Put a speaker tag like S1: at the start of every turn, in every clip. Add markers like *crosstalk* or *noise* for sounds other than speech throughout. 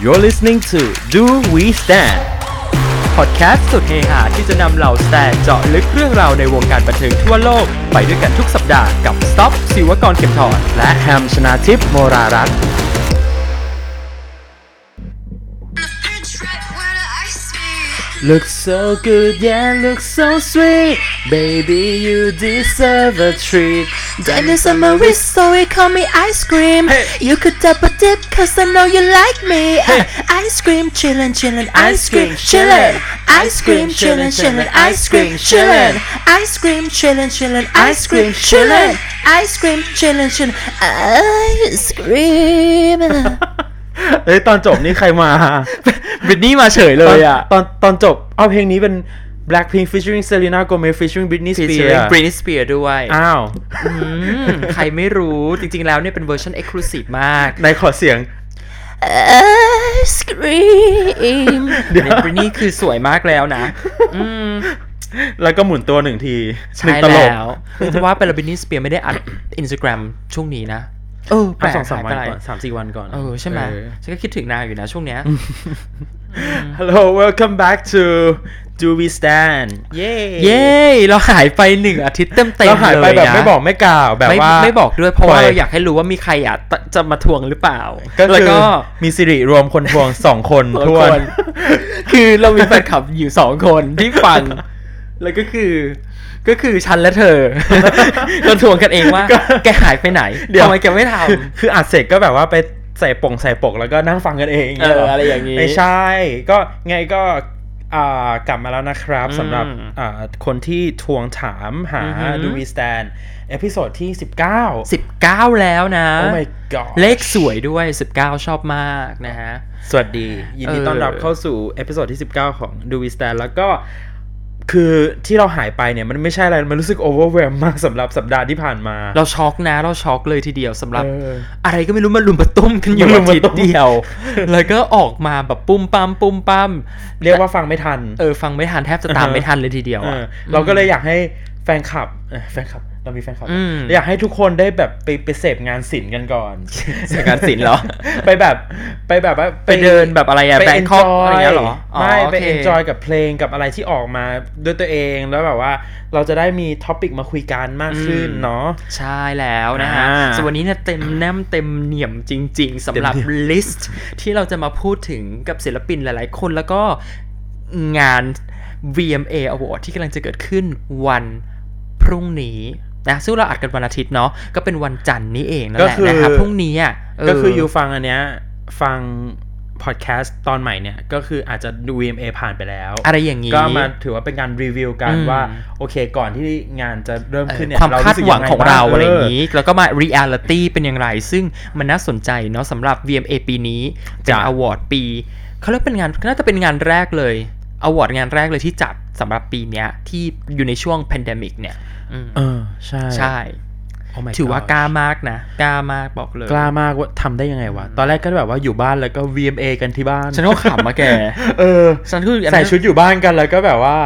S1: You're listening to Do We Stand พอดแคสต์สุดเฮฮาที่จะนำเหล่าแตนเจาะลึกเรื่องราวในวงการบันเทิงทั่วโลก ไปด้วยกันทุกสัปดาห์กับสต็อปศิวกรเข็มทองและแฮมชนาทิพย์โมรารัตน์ Look so good, yeah, look so sweet. Baby, you deserve a treat.
S2: Dennis, I'm a wrist, so he call me ice cream.
S1: Hey.
S2: You could double dip, cause I know you like me. Uh, ice cream, chillin', chillin', ice cream, chillin'. Ice cream, chillin', chillin', ice cream, chillin'. Ice cream, chillin', chillin', ice cream, chillin'. Ice cream, chillin', chillin', ice cream.
S3: เอ้ยตอนจบนี่ใคร
S1: *laughs*
S3: มา
S1: บินนี่มาเฉยเล
S3: ตอน
S1: ยอ่ะ
S3: ตอนตอนจบ เอาเพลงนี้เป็น Blackpink featuring Selena Gomez featuring Britney
S1: ฟีเจอ
S3: Spears
S1: ริงบรินสเปียด้วย
S3: อ้าว
S1: *laughs* อืมใครไม่รู้จริงๆแล้วเนี่ยเป็นเวอร์ชันเอ็กซ์คลูซีฟมาก
S3: ในขอเสียง
S2: Ice *laughs* cream.
S3: เดี๋ยว
S1: ในบรินี่คือสวยมากแล้วนะอืม
S3: แล้วก็หมุนตัวหนึ่งทีห
S1: ใช่
S3: นึ่งตลบ
S1: แล้วจะว่าไปแล้วบรินี่สเปียไม่ได้อัดอินสตาแกรมช่วงนี้นะ เออแปล
S3: เอา
S1: ก
S3: สองสา
S1: หย
S3: มวัน
S1: ไปไห
S3: ก่อนสามสี่วันก่อน
S1: เออใช่ไหม
S3: เออ
S1: ฉันก็คิดถึงนางอยู่นะช่วงเนี้ย
S3: Hello welcome back to Do We Stand เย้
S1: เย้เราหายไปหนึ่งอาทิตย์เต็มเต็ม
S3: เราหายไปแบบไม่บอกไม่กล่าวแบบ
S1: ไม่
S3: ว่า
S1: ไม่บอกด้วยเพราะว่า
S3: ปล่
S1: เราอยากให้รู้ว่ามีใครอ่ะตจะมาทวงหรือเปล่า
S3: ก็
S1: แล้ว
S3: คือ
S1: ก็
S3: มีสิริรวมคนพวง *laughs* สองคนทวน
S1: คือเรามีแฟนคลับอยู่สองคนที่ฟัง แล้วก็คือ ก็คือฉันและเธอ *laughs* เราทวงกันเองว่า
S3: ก็
S1: แกหายไปไหน
S3: เดี๋ยว
S1: ทำไมแกไม่ท
S3: คืออัดเสร็จก็แบบว่าไปใส่ปงใส่ปกแล้วก็นั่งฟังกันเอง
S1: ำเอ
S3: เงี้ยห
S1: อ
S3: ร
S1: อะไรอย่างนี้
S3: ไม่ใช่ ก็ไงก็อ่ากลับมาแล้วนะครับ
S1: อืม
S3: สำหรับอ่าคนที่ทวงถามหา
S1: อือหือ
S3: Do We Stand เอพิโซดที่ 19 โ
S1: สิบเก้าแล้วนะ
S3: อ้ my god
S1: เลขสวยด้วย 19 ชอบมากนะฮะ
S3: สวัสดี ยินดี
S1: เออ
S3: ต้อนรับเข้าสู่เอพิโซดที่ 19 ของ Do We Stand แล้วก็คือที่เราหายไปเนี่ย มันไม่ใช่อะไร มันรู้สึก overwhelm มากสำหรับสัปดาห์ที่ผ่านมา
S1: เราช็อกนะ เราช็อกเลยทีเดียวสำหรับ
S3: เออ
S1: อะไรก็ไม่รู้มันลุมมาตุ้มกันอยู่
S3: มัน
S1: อาม
S3: ลุมา
S1: ทิต
S3: ตุ้
S1: ย์
S3: ม
S1: เดียว แล้วก็ออกมาแบบปุ้มปั้มปุ้มปั้ม
S3: เรียกว่าฟังไม่ทัน
S1: เออ ฟังไม่ทันแทบจะตามไม่ทันเลยทีเดียว
S3: เอ
S1: อะ
S3: อเราก็เลยอยากให้แฟนคลับเอ่อแฟนคลับ เรามีแฟนคลับ
S1: อืม
S3: อยากให้ทุกคนได้แบบไปไปเสพงานศิลป์กัน
S1: *laughs*
S3: ก่อน
S1: เสพงานศิลป์เหรอ
S3: ไปแบบไปแบบว่า
S1: ไปเดินแบบอะไรอะ
S3: ไป
S1: แบง
S3: เอน
S1: ค
S3: จ
S1: อก
S3: อ
S1: อะไร
S3: ย
S1: อย่างเงี้ยเหรอ
S3: ไม่ไป
S1: โค
S3: เอนจอยกับเพลงกับอะไรที่ออกมาด้วยตัวเองแล้วแบบว่าเราจะได้มีท็อปิกมาคุยกันมากขึ้นเนาะ
S1: ใช่แล้วนะฮะ
S3: อ่า
S1: ส่วนวันนี้เนี่ยเต็มแนมเต็มเหนียมจริง ๆสำหรับ
S3: เต็มเหนี่ยม
S1: ลิสต์ที่เราจะมาพูดถึงกับศิลปินหลาย ๆ คนแล้วก็งาน VMA Award ที่กำลังจะเกิดขึ้นวันพรุ่งนี้นะซึ่งเราอัดกันวันอาทิตย์เนาะก็เป็นวันจันทร์นี้เองนั่นแหละนะครับพรุ่งนี้อ่ะเ
S3: ก็คืออยู่ฟังอันเนี้ยฟังพอดแคสต์ตอนใหม่เนี่ย ก็คืออาจจะดู VMA ผ่านไปแล้ว
S1: อะไรอย่างนี้
S3: ก็มาถือว่าเป็นการรีวิวกัน
S1: อืม
S3: ว่า โอเคก่อนที่งานจะเริ่มขึ้นเนี่ย
S1: ความ
S3: เร
S1: คาด
S3: สึก
S1: หวัง
S3: ยัไ
S1: ของเรา
S3: บ้
S1: อะไรอย่างนี้ แล้วก็มา reality เป็นอย่างไร ซึ่งมันน่าสนใจเนาะสำหรับ VMA ปีนี้เป็น
S3: จ้ะ
S1: award ปีเขาเรียกเป็นงานน่าจะเป็นงานแรกเลย award งานแรกเลยที่จัดสำหรับปีเนี้ยที่อยู่ในช่วง pandemic เนี่ยอืม
S3: เออใช่
S1: ใช่
S3: โ my
S1: ถือว่า
S3: God
S1: กล้ามากนะ กล้ามากบอกเลย
S3: กล้ามากว่าทำได้ยังไงวะ ตอนแรกก็แบบว่าอยู่บ้านแล้วก็ VMA กันที่บ้าน
S1: ฉันก็ขำมาแก
S3: เออ
S1: ฉันคืออันนั้น
S3: ใส่ชุดอยู่บ้านกันแล้วก็แบบว่า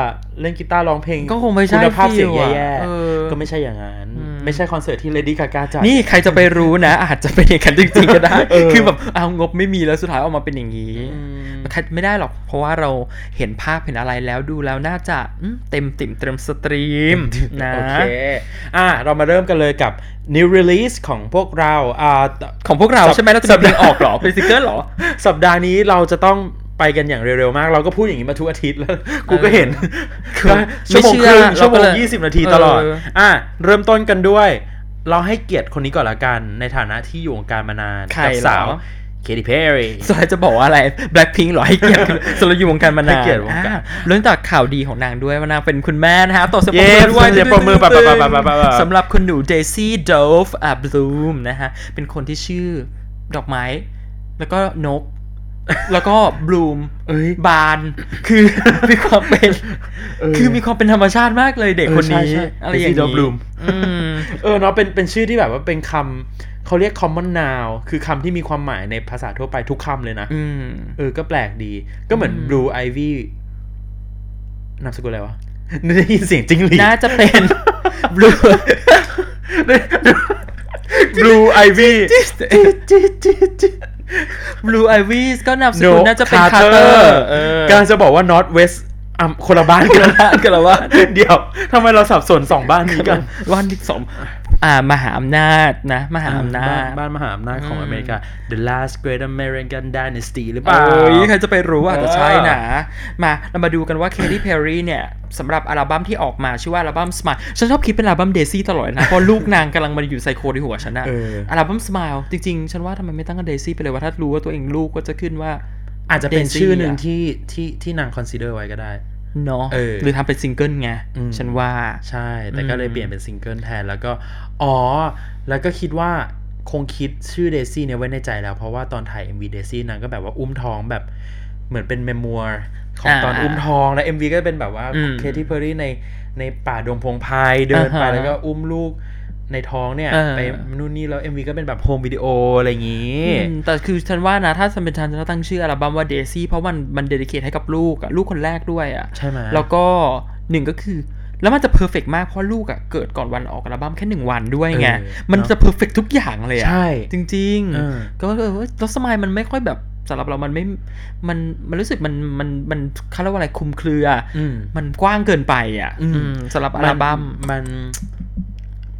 S3: เล่นกีตาร์ร้องเพลง
S1: ก็คงไม่ใช่
S3: คุณภาพเสียง
S1: ฟิลอะ
S3: แย่
S1: เออ
S3: ๆก็ไม่ใช่อย่างนั้น ไม่ใช่คอนเสิร์ตที่ Lady Gaga จัด
S1: นี่ใครจะไปรู้นะ อาจจะเป็นอย่างนั้นจริงๆก็ได้
S3: เออ
S1: คือแบบเอางบไม่มีแล้วสุดท้ายออกมาเป็นอย่างนี้ใครไม่ได้หรอก เพราะว่าเราเห็นภาพเห็นอะไรแล้วดูแล้วน่าจะอืมเต็มติ่มเต็มสตรีมนะ
S3: โอเคอ่ะเรามาเริ่มกันเลยกับ new release ของพวกเราอ่า
S1: ของพวกเราใช่ไหมเราจะ
S3: สั
S1: มี
S3: ป
S1: เพล
S3: ดาห์
S1: งออกเหรอ เป็นซิงเกิลเหรอ
S3: *laughs* สัปดาห์นี้เราจะต้องไปกันอย่างเร็วๆมาก เราก็พูดอย่างนี้มาทุกอาทิตย์แล้ว *laughs* กูก็เห็น
S1: คือ
S3: ก็ *laughs* ชั่วโมง
S1: ไม่
S3: ค
S1: เชื่อ
S3: รึ่ง
S1: เราก็
S3: ชั่วโมง
S1: เลย
S3: ยี่สิบนาทีตลอด
S1: เออ
S3: อ่ะ เริ่มต้นกันด้วย เราให้เกียรติคนนี้ก่อนละกัน ในฐานะที่อยู่วงการมานาน
S1: ใคร
S3: กั
S1: เหรอ
S3: สาวเคท y เพอร์
S1: สุดท้ายจะบอกว่าอะไร Blackpink เหรอให้เกียรติสำหรับอยู่วงการมานา
S3: ให้
S1: น
S3: เกียรติวงการ
S1: อ่ะเรื่องจากข่าวดีของนางด้วยว่านางเป็นคุณแม่นะฮะต่อสปรบ
S3: เย้
S1: มือด้วย
S3: เดี๋ยวปรบมือปะปะปะปะปะปะปะ
S1: สำหรับคุณหนูเดซี่ o ดฟอ่ะบลูมนะฮะ เป็นคนที่ชื่อดอกไม้ แล้วก็นก แล้วก็บลูม
S3: เอ้ย
S1: บาน คือ มีความเป็น
S3: เออ
S1: คือมีความเป็นธรรมชาติมากเลยเด็ก
S3: เออ
S1: คนนี้
S3: ใช่ใช่
S1: อะไรอย่าง
S3: Daisy Dove Bloom
S1: อืม
S3: เออเนาะเป็นเป็นชื่อที่แบบว่าเป็นคำเขาเรียก common noun คือคำที่มีความหมายในภาษาทั่วไปทุกคำเลยนะ
S1: อืม
S3: เออ ก็แปลกดี ก็เหมือน
S1: อืม
S3: blue ivy นามสกุลอะไรวะ ได้ยินเสียงจิ้งหรีด
S1: น่าจะเป็นบลู
S3: *laughs* blue ivy
S1: Blue Ivies ก็นามสกุล
S3: No
S1: น่าจะเป็น
S3: Carter
S1: คาร์เตอร์
S3: กำลังจะบอกว่า North West อ่ะคนละบ้านกัน
S1: กันแล้วว่า
S3: เดี๋ยวทำไมเราสับสนสองบ้านนี้กัน
S1: วันที่สอง *laughs* อ่ามหาอำนาจนะ มหาอำนา
S3: บ้
S1: จ
S3: บ้านมหาอำนาจของ
S1: อืม
S3: อเมริกา The last Great American Dynasty หรือเป
S1: เอ
S3: ล่า
S1: ้ยใครจะไปรู้อ่ะ
S3: เออ
S1: แต่ใช่นะมาเรามาดูกันว่าเคที่เพอร์รี่เนี่ยสำหรับอัลบั้มที่ออกมาชื่อว่าอัลบั้ม Smile ฉันชอบคิดเป็นอัลบั้มเดซี่ตลอด
S3: *laughs*
S1: เลยนะ เพราะลูกนางกำลังมาอยู่ไซโคในหัวฉันอะ
S3: เออ
S1: อัลบั้ม Smile จริงๆ ฉันว่าทำไมไม่ตั้งกันเดซี่ไปเลยว่าถ้ารู้ว่าตัวเองลูกก็จะขึ้นว่า
S3: อาจจะเป็น
S1: Daisy
S3: ชื่อหนึ่ง
S1: อะ
S3: ที่ที่ที่นาง consider ไว้ก็ได้
S1: เนาะ
S3: เออ
S1: หรือทำเป็นซิงเกิลไง
S3: อืม
S1: ฉันว่า
S3: ใช่ แต่ก็เลย
S1: อืม
S3: เปลี่ยนเป็นซิงเกิลแทน แล้วก็ อ๋อ แล้วก็คิดว่าคงคิดชื่อเดซี่เนี่ยไว้ในใจแล้ว เพราะว่าตอนถ่าย MV เดซี่นางก็แบบว่าอุ้มท้องแบบเหมือนเป็นเมมัวร์ของตอน
S1: อ่า
S3: อุ้มท้อง แล้ว MV ก็เป็นแบบว่า
S1: อืม
S3: เคที่เพอรี่ในในป่าดงพงไพายเดินไป
S1: อ่าฮะ
S3: แล้วก็อุ้มลูกในท้องเนี่ย
S1: อ่า
S3: ไปนู่นนี่แล้ว MV ก็เป็นแบบโฮมวิดีโออะไรอย่างงี้
S1: อืมแต่คือฉันว่านะถ้าสมเป็นฉันฉันจะตั้งชื่ออัลบั้มว่าเดซี่เพราะมันมันเดดิเคทให้กับลูกอะลูกคนแรกด้วยอะ
S3: ใช่ไหม
S1: แล้วก็หนึ่งก็คือ แล้วมันจะเพอร์เฟกมากเพราะลูกอะ่ะเกิดก่อนวันออกอัลบั้มแค่หนึ่งวันด้วยไง
S3: เออ
S1: มัน
S3: เนอะ
S1: จะเพอร์เฟกทุกอย่างเลยอะ
S3: ใช่
S1: จริง
S3: เออ
S1: ๆ ก็เออแล้วสมายมันไม่ค่อยแบบสำหรับเรามันไม่มันมันรู้สึกมันมันมันเขาเรียกว่าอะไรคลุมเครือ
S3: อืม
S1: มันกว้างเกินไปอะ่ะ
S3: อืม
S1: อืมสำหรับอัลบั้ม
S3: มัน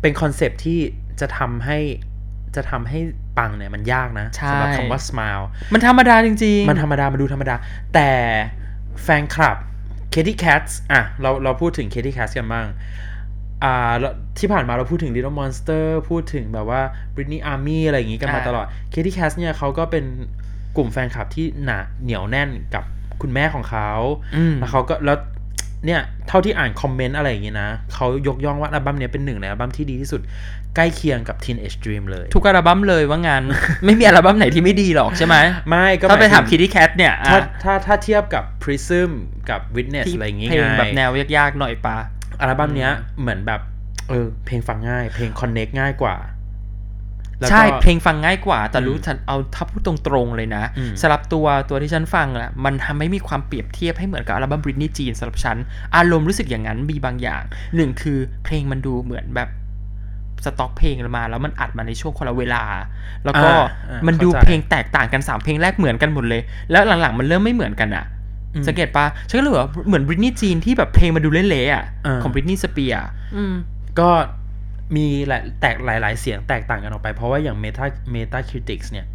S3: เป็นคอนเซปต์ที่จะทำให้จะทำให้ปังเนี่ยมันยากนะ
S1: ใช่
S3: สำหรับคำว่า smile
S1: มันธรรมดาจริงๆ
S3: มันธรรมดา มันดูธรรมดา แต่แฟนคลับ Kitty Cats อ่ะ เราเราพูดถึง Kitty Cats กันบ้างอ่าแล้วที่ผ่านมาเราพูดถึง Little Monster พูดถึงแบบว่า Britney Army อะไรอย่างงี้กันมา
S1: อ่า
S3: ตลอด Kitty Cats เนี่ยเขาก็เป็นกลุ่มแฟนคลับที่หนาเหนียวแน่นกับคุณแม่ของเขา
S1: อืม
S3: แล้วเขาก็แล้วเนี่ยเท่าที่อ่านคอมเมนต์อะไรอย่างงี้นะเขายกย่องว่าอัลบั้มเนี้ยเป็นหนึ่งในอัลบั้มที่ดีที่สุดใกล้เคียงกับ Teenage Dream เลย
S1: ทุกอัลบั้มเลยว่างาน *laughs* ไม่มีอัลบั้มไหนที่ไม่ดีหรอกใช่ไหม
S3: ไม่ก็
S1: ถ้าไปถาม
S3: หย
S1: คิ
S3: ถึ
S1: ดดี้แคทเนี่ยอะ
S3: งถ้าถ้าถ้าเทียบกับ Prism กับ Witness
S1: ที่
S3: อะไรอย่างงี้
S1: เพลง
S3: ไง
S1: แบบแนวยากๆหน่อยปะ
S3: อัลบั้มเนี้ยเหมือนแบบเออเพลงฟังง่าย เพลง connect ง่ายกว่าแล้วก็
S1: ใช่ เพลงฟังง่ายกว่า แต่รู้
S3: อืม
S1: ฉันเอาถ้าพูดตรงๆเลยนะ
S3: อืม
S1: สำหรับตัวตัวที่ฉันฟังอะมันทำให้มีความเปรียบเทียบให้เหมือนกับอัลบั้มบริ t นี y จีนสำหรับฉัน อารมณ์รู้สึกอย่างนั้นมีบางอย่างหนึ่งคือเพลงมันดูเหมือนแบบสต็อกเพลงมา แล้วมันอัดมาในช่วงคนละเวลา แล้วก็
S3: อ่าอ่า
S1: มันดู
S3: ข้าใจ
S1: เพลงแตกต่างกันสามเพลงแรกเหมือนกันหมดเลย แล้วหลังๆมันเริ่มไม่เหมือนกันอะ
S3: อืม
S1: สังเกตปะฉันก็เลยว่าเหมือนบริ t นี y จีนที่แบบเพลงมันดูเละๆอะ
S3: อ่า
S1: ของบริ t นี y สเปียร์อื
S2: Mm.
S1: ม
S3: ก็มีหลายแตกหลาย ๆ เสียงแตกต่างกันออกไป เพราะว่าอย่าง Meta Meta Critics เนี่ย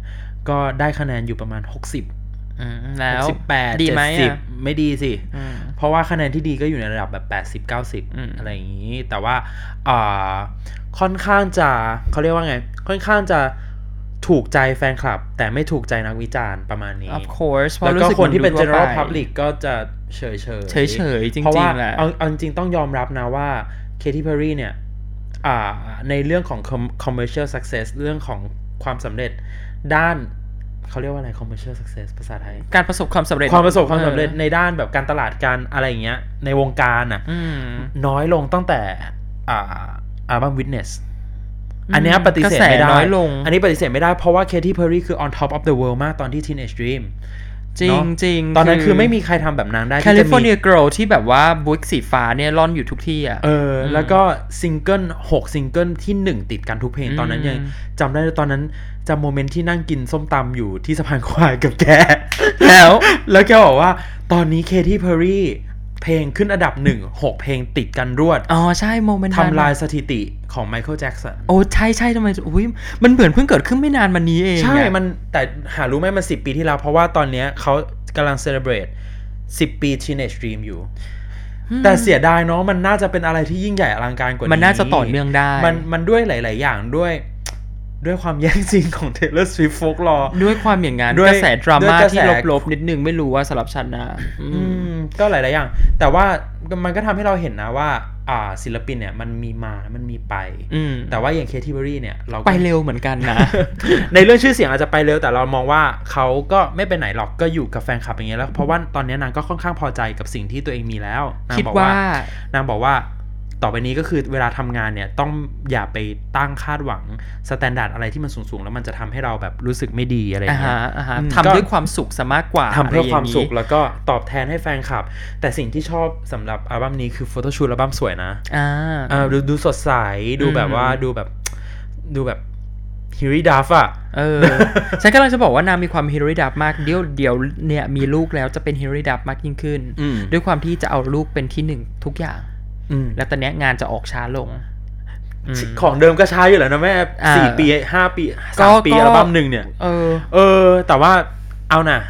S3: ก็ได้คะแนนอยู่ประมาณ 60
S1: อืมแล้ว
S3: 68
S1: ดีไหมอะ
S3: เจ็ดสิบไม่ดีสิ
S1: อืม
S3: เพราะว่าคะแนนที่ดีก็อยู่ในระดับแบบ
S1: อ
S3: 80
S1: ืม
S3: 90 อะไรอย่างนี้ แต่ว่าอ่าค่อนข้างจะเขาเรียกว่าไง ค่อนข้างจะถูกใจแฟนคลับ แต่ไม่ถูกใจนักวิจารณ์ประมาณนี้
S1: of course เพราะ
S3: แล้วก็
S1: รู้สึ
S3: คนที่เป็น
S1: มัดู
S3: general
S1: ทั่วไ
S3: public ก็จะเฉยๆ
S1: เฉยๆจริงๆ
S3: เพราะว่า
S1: แหละ
S3: เอาเอาจริงๆต้องยอมรับนะว่า Katy Perry เนี่ยอ่าในเรื่องของ com- commercial success เรื่องของความสำเร็จด้านเขาเรียกว่าอะไร commercial success ภาษาไทย
S1: การประสบความสำเร็จ
S3: ความประสบความสำเร็จ
S1: ออ
S3: ในด้านแบบการตลาดการอะไรอย่างเงี้ยในวงการอ่ะ
S1: อืม
S3: น้อยลงตั้งแต่อ่าอัลบั้ม Witness อันเนี้ยปฏิเสธไม่
S1: กระ
S3: ได้
S1: แสน้อยลง
S3: อันนี้ปฏิเสธไม่ได้เพราะว่า Katy Perry คือ on top of the world มากตอนที่ Teenage Dream
S1: จริง
S3: เนาะ
S1: จริง
S3: ตอนนั้นคือไม่มีใครทำแบบนั้นได้
S1: แค
S3: ที่
S1: ลิ
S3: จะ
S1: ฟอร์เนี
S3: มี
S1: ย r ก l ที่แบบว่าบุกสีฟ้าเนี่ยร่อนอยู่ทุกที่อ่ะ
S3: เอออ แล้วก็ซิงเกิลหกซิงเกิลที่หนึ่งติดกันทุกเพลง
S1: อืม
S3: ตอนนั้นยังจำได้เลยตอนนั้นจำโมเมนต์ที่นั่งกินส้มตำอยู่ที่สะพานควายกับแก
S1: แล้ว
S3: *laughs* แล้วแกบอกว่าตอนนี้เคที่เพอรี่เพลงขึ้นอันดับหนึ่งหกเพลงติดกันรวด
S1: อ๋อ ใช่โมเมนต์
S3: ทำลายสถิติของไมเคิลแจ็กสัน
S1: โอ้ ใช่ใช่ทำไมอุ้ยมันเหมือนเพิ่งเกิดขึ้นไม่นานมานี้เอง
S3: ใช่
S1: อะ
S3: มันแต่หารู้ไหมมันสิปีที่แล้ว เพราะว่าตอนเนี้ยเขากำลังเซเลบรตสิบปี Teenage Dream อยู่ แต่เสียดายเนาะมันน่าจะเป็นอะไรที่ยิ่งใหญ่อลังการกว่านี้
S1: มันน่าจะต่อเนื่องได้
S3: มันมันด้วยหลาย ๆ อย่างด้วย ด้วยความแย่งซีนของ Taylor Swift folk lore
S1: ด้วยความอย่างงั้น
S3: ด้วย
S1: กระแสดราม่า
S3: ด้วยกระแส
S1: ที่ลบๆนิดนึงไม่รู้ว่าสำหรับฉันนะอื
S3: อื
S1: ม
S3: มก็หลาย ๆ อย่าง แต่ว่ามันก็ทำให้เราเห็นนะว่า อ่าศิลปินเนี่ยมันมีมามันมีไป
S1: อืม
S3: แต่ว่าอย่างเคทีเบอรี่เนี่ยเราก็
S1: ไปเร็วเหมือนกันนะ
S3: *laughs* ในเรื่องชื่อเสียงอาจจะไปเร็วแต่เรามองว่าเขาก็ไม่ไปไหนหรอกก็อยู่กับแฟนคลับอย่างเงี้ยแล้วเพราะว่าตอนเนี้ยนางก็ค่อนข้างพอใจกับสิ่งที่ตัวเองมีแล้วนาง
S1: คิด
S3: บอก
S1: ว่า
S3: นางบอกว่าต่อไปนี้ก็คือเวลาทำงานเนี่ยต้องอย่าไปตั้งคาดหวังสแตนดาร์ดอะไรที่มันสูงๆ แล้วมันจะทำให้เราแบบรู้สึกไม่ดีอะไรอ
S1: อ่า
S3: ย่างเงี้
S1: ฮะ
S3: ย
S1: อ่าฮะ
S3: อืม
S1: ทำด้วย
S3: ก็
S1: ความสุขซะมากกว่า
S3: ทำเพื่อความสุ
S1: ะ
S3: ข
S1: ไรย่งงี้
S3: แล้วก็ตอบแทนให้แฟนคลับ แต่สิ่งที่ชอบสำหรับอัลบั้มนี้คือโฟโต้ชูตอัลบั้มสวยนะ
S1: อ่า
S3: อ่าดูดูสดใสดูแบบว่า
S1: อืม
S3: ดูแบบดูแบบ ฮิริดัฟอะ
S1: เอ
S3: *laughs*
S1: อ ฉันกำลังจะบอกว่านางมีความฮิโรดับมากเดี๋ยวเดี๋ยวเนี่ยมีลูกแล้วจะเป็นฮิโรดับมากยิ่งขึ้น
S3: อืม
S1: ด้วยความที่จะเอาลูกเป็นที่หนึ่งทุกอย่าง
S3: อืม
S1: แล้วตอนเนี้ยงานจะออกช้าลง
S3: ของเดิมก็ใช้อยู่แล้วนะแม่
S1: อ่า
S3: สี่ปีห้าปี
S1: ก็
S3: สามปี
S1: ก็
S3: อัลบั้มหนึ่งเนี่ย
S1: เออ
S3: เออ แต่ว่าเอาน่ะ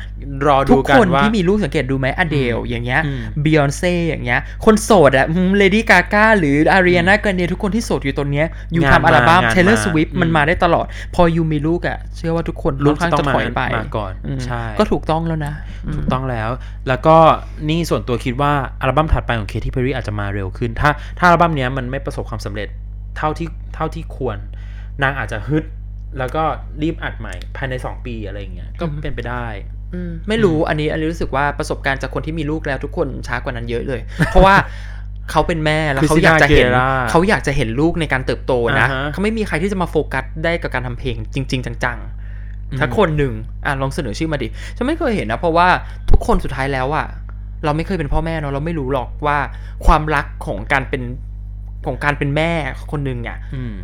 S3: รอ
S1: ทุ
S3: ดู
S1: ก
S3: กั
S1: คน น
S3: ว่า
S1: ที่มีลูกสังเกตดูไหมอเดลอย่างเงี้ย
S3: อืม
S1: บิออนเซ่อย่างเงี้ย คนโสดอะเลดี้กาก้าหรืออารีนาแกรนเดทุกคนที่โสดอยู่ตอนเนี้ยอยู่ทำอัลบั้มเทเลอร์สวิฟมันมาได้ตลอด พออยู่มีลูกอะเชื่อว่าทุกคน
S3: ลู
S1: ค่
S3: ก
S1: อน
S3: จะ
S1: ข้าง
S3: ต้อ
S1: จะ
S3: งมา
S1: ถอยไป
S3: มาก่อน
S1: อืม
S3: ใช่
S1: ก็ถูกต้องแล้วนะอืม
S3: ถูกต้องแล้ว แล้วก็นี่ส่วนตัวคิดว่าอัลบั้มถัดไปของเคที่เพอรี่อาจจะมาเร็วขึ้น ถ้าถ้าอัลบั้มเนี้ยมันไม่ประสบความสำเร็จเท่าที่เท่าที่ควร นางอาจจะฮึด แล้วก็รีบอัดใหม่ภายใน 2 ปีอะไรอย่างเงี้ยก็
S1: อืม
S3: เป็นไปได้
S1: อืมไม่รู้อันนี้อันนี้รู้สึกว่าประสบการณ์จากคนที่มีลูกแล้วทุกคนช้ากว่านั้นเยอะเลย เพ *laughs* ราะว่าเขาเป็นแม่แล้วเขาอยากจะเห็น
S3: Christina Aguilera
S1: เขาอยากจะเห็นลูกในการเติบโตนะ
S3: อ่าฮะ
S1: เขาไม่มีใครที่จะมาโฟกัสได้กับการทำเพลงจริง ๆ จัง
S3: อื
S1: ๆ
S3: ม
S1: ถ้าคนหนึ่งอ่ะลองเสนอชื่อมาดิฉันไม่เคยเห็นนะ เพราะว่าทุกคนสุดท้ายแล้วอ่ะเราไม่เคยเป็นพ่อแม่เนาะเราไม่รู้หรอกว่าความรักของการเป็นของการเป็นแม่คนหนึ่งอ่ะ
S3: อืม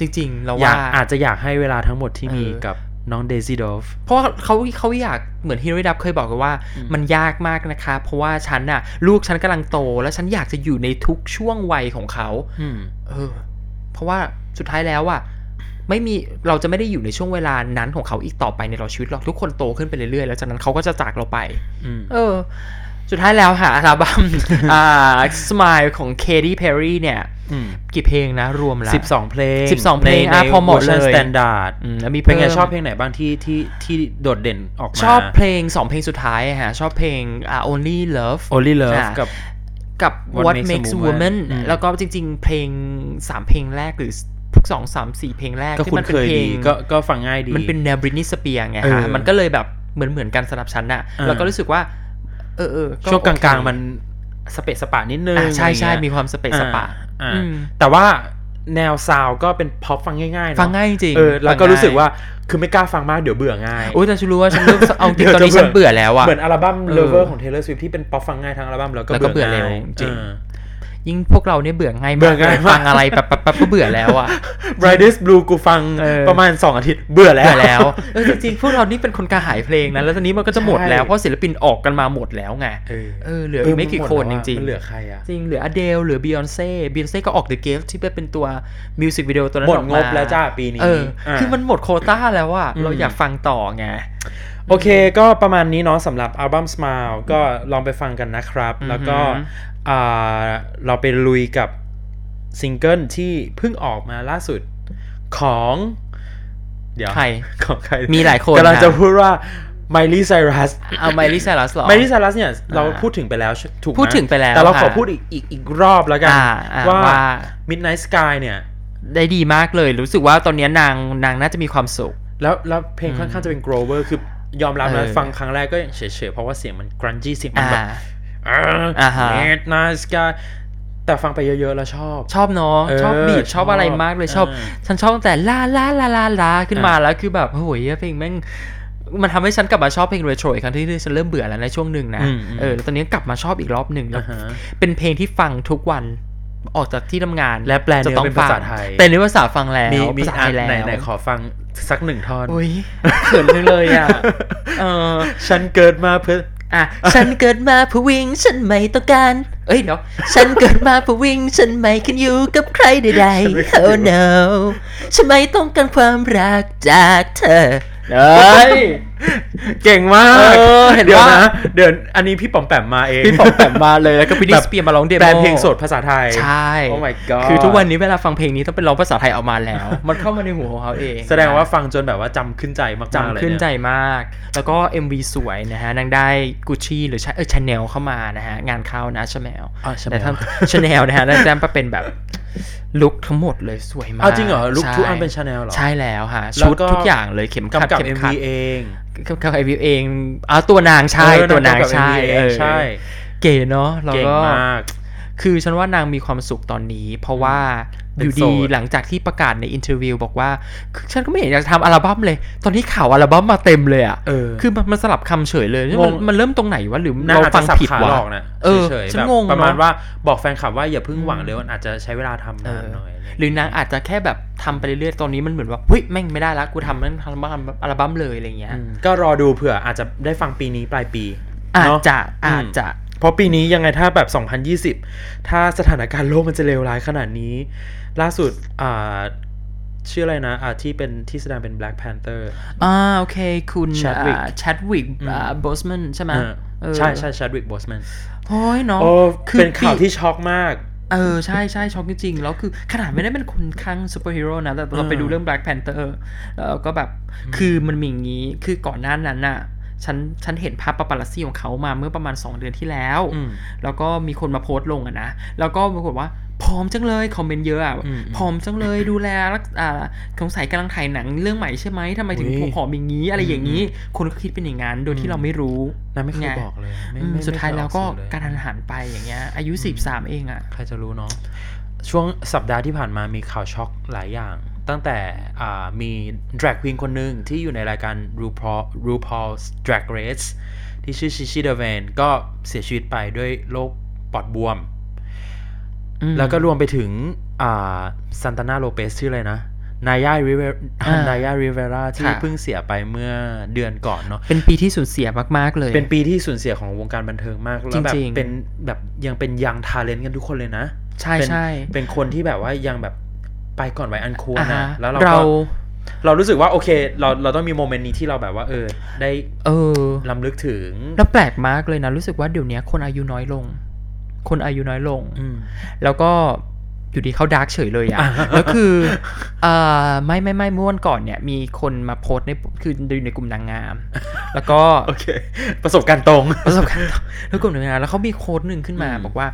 S1: จริง ๆ เรา
S3: อยา
S1: ว่า
S3: กอาจจะอยากให้เวลาทั้งหมดที่มี
S1: เออ
S3: กับน้องเดซี่ดอฟ
S1: เพราะว่าเขาเขาอยากเหมือนฮิโริดับเคยบอกกันว่า
S3: อืม
S1: มันยากมากนะคะ เพราะว่าฉันน่ะ ลูกฉันกำลังโต แล้วฉันอยากจะอยู่ในทุกช่วงวัยของเขา
S3: อืม
S1: เออ เพราะว่าสุดท้ายแล้วอ่ะไม่มีเราจะไม่ได้อยู่ในช่วงเวลานั้นของเขาอีกต่อไปในเราชีวิตหรอกทุกคนโตขึ้นไปเรื่อยๆแล้วจากนั้นเขาก็จะจากเราไป
S3: อืม
S1: เออ สุดท้ายแล้วค่ะอัลบั้ม *laughs* อ่า Smile ของ Katy Perry เนี่ย
S3: อืม
S1: กี่เพลงนะรวมแล้ว
S3: สิบสองเพลง
S1: 12เพลง
S3: ใน
S1: อ่ะพอเหมาะ
S3: ใน version
S1: เลย
S3: standard
S1: อืมแล้วมี
S3: เป็นไง
S1: พิ่ม
S3: ชอบเพลงไหนบ้างที่ที่ที่โดดเด่นออกมา
S1: ชอบเพลงสองเพลงสุดท้ายอะฮะ ชอบเพลงอ่า only love
S3: Only Love
S1: อ่ะ
S3: กับ
S1: กับ
S3: What
S1: what
S3: Makes a
S1: makes a
S3: Woman
S1: woman
S3: อืม
S1: แล้วก็จริงๆ เพลงสามเพลงแรกหรือสองสามสี่เพลงแรก
S3: ก็
S1: ที่
S3: คุ้
S1: มัน น
S3: เค
S1: เป็น
S3: ย
S1: เพล
S3: ดี
S1: ง
S3: ก็ก็ฟังง่ายดี
S1: มันเป็นแนว Britney Spears ไง
S3: เออ
S1: ฮะ มันก็เลยแบบเหมือนเหมือนๆกันสำหรับฉันน่ะ
S3: อ่า
S1: แล้วก็รู้สึกว่า เออเออ
S3: ช่วงกลาง
S1: โอเค
S3: ๆ มันสเปะสปะนิดนึง
S1: อ่ะใช่
S3: อะไร
S1: ใช่
S3: เงี้ย
S1: มีความสเปซสปะ
S3: อ่อ่า
S1: อืม
S3: แต่ว่าแนวซาวก็เป็นพอปฟังง่ายๆเนอะ
S1: ฟังง่ายจริง
S3: เออแล้วก็
S1: ฟัง
S3: รู้สึก
S1: ง่ย
S3: ว่าคือไม่กล้าฟังมากเดี๋ยวเบื่อง่าย
S1: โอ้ยแต่ฉันรู้ว่าฉันเริ่มเอาจริ
S3: เดี๋
S1: ง
S3: ยว
S1: ตอนนี้
S3: จะเบื่อ
S1: ฉันเบื่อแล้วอะ
S3: เหมือนอัลบั้ม
S1: เออ
S3: Lover ของ Taylor Swift ที่เป็นพอปฟังง่ายทั้งอัลบั้มแล้วก็
S1: แล้วก็เบื่อเร็ว
S3: ง่าย
S1: จริง
S3: เออ
S1: ยิ่งพวกเราเนี่ยเบื่อง่าย
S3: เบื่
S1: มา
S3: อก ง่ายมาก
S1: ฟังอะไรแบบแบบแบบก็เบื่อแล้วอะ
S3: Brightest Blue กูฟัง
S1: เออ
S3: ประมาณสองอาทิตย์เบื่อแล้ว
S1: เบื่อแล้วเออจริงๆพวกเรานี่เป็นคนกระหายเพลงนะแล้วตอนนี้มันก็จะหมดแล้ว
S3: ใช่
S1: เพราะศิลปินออกกันมาหมดแล้วไง
S3: เออ
S1: เออเหลืออีกไม่กี่คนจริง
S3: มันเหลือใครอะ
S1: ๆจริงเหลืออเดลเหลือบิออนเซ่บิออนเซ่ก็ออก The Gift ที่เป็นตัวมิวสิกวิดีโอตัวนั้น
S3: หมด
S1: ออก
S3: ง
S1: มา
S3: บแล้วจ้าปีนี้
S1: เออ
S3: อ่ะ
S1: คือมันหมดโควต้าแล้วอะ
S3: อืม
S1: เราอยากฟังต่อไง
S3: โอเคก็ประมาณนี้เนาะสำหรับอัลบั้ม Smile ก็ลองไปฟังกันนะครับ
S1: อือหือ
S3: แล้วก็อ่าเราไปลุยกับซิงเกิลที่เพิ่งออกมาล่าสุดของ เดี๋ยว
S1: ใคร
S3: ของใคร
S1: มีหลายคน
S3: กำลัง
S1: นะ
S3: จะพูดว่า Miley Cyrus
S1: เอาไมลิซารัสหรอ
S3: Miley Cyrus เนี่ยเรา
S1: อ่า
S3: พูดถึงไปแล้วถูกหม
S1: พูดถึงไปแล้ว
S3: แต่เราขอ
S1: ค่ะ
S3: พูดอีกอีกอีกรอบแล้วกัน
S1: อ่าอ่า
S3: ว่า
S1: ว่า
S3: Midnight Sky เนี่ย
S1: ได้ดีมากเลยรู้สึกว่าตอนเนี้ยนางนางน่าจะมีความสุข
S3: แล้วแล้วเพลงค่อนข้างจะเป็น grover คือยอมรับนะ
S1: เออ
S3: ฟังครั้งแรกก็ยังเฉยๆ เพราะว่าเสียงมัน grungy เสียงมัน
S1: อ่า
S3: แบบเออ
S1: อ่าฮะ
S3: midnight sky แต่ฟังไปเยอะๆ แล้วชอบ
S1: ชอบเนาะ
S3: เออ
S1: ชอบบีท
S3: ช
S1: ช
S3: อ
S1: อ
S3: บบ
S1: อะไรมากเลยชอบ
S3: เออ
S1: ฉันชอบตั้งแต่ลาลาลาลาลาขึ้นมาแล้วคือแบบโอ้ยเพลงแม่งมันทำให้ฉันกลับมาชอบเพลงเรโทรอีกครั้งที่ฉันเริ่มเบื่อแล้วในช่วงหนึ่งนะ
S3: อืมอืม
S1: เออแล้วตอนนี้กลับมาชอบอีกรอบหนึ่งแล้ว
S3: อ่าฮะ
S1: เป็นเพลงที่ฟังทุกวันออกจากที่ทำงาน
S3: และแปลเนื้อ
S1: จะต้ง
S3: เป็นภาษา
S1: ฟัง
S3: ไทย
S1: แต่เนื้อภาษาฟังแล้ว
S3: มีมี
S1: ภาษา
S3: อั
S1: ไท
S3: น
S1: ยแล้ว
S3: ไหนไหนขอฟังสักหนึ่งท่อน
S1: โอ้ยเขินจังเลยอ่ะเออ
S3: ฉันเกิดมาเพื่อ
S1: อ่ะฉันเกิดมาเพื่อวิ่งฉันไม่ต้องการเอ้ยเดี๋ยวฉันเกิดมาเพื่อวิ่งฉันไม่ขึ้นอยู่กับใครใดๆ
S3: ไม่เคย
S2: Oh no ฉันไม่ต้องการความรักจากเธอ
S1: เอ้
S3: *laughs*
S1: ย
S3: เก่งมาก
S1: เออเห็น
S3: ดี๋ยว
S1: ว่า
S3: นะเดี๋ยวอันนี้พี่ป๋อมแปมมาเอง
S1: พี่ปองแปมมาเลยแล้วก็พี่
S3: แบ
S1: ดิ
S3: บ
S1: สเปียร์มาร้องเดโม
S3: แปลเพลงสดภาษาไทย
S1: ใช่
S3: Oh my god
S1: คือทุกวันนี้เวลาฟังเพลงนี้ต้องเป็นร้องภาษาไทยออกมาแล้ว มันเข้ามาในหัวของเขาเอง
S3: แสดงว่าฟังจนแบบว่าจำขึ้นใจมากๆเล
S1: จำ
S3: ยเย
S1: ขึ้นใจมาก แล้วก็ MV สวยนะฮะนางได้กุชชี่หรือเออชาแนลเข้ามานะฮะ งานเข้านะชาแนล
S3: อ่า Chanel
S1: แต่ถ้าชาแนลนะฮะแล้วแจมก็เป็นแบบลุคทั้งหมดเลยสวยมาก
S3: เอาจริงเหรอลุกทุกอัน
S1: ใช่
S3: เป็นชาแนลเหรอ
S1: ใช่แล้วค่ะ
S3: แล้ว
S1: ชุด
S3: ก็
S1: ทุกอย่างเลยเข็มขัด
S3: กำกับ
S1: เข็ม
S3: MV
S1: ขัด
S3: เอง
S1: กำกับไอวิวเองเอาตัวนางใช่
S3: เออ
S1: ตัวนาง
S3: กำกับ
S1: ใช่
S3: MV เอง
S1: เออ
S3: ใช่
S1: เก๋เนาะเรา
S3: เก่ง
S1: ก็
S3: มาก
S1: คือฉันว่านางมีความสุขตอนนี้ เพราะว่า
S3: เป็
S1: อน ยู่
S3: โส
S1: ดี
S3: ด
S1: หลังจากที่ประกาศในอินเทอร์วิวบอกว่าคือฉันก็ไม่เห็นอยากจะทำอัลบั้มเลย ตอนนี้ข่าวอัลบั้มมาเต็มเลยอะ
S3: เออ
S1: คือมันมันสลับคำเฉยเลย
S3: ง
S1: มัน
S3: ง
S1: มันเริ่มตรงไหนวะหรือ
S3: น่า
S1: เรา
S3: อาจ
S1: ฟั
S3: จะ
S1: ง
S3: สับ
S1: ผิ
S3: ขาว
S1: ดะ
S3: หลอกนะ
S1: เออ
S3: เฉยๆ
S1: ฉัน
S3: แบบ
S1: งง
S3: ประมาณ
S1: เนอะ
S3: ว่าบอกแฟนคลับว่าอย่าเพิ่งหวังเลยมันอาจจะใช้เวลา
S1: เอน
S3: ทำาน
S1: อ
S3: หน่อยะไห
S1: รือนางอาจจะแค่แบบทำไปเรื่อยๆ ตอนนี้มันเหมือนว่าเฮ้ยแม่งไม่ได้ละกูทำนั่นทำบ้านอัลบั้มเลยอะไรเงี้ย
S3: อืมก็รอดูเผื่ออาจจะได้ฟังปีนี้ปลายปี
S1: อาจ
S3: เนอะ
S1: จะ
S3: อืม
S1: อาจจะ
S3: เพราะปีนี้ยังไงถ้าแบบ 2020 ถ้าสถานการณ์โลกมันจะเลวร้ายขนาดนี้ ล่าสุดอ่าชื่ออะไรนะอ่าที่เป็นที่แสดงเป็น Black Panther
S1: อ่าโอเค คุณแช
S3: Chadwick
S1: ดวิก
S3: อืม
S1: บอสแมนใช่ไหม
S3: เออ
S1: เออ
S3: ใช่ใช่ชาดวิกบอสแมน
S1: โอ้ยเนาะ
S3: โอ้
S1: คือ
S3: เป็นข่าวที่ช็อกมาก
S1: เออใช่ใช่ช็อกจริงๆ แล้วคือขนาดไม่ได้เป็นคนคลั่งซูเปอร์ฮีโร่นะ แต่เรา
S3: เออ
S1: ไปดูเรื่อง Black Panther แล้วก็แบบคือมันมีอย่างนี้คือก่อนหน้านั้นน่ะฉันฉันเห็นภาพปาปาลัสซี่ของเขามาเมื่อประมาณ 2 เดือนที่แล้ว
S3: อืม
S1: แล้วก็มีคนมาโพสต์ลงอะนะ แล้วก็ปรากฏว่าผอมจังเลย คอมเมนต์เยอะอะ
S3: อืม
S1: ผอมจังเลย *coughs* ดูแลรักอ่าสงสัยกำลังถ่ายหนังเรื่องใหม่ใช่ไหมทำไมถึง
S3: อุ๊ย
S1: ผอมอย่างนี้อะไรอย่างนี้ คนก็คิดเป็นอย่างนั้น โดย
S3: อื
S1: ที่
S3: ม
S1: เราไม่รู้
S3: นางไม่เคย
S1: ไง
S3: บอกเลยไม่
S1: อืม
S3: ไม่
S1: สุดท้าย
S3: ไม่เค
S1: แล้วก็
S3: ออสื่อเย
S1: การทันหันไปอย่างเงี้ย อายุสิบสามเองอะ
S3: ใครจะรู้เนาะช่วงสัปดาห์ที่ผ่านมามีข่าวช็อกหลายอย่าง ตั้งแต่อ่ามี drag queen คนหนึ่งที่อยู่ในรายการ RuPaul RuPaul's Drag Race ที่ชื่อชิชิเดเวนก็เสียชีวิตไปด้วยโรคปอดบวม
S1: อืม
S3: แล้วก็รวมไปถึงซันตานาโลเปสชื่ออะไรนะนายาริเว
S1: อ่าน
S3: นายาริเวราที่
S1: ค่ะ
S3: เพิ่งเสียไปเมื่อเดือนก่อนเนาะ
S1: เป็นปีที่สูญเสียมากๆเลย
S3: เป็นปีที่สูญเสียของวงการบันเทิงมาก แล้วแบบ
S1: จริงๆ
S3: เป็นแบบยังเป็นยังทาเลนต์กันทุกคนเลยนะ
S1: ใช่
S3: เป็น
S1: ใช่
S3: เป็นคนที่แบบว่ายังแบบไปก่อนไว้อันควร
S1: อ่าฮะ
S3: นะแล้วเรา
S1: เรา
S3: ก็เรารู้สึกว่าโอเค เราเราต้องมีโมเมนต์นี้ที่เราแบบว่า เออ ได้
S1: เออ
S3: ลำลึกถึง
S1: แล้วแปลกมากเลยนะรู้สึกว่าเดี๋ยวเนี้ยคนอายุน้อยลง คนอายุน้อยลง
S3: อืม
S1: แล้วก็อยู่ดีเข้าดาร์กเฉยเลยอะ
S3: อ่ะ
S1: แล้วคือ *laughs* เอ่อไม่ไม่ไม่เมื่อวันก่อนเนี่ย มีคนมาโพสต์ในคืออยู่ในกลุ่มนางงาม แล้วก็
S3: โอเค ประสบการณ์ตรง
S1: ประสบการณ์ตรงแล้วกลุ่มหนึ่งนะแล้วเขามีโค้ดหนึ่งขึ้นมา
S3: อืม
S1: บอกว่า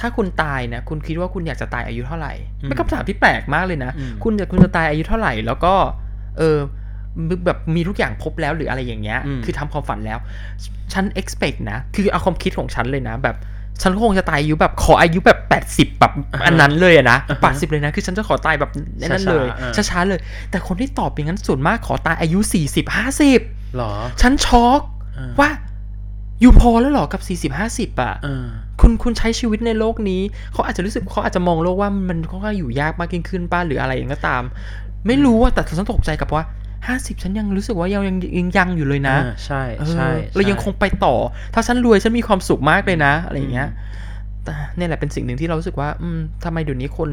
S1: ถ้าคุณตายนะคุณคิดว่าคุณอยากจะตายอายุเท่าไหร่
S3: อืม
S1: เป็นคำถามที่แปลกมากเลยนะ
S3: อืม
S1: คุณจะคุณจะตายอายุเท่าไหร่ แล้วก็ เออแบบมีทุกอย่างครบแล้วหรืออะไรอย่างเงี้ย
S3: อืม
S1: คือทำความฝันแล้ว ฉัน expect นะ คือเอาความคิดของฉันเลยนะ แบบฉันคงจะตายอายุแบบขออายุแบบ 80แบบอันนั้นเลยอะนะ80เลยนะคือฉันจะขอตายแบบนั้นเลย
S3: ช้าๆอ่า
S1: ช้าๆเลย แต่คนที่ตอบอย่างนั้นส่วนมากขอตายอายุ40 50
S3: หรอ
S1: ฉันช็อก
S3: อ่า
S1: ว่า อยู่พอแล้วเหรอกับ 40 50อ่ะ
S3: เออ
S1: คุณคุณใช้ชีวิตในโลกนี้ เขาอาจจะรู้สึกเขาอาจจะมองโลกว่ามันค่อนข้างอยู่ยากมากยิ่งขึ้นป้าหรืออะไรอย่างก็ตาม ไม่รู้ว่าแต่ฉันตกใจกับว่า 50 ฉันยังรู้สึกว่ายังยังยังยังอยู่เลยนะ
S3: อ่าใช่
S1: เออ
S3: ใช่
S1: เรายัง
S3: ใช่
S1: คงไปต่อ ถ้าฉันรวยฉันมีความสุขมากเลยนะ อะไรอย่างเงี้ยแต่เนี่ยแหละเป็นสิ่งหนึ่งที่เรารู้สึกว่า อืมทำไมเดี๋ยวนี้คน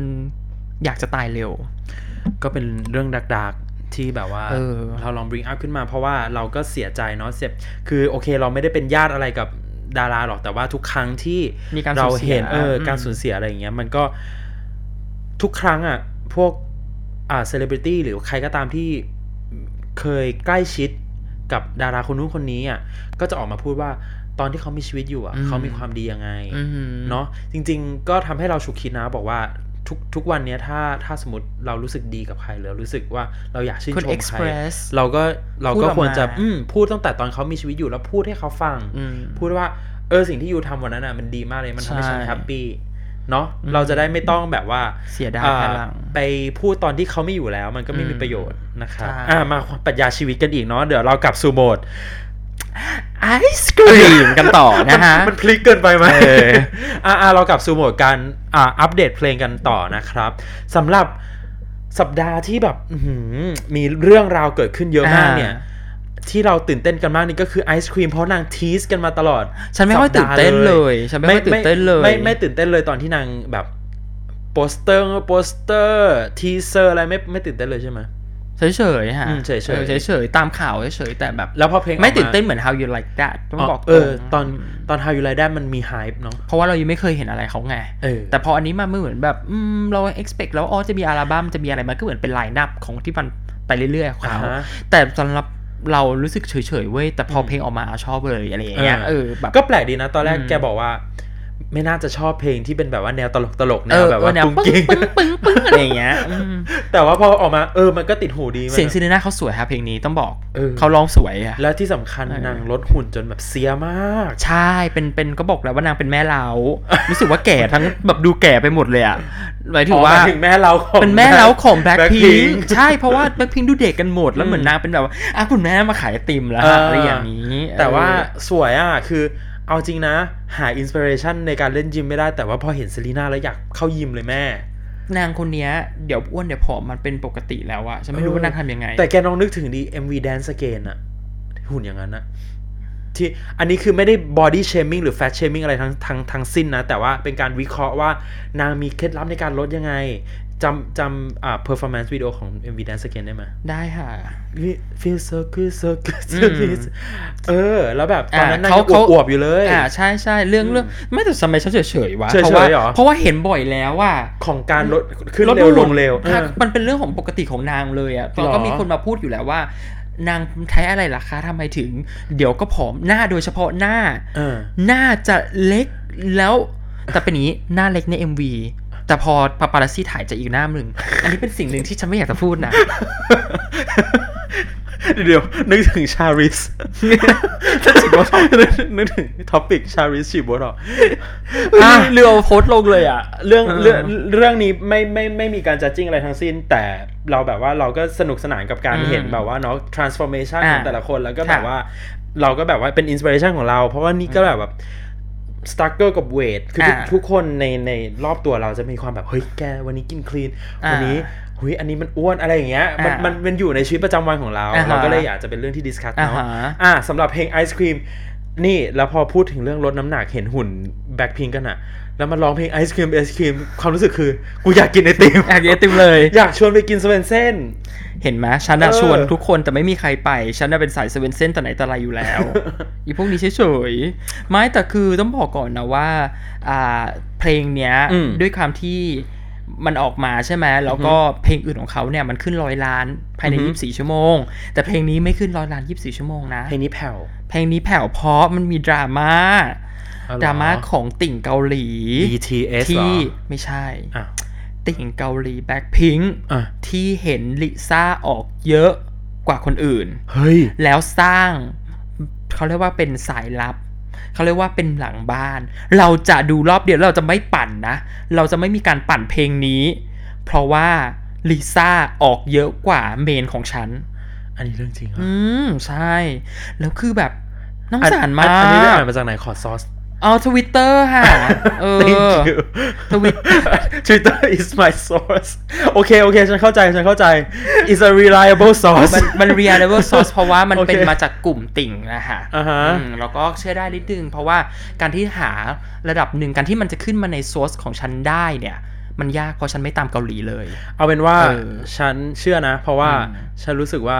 S1: อยากจะตายเร็ว
S3: ก็เป็นเรื่องดักๆที่แบบว่า
S1: เออ
S3: เราลอง bring up ขึ้นมาเพราะว่าเราก็เสียใจเนาะเสียคือโอเคเราไม่ได้เป็นญาติอะไรกับดาราหรอกแต่ว่าทุกครั้งที่
S1: มีการ
S3: เรา
S1: สูญเสีย
S3: เห็นเอออ
S1: ม
S3: การสูญเสียอะไรอย่างเงี้ยมันก็ทุกครั้งอ่ะพวกอ่าเซเลบริตี้หรือใครก็ตามที่เคยใกล้ชิดกับดาราคนนู้นคนนี้อ่ะก็จะออกมาพูดว่าตอนที่เขามีชีวิตอยู่อ่ะเขามีความดียังไง
S1: อืม
S3: เนาะจริงๆ ก็ทำให้เราฉุกคิดนะบอกว่าทุกทุกวันเนี้ยถ้าถ้าสมมติเรารู้สึกดีกับใครหรือรู้สึกว่าเราอยากชื่น
S1: คุณ
S3: ชมใคร
S1: express
S3: เราก็เรา
S1: พูด
S3: ก็
S1: ออกมา
S3: ควรจะอืมพูดตั้งแต่ตอนเขามีชีวิตอยู่แล้วพูดให้เขาฟัง
S1: อืม
S3: พูดว่าเออสิ่งที่ยูทำวันนั้นอ่ะมันดีมากเลยมันทำให้ฉัน
S1: ใช่
S3: แฮปปี้เนาะ
S1: อืม
S3: เราจะได้ไม่ต้องแบบว่า
S1: เสียดาย
S3: อ่า
S1: พลัง
S3: ไปพูดตอนที่เขาไม่อยู่แล้ว มันก็ไม่มี
S1: อืม
S3: ประโยชน์นะครับ
S1: ใช่
S3: อ่ะมาปรัชญาชีวิตกันอีกเนาะเดี๋ยวเรากลับสู่โหมด
S1: ไอศกรีมกันต่อนะฮะ
S3: มันมันพลิกเกินไปไหม
S1: เออ
S3: อ่าเรากลับสู่โหมดการอ่าอัปเดตเพลงกันต่อนะครับสำหรับสัปดาห์ที่แบบอื้อหือมีเรื่องราวเกิดขึ้นเยอะมากเนี่ย
S1: อ่
S3: ที่เราตื่นเต้นกันมากนี่ก็คือไอศครีมเพราะนางทีสกันมาตลอด
S1: ฉันไม่ค่อยตื่นเต้นเลย ฉันไม่ค่อยตื่นเต้นเลย
S3: ไม่ไม่ตื่นเต้นเลยตอนที่นางแบบโปสเตอร์โปสเตอร์ทีเซอร์อะไรไม่ไม่ตื่นเต้นเลยใช่ไหม
S1: เฉยๆฮะ
S3: อืมเฉยๆ
S1: ออเฉยๆ ตามข่าวเฉยๆ แต่แบบ
S3: แล้วพอเพลงออกา
S1: ไม่ตื่นเต้นเหมือน how you like that ต้องบอก
S3: เออ
S1: ต
S3: ต
S1: รง
S3: อนตอน How You Like That มันมี hype เนาะ
S1: เพราะว่าเรายังไม่เคยเห็นอะไรเขาไง
S3: เออ
S1: แต่พออันนี้มามันเหมือนแบบอืมเรา expect แล้วอ๋อจะมีอัลบั้มจะมีอะไรมันก็เหมือนเป็นไลน์นับของที่มันไปเรื่อยๆของเขา
S3: อ่าฮะ
S1: แต่สำหรับเรารู้สึกเฉยๆเว้ยแต่พออ
S3: ม
S1: เพลงออกมาชอบเลยอะไรอย่างเงี้ย
S3: เออ
S1: เออแบบ
S3: ก็แปลกดีนะ ตอนแรก
S1: อืม
S3: แกบอกว่า ไม่น่าจะชอบเพลงที่เป็นแบบว่าแนวตลกตลกๆแน
S1: เอ
S3: ว
S1: อ
S3: แบบ
S1: เอ
S3: ว่า
S1: อแนว
S3: กุ้ง
S1: ปึ้ง
S3: กิ้ง
S1: ปึ้งปึ้งปึ้งอะไรอย่างเงี้ยอื
S3: *laughs*
S1: ม
S3: แต่ว่าพอออกมาเออมันก็ติดหูดีมัน
S1: เสียงซี
S3: อะ
S1: เนน่าเขาสวยฮะเพลงนี้ต้องบอก
S3: เออ
S1: เขาร้องสวยอะ
S3: แล้วที่สำคัญ
S1: เออ
S3: นางลดหุ่นจนแบบเสียมาก
S1: ใช่ เป็น เป็น ก็บอกแล้วว่านางเป็นแม่เรา
S3: *laughs*
S1: รู้สึกว่าแก่ทั้งแบบดูแก่ไปหมดเลยอ่ะ หมายถึงว่า
S3: อ๋อหมยถึงแม่เราของ
S1: เป็นแม่เล้าของแบล็คพิง
S3: Blackpink
S1: *laughs* ใช่ เพราะว่าแบล็คพิงดูเด็กกันหมด แล้ว
S3: อืม
S1: เหมือนนางเป็นแบบว่าอ่ะคุณแม่มาขายไอติมแล้ว
S3: เอออ
S1: อะไรอย่างนี้
S3: แต่ว่า
S1: เออ
S3: สวยอ่ะ คือเอาจริงนะ หาอินสปิเรชันในการเล่นยิมไม่ได้แต่ว่าพอเห็นเซรีนาแล้วอยากเข้ายิมเลยแม่
S1: นางคนเนี้ย เดี๋ยวอ้วนเดี๋ยวผอมมันเป็นปกติแล้วอะฉันไม่รู้
S3: เออ
S1: ว่านางทำยังไง
S3: แต่แกน้องนึกถึงดี MV Dance Again อะหุ่นอย่างนั้นอะที่อันนี้คือไม่ได้ body shaming หรือ fat shaming อะไรทั้งทั้งทั้งสิ้นนะ แต่ว่าเป็นการวิเคราะห์ว่านางมีเคล็ดลับในการลดยังไงจำจำอ่า performance video ของ MV Dance Again ได้ไหม
S1: ได้ค่ะ
S3: feel so good so good so
S1: อืม
S3: good เออ แล้วแบบตอนนั้น
S1: อ่ะ
S3: นาง
S1: เขา
S3: ยัง
S1: เขา
S3: อวบๆอยู่เลย
S1: อ่า ใช่ใช่เรื่อง เรื่อง ไม่แต่ทำไมฉันเฉยเฉยๆวะ
S3: เฉยๆ
S1: ราะว่า
S3: เหรอ
S1: เพราะว่าเห็นบ่อยแล้วว่า
S3: ของการลดขึ้นเร็วลงเร็ว
S1: ค่ะมันเป็นเรื่องของปกติของนางเลยอะ่ะ
S3: หรอ
S1: แล้วก็มีคนมาพูดอยู่แล้วว่า นางใช้อะไรล่ะคะทำไมถึง เดี๋ยวก็ผอมหน้าโดยเฉพาะหน้า
S3: เออ
S1: หน้าจะเล็กแล้ว แต่เป็นอย่างนี้หน้าเล็กใน MV แต่พอปาปารัสซี่ถ่ายจะอีกหน้าหนึ่ง อันนี้เป็นสิ่งหนึ่งที่ฉันไม่อยากจะพูดนะ
S3: เดี๋ยวนึกถึงชา *laughs* ริสถ้าฉีดโบท็อกซ์นึกถึงท็อปิกชาริสฉีดโบท็อกซ์อ่ะ
S1: เรือโพสต์ลงเลยอ่ะ
S3: เรื่อง
S1: เออ
S3: เรื่องเรื่องนี้ไม่ไม่ไม่มีการจัดจิ้งอะไรทั้งสิ้น แต่เราแบบว่าเราก็สนุกสนานกับการเห็นแบบว่าเนาะ transformation
S1: อ่า
S3: ของแต่ละคนแล้วก็แบบ
S1: ค่ะ
S3: ว่า เราก็แบบว่าเป็น inspiration ของเรา เพราะว่านี่ก็แบบแบบสตาร์เกอร์กับเวทคือทุก
S1: อ่า
S3: ทุกคนในในรอบตัวเราจะมีความแบบ เฮ้ยแกวันนี้กินคลีน วันนี้หุยอันนี้มันอ้วนอะไรอย่างเงี้ยมัน
S1: อ่ามั
S3: มันมันอยู่ในชีวิตประจำวันของเรา
S1: อ่าฮะ
S3: เราก็เลยอยากจะเป็นเรื่องที่ดิสคัส
S1: อ่า
S3: เนาะ
S1: ฮะ
S3: อ่ะสำหรับเพลงไอศครีมนี่แล้วพอพูดถึงเรื่องลดน้ำหนักเห็นหุ่นแบ็คพิงกันอะแล้วมาร้องเพลงไอศครีมไอศครีมความรู้สึกคือ กูอยากกินไอติม
S1: แอบเยติมเลย
S3: อยากชวนไปกินสเวนเซ่น
S1: เห็นไหมฉันน่ะ
S3: เออ
S1: ชวนทุกคนแต่ไม่มีใครไป ฉันน่ะเป็นสายเซเว่นเส้นแต่ไหนแต่ไรอยู่แล้ว
S3: *laughs*
S1: อีพวกนี้เฉยๆไม่แต่คือต้องบอกก่อนนะว่าอ่าเพลงเนี้ย
S3: อืม
S1: ด้วยความที่มันออกมาใช่ไหมแล้วก็เพลงอื่นของเขาเนี่ยมันขึ้นร้อยล้านภายใน
S3: อือฮึ
S1: 24 ชั่วโมง แต่เพลงนี้ไม่ขึ้นร้อยล้าน 24 ชั่วโมงนะ
S3: เพลงนี้แผ่ว
S1: เพลงนี้แผ่วเพราะมันมีดราม่า
S3: เอเหอ
S1: ดราม่าของติ่งเกาหลี
S3: BTS
S1: ที่
S3: เหรอ
S1: ไม่ใช่
S3: อ่ะ
S1: ติ่งเกาหลีแบ็คพิง
S3: อ่ะ
S1: ที่เห็นลิซ่าออกเยอะกว่าคนอื่น
S3: เฮ้ย
S1: แล้วสร้างเขาเรียกว่าเป็นสายลับ เขาเรียกว่าเป็นหลังบ้าน เราจะดูรอบเดียวแล้วเราจะไม่ปั่นนะ เราจะไม่มีการปั่นเพลงนี้ เพราะว่าลิซ่าออกเยอะกว่าเมนของฉัน
S3: อันนี้เรื่องจริงเหรอ
S1: อืม ใช่ แล้วคือแบบน้อง
S3: อั
S1: สารมา
S3: อันนี้เรื่องอ่าน
S1: ก
S3: มาจากไหนขอซอส
S1: เอาทวิตเตอร์ค่ะ เออ
S3: Thank you
S1: Twitter
S3: *laughs* Twitter is my source โอเค โอเค ฉันเข้าใจ ฉันเข้าใจ is a reliable
S1: มั
S3: *laughs* source
S1: นมัน reliable source เพราะว่ามัน
S3: โอเค
S1: เป็นมาจากกลุ่มติ่งนะคะ
S3: อ่าฮะ
S1: อืมแล้วก็เชื่อได้นิดนึง เพราะว่าการที่หาระดับหนึ่งการที่มันจะขึ้นมาใน source ของฉันได้เนี่ย มันยากเพราะฉันไม่ตามเกาหลีเลย
S3: เอาเป็นว่า
S1: เออ
S3: ฉันเชื่อนะ เพราะว่า
S1: อืม
S3: ฉันรู้สึกว่า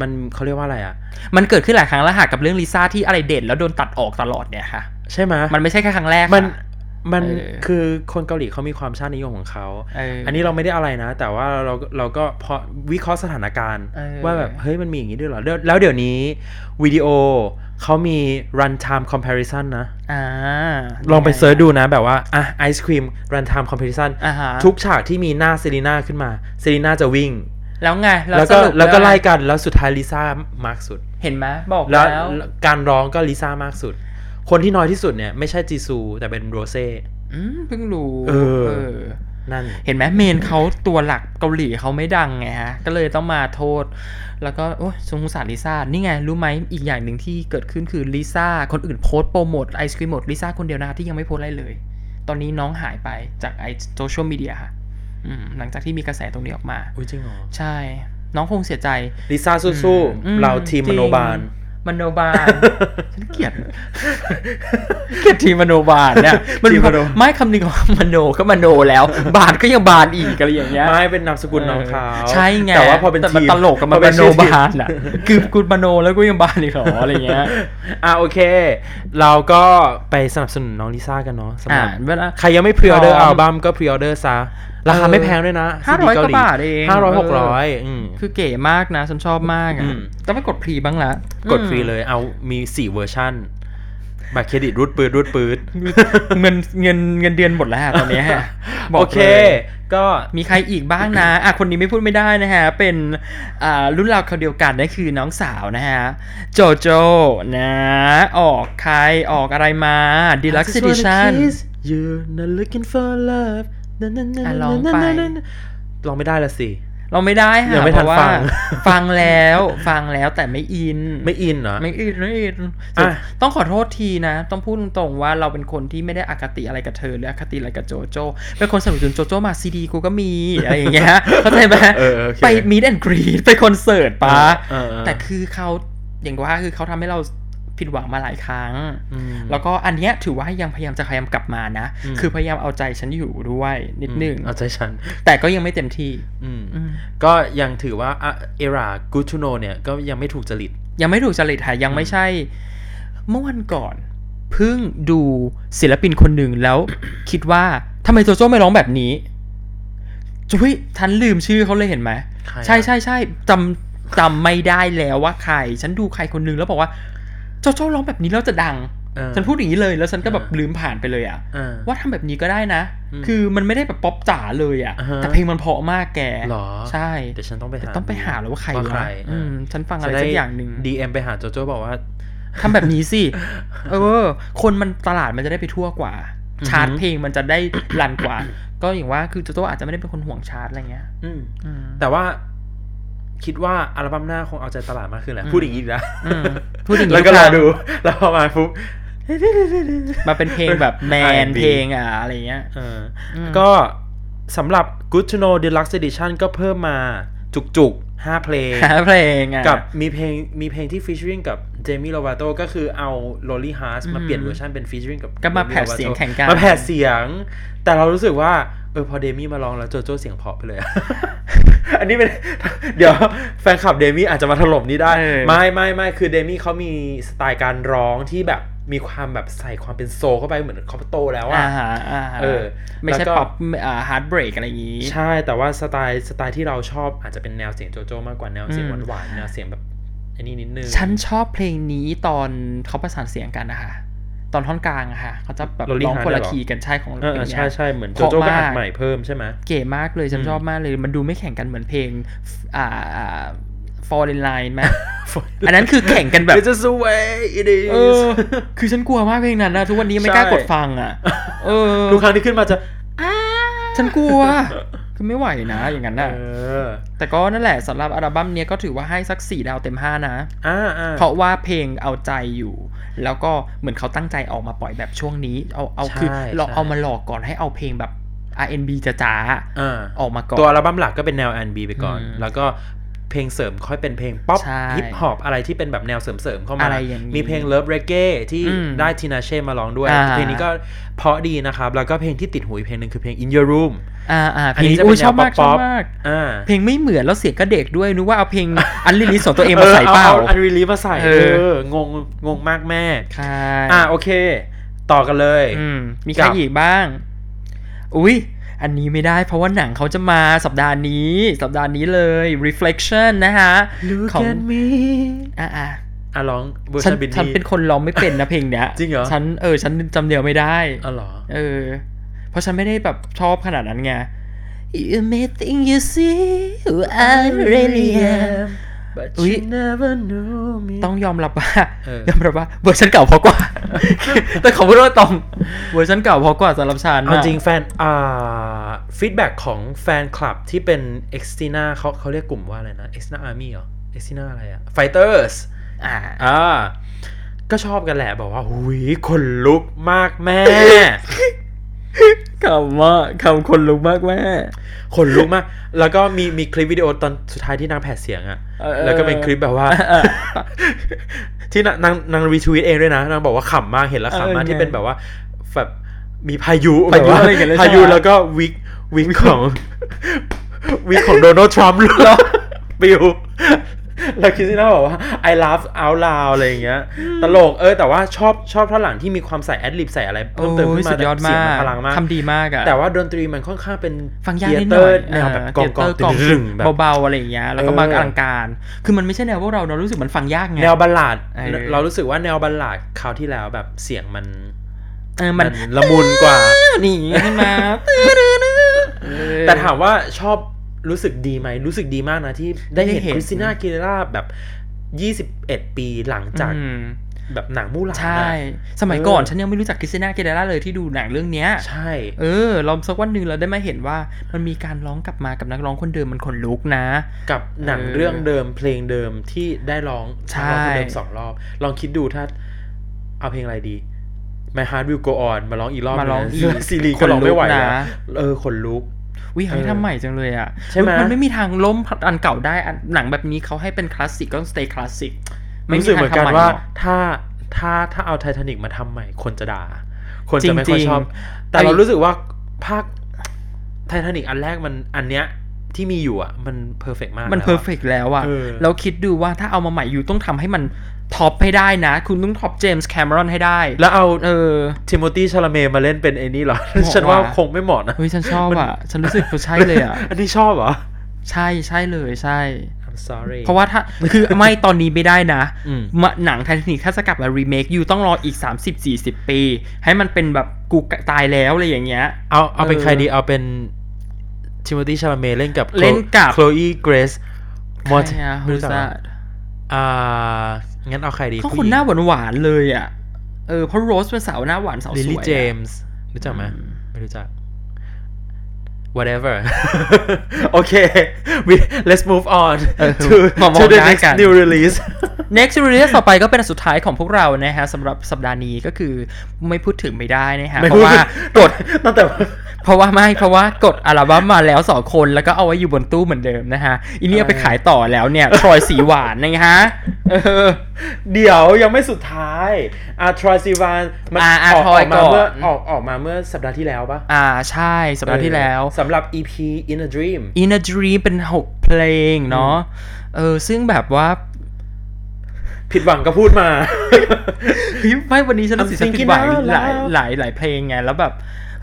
S3: มันเขาเรียกว่าอะไรอ่ะ
S1: มันเกิดขึ้นหลายครั้งแล้วหากับเรื่องลิซ่าที่อะไรเด่นแล้วโดนตัดออกตลอดเนี่ยค่ะ
S3: ใช่ไหม
S1: มันไม่ใช่แค่ครั้งแรก
S3: มัน
S1: ค่ะ
S3: มัน
S1: เออ
S3: คือคนเกาหลีเขามีความชาตินิยมของเขา
S1: เ
S3: อันนี้เราไม่ได้อะไรนะ แต่ว่าเราเราก็พอวิเคราะห์สถานการณ์
S1: เออ
S3: ว่าแบบ เฮ้ยมันมีอย่างนี้ด้วยเหรอแล้วแล้วเดี๋ยวนี้ วิดีโอเขามี runtime comparison นะ
S1: อ่า
S3: ลองไปเซิร์ชดูนะแบบว่า อ่ะไอศครีม runtime comparison
S1: อ่าฮะ
S3: ทุกฉากที่มีหน้าเซรีนาขึ้นมาเซรีนาจะวิ่ง
S1: แล้วไง
S3: แล้ว
S1: ส
S3: ก็
S1: รุป
S3: แล้วก็ไล่กันแล้วสุดท้ายลิซ่ามากสุด
S1: เห็นไหมบอก
S3: แล้ว
S1: แล้ว
S3: การร้องก็ลิซ่ามากสุด คนที่น้อยที่สุดเนี่ย ไม่ใช่จีซู แต่เป็นโรเซ่
S1: อืมเพิ่งรู้
S3: เออ
S1: เออ
S3: นั่น
S1: เห็นไหมเมนเขาตัวหลักเกาหลีเขาไม่ดังไงฮะ ก็เลยต้องมาโทษ แล้วก็โอ้ยสงสารลิซ่า นี่ไง รู้ไหมอีกอย่างหนึ่งที่เกิดขึ้นคือลิซ่า คนอื่นโพสต์โปรโมทไอศครีมหมดลิซ่าคนเดียวนะที่ยังไม่โพสต์อะไรเลย ตอนนี้น้องหายไปจากไอโซเชียลมีเดียค่ะอืมหลังจากที่มีกระแสตรงนี้ออกมา
S3: อุ้ยจริงเหรอ
S1: ใช่ น้องคงเสียใจ
S3: ลิซ่าสู้
S1: อื
S3: ๆ เราทีม
S1: จ
S3: ม
S1: ง
S3: โนบาล
S1: มโนบา
S3: *laughs*
S1: ล ฉันเกลียด เกลียดทีมมโนบาล
S3: *laughs*
S1: เนี่ยมัน
S3: ทีมมโน
S1: ไม่คำนึงของมโนก็มโนแล้ว
S3: *laughs*
S1: บาลก็ยังบาลอีกอะไรอย่างเงี้ย
S3: ไม่เป็นนามสกุลน้องเขา
S1: ใช่ไง
S3: แต่ว่าพอเป็น
S1: แต่
S3: ที
S1: มัน
S3: ม
S1: ตลกกับมัน
S3: พอเป็
S1: มโน
S3: ชื่อทีม
S1: บานอ่ะ คือกูมโนแล้วกูยังบานอีกเหรออะไรเงี้ย
S3: อ่ะโอเค เราก็ไปสนับสนุนน้องลิซ่ากันเนาะสำห
S1: อ่า
S3: รับ
S1: เวลา
S3: ใครยังไม่พรีออเดอร์
S1: พร้อม
S3: อัลบั้มก็พรีออเดอร์ซะ ราคา
S1: เออ
S3: ไม่แพงด้วยนะ
S1: ห้าร้อยกว่าบาทเอง
S3: ห้าร้อยหก
S1: เอ
S3: ร้อ
S1: อ
S3: ยอืม
S1: คือเก๋มากนะฉันชอบมาก
S3: อื
S1: อ่ะ
S3: ม
S1: ต้องไปกดพรีบ้างละ
S3: กดฟรีเลยเอามีสี่เวอร์ชั่น บัตรเครดิตรูดปืดรูดปืด
S1: เงินเงินเงินเดือนหมดแล้วฮะตอนเนี้ยฮะบก
S3: โอเค
S1: ลย
S3: ก็
S1: มีใครอีกบ้างนะ อ่ะ คนนี้ไม่พูดไม่ได้นะฮะ เป็น อ่า รุ่นราวคราวเดียวกันนั่นคือน้องสาวนะฮะ โจโจ นะ ออกใครออกอะไรมา
S3: I
S1: Deluxe
S3: just wanna
S1: Edition
S3: kiss you not looking for love นะนะนะ
S1: อ่ะ
S3: นะ
S1: ลอง
S3: นะ
S1: ไป
S3: นะนะลองไม่ได้ละสิ
S1: เราไม่ได้ฮะ
S3: ยังไม่ทัน
S1: เพราะว่า
S3: ฟัง
S1: ฟังแล้ว ฟังแล้วแต่ไม่อิน
S3: ไม่อินเหรอ
S1: ไม่อินไม่อิน
S3: อ่ะ
S1: ต้องขอโทษทีนะ ต้องพูดตรงๆว่าเราเป็นคนที่ไม่ได้อคติอะไรกับเธอหรืออคติอะไรกับโจโจ เป็นคนสนับสนุนโจโจมาซีดีกูก็มี อะไรอย่างเงี้ย
S3: *laughs*
S1: เข้าใจไหม
S3: เออโอเค
S1: ไปมีดแอนกรี ไปคอนเสิร์ตปะ
S3: เออเออ
S1: แต่คือเขาอย่างว่าคือเขาทำให้เราผิดหวังมาหลายครั้ง
S3: ม
S1: แล้วก็อันเนี้ยถือว่ายังพยายามจะพยายามกลับมานะ
S3: อืม
S1: คือพยายามเอาใจฉันอยู่ด้วยนิดนึง
S3: เอาใจฉัน
S1: แต่ก็ยังไม่เต็มที่
S3: อืม
S1: อืม
S3: ก็ยังถือว่าอ่ะเอรากูทูโนเนี่ย ก็ยังไม่ถูกจริต
S1: ยังไม่ถูกจริตค่ะยังไม่ใช่ เมื่อวันก่อนเพิ่งดูศิลปินคนหนึ่งแล้ว *coughs* คิดว่าทำไมโจโจ้ไม่ร้องแบบนี้จุ้ยฉันลืมชื่อเขาเลยเห็นไหม
S3: ใครอะ
S1: ใช่ใช่ใช่จำจำไม่ได้แล้วว่าใคร ฉันดูใครคนหนึงแล้วบอกว่า โจโจ้ร้องแบบนี้แล้วจะดัง
S3: เออ
S1: ฉันพูดอย่างนี้เลยแล้วฉันก็แบบ
S3: อ่า
S1: ลืมผ่านไปเลยอะ
S3: อ่า
S1: ว่าทำแบบนี้ก็ได้นะ
S3: อืม
S1: คือมันไม่ได้แบบป๊อปจ๋าเลยอะ
S3: อ่าฮะ
S1: แต่เพลงมันเพราะมากแก
S3: หรอ
S1: ใช่
S3: เดี๋ยวฉันต้องไปหา
S1: ต้องไปหาแล้วว่าใคร
S3: ว่าใคว
S1: ะ
S3: ร
S1: อืมฉันฟังอะไรสักอย่างหนึ่ง
S3: ดีเอ็มไปหาโจโจ้บอกว่า
S1: ทำแบบนี้
S3: *laughs*
S1: สิ เออ คนมันตลาดมันจะได้ไปทั่วกว่า
S3: อือฮึ
S1: ชาร์ตเพลงมันจะได้รันกว่า ก็อย่างว่าคือโจโจ้อาจจะไม่ได้เป็นคนห่วงชาร์ตอะไรเงี้ย
S3: อืม
S1: อืม
S3: แต่ว่าคิดว่าอัลบั้มหน้าคงเอาใจตลาดมากขึ้นแหละ
S1: อืม
S3: พูดอย่างนี้อีกนะ
S1: อืมพูดอย่างนี้
S3: แล้วก็
S1: ทุก
S3: ร
S1: ค
S3: อ
S1: รั้ง
S3: ดู *laughs* แล้วพอมาปุ๊บ
S1: มาเป็นเพลงแบบแมน
S3: R&B
S1: เพลงอ่ะอะไรเงี้ย
S3: เอออ
S1: ม
S3: ก็สำหรับ Good to Know Deluxe Edition ก็เพิ่มมาจุกๆ 5 เพลง
S1: หาเพลงอ่ะ
S3: กับมีเพลงมีเพลงที่ฟีเจอริงกับเจมี่โ o วาโตก็คือเอา Lonely Hearts มา
S1: อืม
S3: เปลี่ยนเวอร์ชันเป็นฟีเจอริงกับ
S1: ก็มา
S3: Demi
S1: แผดเสียง
S3: Lovato
S1: แข่งกัน
S3: มาแผดเสียง แต่เรารู้สึกว่า เออพอเดมี่มาลองแล้วโจโจ้เสียงเพราะไปเลยอะ อันนี้เป็น เดี๋ยวแฟนคลับเดมี่อาจจะมาถล่มนี่ได้
S1: เออ
S3: ไม่ไม่ไม่คือเดมี่เขามีสไตล์การร้องที่แบบมีความแบบใส่ความเป็นโซลเข้าไปเหมือนเขาโตแล้ว
S1: อ่า
S3: อะ
S1: ฮะอ่าฮะ
S3: เออ
S1: ไม่ใช่
S3: แล้วก็
S1: ป๊อปอ่าฮาร์ดเบรกอะไรอย่างงี้
S3: ใช่แต่ว่าสไตล์สไตล์ที่เราชอบอาจจะเป็นแนวเสียงโจโจ้มากกว่าแนวเสียง
S1: อืม
S3: หวานๆแนวเสียงแบบอันนี้นิดนึง
S1: ฉันชอบเพลงนี้ตอนเขาประสานเสียงกันนะคะ ตอนท่อนกลางอะค่ะ เขาจะแบบ
S3: Lonely
S1: ร้อง
S3: Heart
S1: คนละ
S3: เหรอ
S1: คีย์กันใช่ของ
S3: เออ
S1: เพลงเนี้ย
S3: ใช่ใช่เหมือนโจ
S1: เพราะ
S3: โจ้ก็อัด
S1: มาก
S3: ใหม่เพิ่มใช่ไหม
S1: เก๋มากเลยฉัน
S3: อืม
S1: ชอบมากเลย มันดูไม่แข่งกันเหมือนเพลงอ่าอ่า f a l l in
S3: *laughs*
S1: line ไหม อันนั้นคือแข่งกันแบบ
S3: This is the way it is
S1: เออ คือฉันกลัวมากเพลงนั้นนะทุกวันนี้ยังไม่กล้ากดฟังอ่ะ เออ
S3: ทุกครั้งที่ขึ้นมาจะ
S1: ฉันกลัว คือไม่ไหวนะอย่างนั้น
S3: เอ
S1: น่ะ
S3: อ
S1: แต่ก็นั่นแหละสำหรับอัลบั้มเนี้ยก็ถือว่าให้สัก 4 ดาวเต็ม 5 นะ
S3: อ่าอ่า
S1: เพราะว่าเพลงเอาใจอยู่ แล้วก็เหมือนเขาตั้งใจออกมาปล่อยแบบช่วงนี้ เอาเอาคือเราเอามาหลอกก่อนให้เอาเพลงแบบ R&B จ๋า
S3: อ่า
S1: ๆออกมาก่อ
S3: ตัวน อัลบั้มหลักก็เป็นแนว R&B ไปก่อน
S1: อืม
S3: แล้วก็เพลงเสริมค่อยเป็นเพลงป๊อป
S1: ใช่
S3: ฮิปฮอปอะไรที่เป็นแบบแนวเสริมๆเข้ามา
S1: อะไรอย่างนี้
S3: มีเพลง Love Reggae ที่
S1: อืม
S3: ได้ทินาเช่มาร้องด้วย
S1: อ่า
S3: เพลงนี้ก็เพราะดีนะครับ แล้วก็เพลงที่ติดหูอีกเพลงหนึ่งคือเพลง In Your Room
S1: อ่าอ่า
S3: อั
S1: เพ
S3: น
S1: ลง
S3: นี้
S1: นี้
S3: จะ
S1: โอ้
S3: เป็
S1: ย
S3: น
S1: ช
S3: แน
S1: อ
S3: ว
S1: บ
S3: ป๊
S1: มากช
S3: อ
S1: อ
S3: ป
S1: บ
S3: ๆ
S1: มาก
S3: อ่า
S1: เพลงไม่เหมือนแล้วเสียงก็เด็กด้วยนึกว่าเอาเพลง อันลิลิสของตัวเองมาใส่เปล่า
S3: ออันรีลีมาใส่
S1: เอ
S3: เอ
S1: อ
S3: องงงงมากแม่
S1: ใช่
S3: อ่าโอเค ต่อกันเลย
S1: อืมมีใครอีกบ้าง อุ้ยอันนี้ไม่ได้เพราะว่าหนังเขาจะมาสัปดาห์นี้ สัปดาห์นี้เลย reflection นะฮะ
S3: Look
S1: ของ
S3: at me
S1: อ่าอ่า
S3: อ่ะร้องเวอร์
S1: ฉั
S3: ชั
S1: น
S3: นบิน
S1: ฉัน
S3: นี่
S1: เป็นคนร้องไม่เป็น
S3: *laughs*
S1: นะเพลงเนี้ย
S3: จริงเหรอ
S1: ฉันเออฉันจำเนียวไม่ได้
S3: อ๋อเหรอ
S1: เออ เพราะฉันไม่ได้แบบชอบขนาดนั้นไง You may think you see who I really am
S3: but
S1: อุ๊ย
S3: you never knew me
S1: ต้องยอมรับว่า
S3: เออ
S1: *laughs* ยอมรับว่าเวอร์ชันเก่าเพราะก
S3: *laughs*
S1: ว่า แต่ขอพูดว่าตรงเวอร์ชันเก่าเพราะกว่าสำหรับฉัน
S3: เอา
S1: น่ะ
S3: จริงแฟน อ่าฟีดแบ็ของแฟนคลับที่เป็น e x t i n a เขาเขาเรียกกลุ่มว่าอะไรนะ e x t i n a Army เหรอ e x t i n a อะไรอะ Fighters
S1: อ่า
S3: อ่า ก็ชอบกันแหละ บอกว่าหุยคนลุกมากแม่
S1: คำว่าคำคนลุกมากแม่
S3: คนลุกมาก แล้วก็มีมีคลิปวิดีโอตอนสุดท้ายที่นางแผดเสียงอะ
S1: เออ
S3: แล้วก็เป็นคลิปแบบว่า *laughs* ที่นางนางนางรีทวีตเองด้วยนะ นางบอกว่าขำมากเห็นแล้วขำมาก
S1: เออ
S3: ที่เป็นแบบว่าแบบมีพายุ
S1: พายุ
S3: แบบว่
S1: อะไรกันเลยใช่ไหม
S3: พายุแล้วก็วิก *laughs*
S1: *laughs*
S3: วิกของ วิกของโดนัลด์ทรัมป์หรอปิว เราคิดสินะบอกว่า I laugh out loud อะไรอย่างเงี้ย ตลกเออแต่ว่าชอบชอบท่อนหลังที่มีความใส่แอดลิบใส่อะไรเพิ่มเติมขึ้น
S1: โอ้ย
S3: มา
S1: สุดยอด
S3: เสี
S1: มาง ก
S3: นพลังมาก
S1: ทำดีมากอะ
S3: แต่ว่าดนตรีมันค่อนข้างเป็น
S1: ฟังยาก
S3: เธี
S1: นิด
S3: เต
S1: ห
S3: อ
S1: น่อ
S3: ร์
S1: ย
S3: แนวแบบกองกอง
S1: เตอร์
S3: ตึงๆแบบ
S1: เบาๆอะไรอย่างเงี้ยแล้วก็
S3: เออ
S1: มาอลังการ คือมันไม่ใช่แนวพวกเราเรารู้สึกมันฟังยากไง
S3: แนวบัลลาด
S1: เออ
S3: เรารู้สึกว่าแนวบัลลาดคราวที่แล้วแบบเสียงมัน
S1: เออมัน
S3: ละมุนกว่า
S1: หนีขึ้นมาเออ
S3: *laughs* แต่ถามว่าชอบรู้สึกดีไหมรู้สึกดีมากนะที่ได้เห็น
S1: ได้เห็น
S3: คริสติน่าอากิเลร่าแบบ 21 ปีหลังจาก
S1: อืม
S3: แบบหนังมู่หลาน
S1: ใช่
S3: อะ
S1: สมัยก่อน
S3: เออ
S1: ฉันยังไม่รู้จักคริสติน่าเกเดล่าเลยที่ดูหนังเรื่องเนี้ย
S3: ใช่
S1: เออเราสักวันหนึ่งเราได้มาเห็นว่ามันมีการร้องกลับมากับนักร้องคนเดิมมันขนลุกนะ
S3: กับหนัง
S1: เออ
S3: เรื่องเดิมเพลงเดิมที่ได้ร้อง
S1: ใช่
S3: ร้องเพลงเดิมสองรอบ ลองคิดดูถ้าเอาเพลงอะไรดี My Heart Will Go On มาร้องอีกรอบ
S1: มาร้อง
S3: ห
S1: อี
S3: นึ่
S1: ก
S3: ซีรีส์ก็ร้องไม่ไหว
S1: ขนลุก
S3: แล้ว
S1: นะ
S3: เออขนลุก
S1: วิหาย
S3: เออ
S1: ทำใหม่จังเลยอ่ะ
S3: ใช่ไหม
S1: มันไม่มีทางล้มอันเก่าได้อันหนังแบบนี้เขาให้เป็นคลาสสิกก็ต้องสเตย์คลาสสิก
S3: รู้สึกเหมือนกันว่าถ้าถ้าถ้าเอาไททานิกมาทำใหม่คนจะด่า คนจะไม่ค่อยชอบ แต่เรารู้สึกว่าภาคไททานิกอันแรกมันอันเนี้ยที่มีอยู่อ่ะ มันเพอร์เฟกมาก
S1: มันเพอร์เฟ
S3: ก
S1: กแล้วอ่ะ
S3: เออ
S1: แล้วคิดดูว่าถ้าเอามาใหม่อยู่ต้องทำให้มันท็อปให้ได้นะ คุณต้องท็อปเจมส์แคมรอนให้ได้
S3: แล้วเอา
S1: เออ
S3: ทิโมธีชาลาเมมาเล่นเป็นไอ้นี่เหรอ *laughs*
S1: เหมาะ
S3: ฉันว่าคงไม่เหมาะนะ
S1: เฮ้ยฉันชอบอ่ะฉันรู้สึกว่าใช่เลย *laughs* อ่ะ
S3: อันนี้ชอบเหรอ
S1: ใช่ใช่เลยใช่
S3: I'm sorry
S1: เพราะว่าถ้าคือไม่ตอนนี้ไม่ได้นะ
S3: อืม
S1: มะหนังไททานิกถ้าจะกลับมารีเมคอยู่ต้องรออีก 30-40 ปี ให้มันเป็นแบบกูตายแล้วอะไรอย่างเงี้ย
S3: เอาเอาเป็น
S1: เออ
S3: ใครดีเอาเป็นทิโมธีชาลาเมเล่นกับ
S1: เล่นกับ
S3: โคลอีเกรซมอ
S1: ใครอะ
S3: รู้
S1: รู้
S3: จัก
S1: จัก
S3: อ่างั้นเอาใครดี
S1: เขาคนหน้าหวานๆเลยอ่ะเออเพราะโรสเป็นสาวหน้าหวานสาวสวย
S3: ลิลลี่
S1: อะ
S3: เจมส์รู้จักไหมไม่รู้จัก whatever *laughs* โอเค we let's move
S1: *laughs*
S3: on
S1: เออ
S3: to
S1: มามอง
S3: to the
S1: หน้า
S3: next
S1: กัน
S3: new release
S1: next release ต่อไปก็เป็นอันสุดท้ายของพวกเรานะฮะสำหรับสัปดาห์นี้ก็คือไม่พูดถึงไม่ได้นะฮะ *laughs*
S3: ไม่
S1: เพ
S3: พูด
S1: ราะว่า
S3: ถึง
S1: กด
S3: *laughs* ตั้งแต่
S1: เพราะว่าไม่เพราะว่ากดอัลบั้มมาแล้วสองคนแล้วก็เอาไว้อยู่บนตู้เหมือนเดิมนะฮะอีนี่เอาไปขายต่อแล้วเนี่ย ทรอยสีหวานนะฮะเออ
S3: เดี๋ยวยังไม่สุดท้ายอาทรอยซิวานมั
S1: อ่าอ่า
S3: ออกออกมา
S1: ทรอยก่อน
S3: เมื่อออกออกมาเมื่อสัปดาห์ที่แล้วปะ
S1: อ่าใช่สัปดาห์ที่แล้ว
S3: สำหรับ EP In a Dream
S1: In a Dream เป็น 6 เพลงเนาะเออซึ่งแบบว่า
S3: ผิดหวังก็พูดมา
S1: เฮ้ยไม่วันนี้ฉันรู้สึก
S3: I'm
S1: ฉันผิดหวัง
S3: thinking out
S1: หลาย
S3: loud
S1: หลายหลายเพลงไงแล้วแบบ